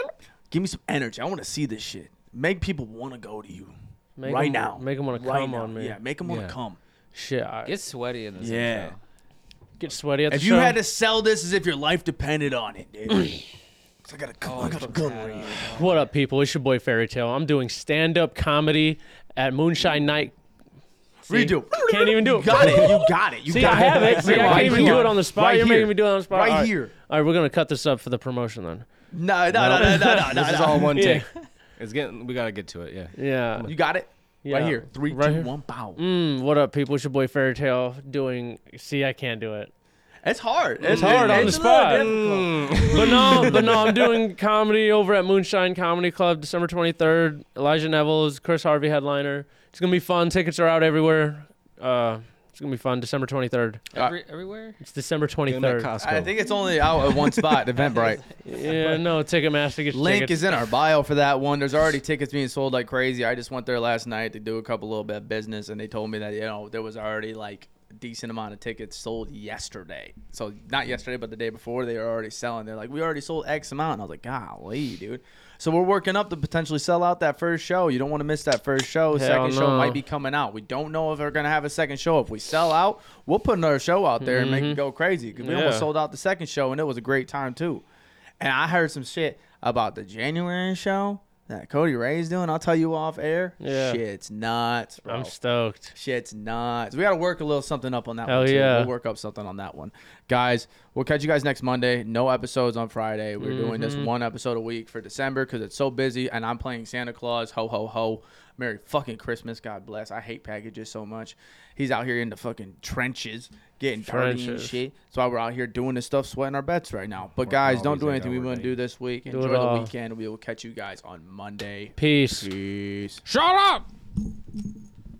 [SPEAKER 2] <laughs> Give me some energy. I want to see this shit. Make people want to go to you
[SPEAKER 1] Make
[SPEAKER 2] right
[SPEAKER 1] 'em-
[SPEAKER 2] now.
[SPEAKER 1] Make them want to
[SPEAKER 2] right
[SPEAKER 1] come
[SPEAKER 2] now.
[SPEAKER 1] on me.
[SPEAKER 2] Yeah, make them want to
[SPEAKER 3] Yeah.
[SPEAKER 2] come.
[SPEAKER 1] Shit, I get,
[SPEAKER 4] Get sweaty in this.
[SPEAKER 2] Yeah.
[SPEAKER 4] intro.
[SPEAKER 1] sweaty at the
[SPEAKER 2] If you
[SPEAKER 1] show.
[SPEAKER 2] had to sell this as if your life depended on it, dude.
[SPEAKER 1] <clears throat>
[SPEAKER 2] 'Cause
[SPEAKER 1] Oh,
[SPEAKER 2] I got a gun. I got a gun right here.
[SPEAKER 1] What up, people? It's your boy Fairy Tale. I'm doing stand-up comedy at Moonshine Night.
[SPEAKER 2] Redo.
[SPEAKER 1] Can't even do
[SPEAKER 2] You
[SPEAKER 1] it.
[SPEAKER 2] got it.
[SPEAKER 1] <laughs>
[SPEAKER 2] You got it. You
[SPEAKER 1] See, I
[SPEAKER 2] got
[SPEAKER 1] have it. See, I
[SPEAKER 2] Right
[SPEAKER 1] can't even
[SPEAKER 2] here.
[SPEAKER 1] do it on the spot.
[SPEAKER 2] Right
[SPEAKER 1] You're
[SPEAKER 2] here.
[SPEAKER 1] making me do it on the spot.
[SPEAKER 2] Right
[SPEAKER 1] All
[SPEAKER 2] here.
[SPEAKER 1] All right, we're gonna cut this up for the promotion then.
[SPEAKER 2] No, no, no, no, no,
[SPEAKER 1] <laughs>
[SPEAKER 2] no. no,
[SPEAKER 3] this is
[SPEAKER 2] no.
[SPEAKER 3] all one
[SPEAKER 1] Yeah.
[SPEAKER 3] take. It's getting. We gotta get to it. Yeah.
[SPEAKER 1] Yeah.
[SPEAKER 2] You got it. Right
[SPEAKER 1] Yeah.
[SPEAKER 2] here. Three, two, one,
[SPEAKER 1] Right here.
[SPEAKER 2] pow.
[SPEAKER 1] Mm, what up, people? It's your boy Fairy Tale doing. See, I can't do it.
[SPEAKER 2] It's hard. It's
[SPEAKER 1] hard on
[SPEAKER 2] It's
[SPEAKER 1] the
[SPEAKER 2] a little
[SPEAKER 1] spot.
[SPEAKER 2] difficult.
[SPEAKER 1] But no, but no, I'm doing comedy over at Moonshine Comedy Club December 23rd. Elijah Neville's, Chris Harvey headliner. It's gonna be fun. Tickets are out everywhere. Uh, it's gonna be fun. December 23rd.
[SPEAKER 2] Uh,
[SPEAKER 4] Every, everywhere.
[SPEAKER 1] It's December
[SPEAKER 3] Get 'em at
[SPEAKER 1] 23rd.
[SPEAKER 3] Costco.
[SPEAKER 2] I think it's only out at one spot, Eventbrite.
[SPEAKER 1] Yeah, no, Ticketmaster gets
[SPEAKER 2] Link
[SPEAKER 1] tickets.
[SPEAKER 2] is in our bio for that one. There's already tickets being sold like crazy. I just went there last night to do a couple little bit of business, and they told me that you know there was already like a decent amount of tickets sold yesterday. So not yesterday, but the day before, they were already selling. They're like, we already sold X amount, and I was like, golly, dude. So we're working up to potentially sell out that first show. You don't want to miss that first show.
[SPEAKER 1] Hell
[SPEAKER 2] second show
[SPEAKER 1] no.
[SPEAKER 2] might be coming out. We don't know if we're gonna have a second show. If we sell out, we'll put another show out there and make it go crazy. 'Cause we
[SPEAKER 1] Mm-hmm. Yeah.
[SPEAKER 2] almost sold out the second show, and it was a great time too. And I heard some shit about the January show that Cody Ray's doing. I'll tell you off air.
[SPEAKER 1] Yeah.
[SPEAKER 2] Shit's nuts, bro.
[SPEAKER 1] I'm stoked.
[SPEAKER 2] Shit's nuts. We got to work a little something up on that
[SPEAKER 1] Hell
[SPEAKER 2] one. too.
[SPEAKER 1] yeah.
[SPEAKER 2] We'll work up something on that one. Guys, we'll catch you guys next Monday. No episodes on Friday. We're doing this
[SPEAKER 1] Mm-hmm.
[SPEAKER 2] one episode a week for December because it's so busy and I'm playing Santa Claus. Ho, ho, ho. Merry fucking Christmas. God bless. I hate packages so much. He's out here in the fucking trenches getting dirty and
[SPEAKER 1] Trenches.
[SPEAKER 2] shit. That's why we're out here doing this stuff, sweating our bets right now. But guys, don't
[SPEAKER 3] always
[SPEAKER 2] do
[SPEAKER 3] like
[SPEAKER 2] anything we
[SPEAKER 3] our
[SPEAKER 2] want to
[SPEAKER 3] day.
[SPEAKER 2] do this week.
[SPEAKER 1] it
[SPEAKER 2] Enjoy the
[SPEAKER 1] all.
[SPEAKER 2] weekend. We will catch you guys on Monday.
[SPEAKER 1] Peace.
[SPEAKER 2] Peace.
[SPEAKER 4] Shut up.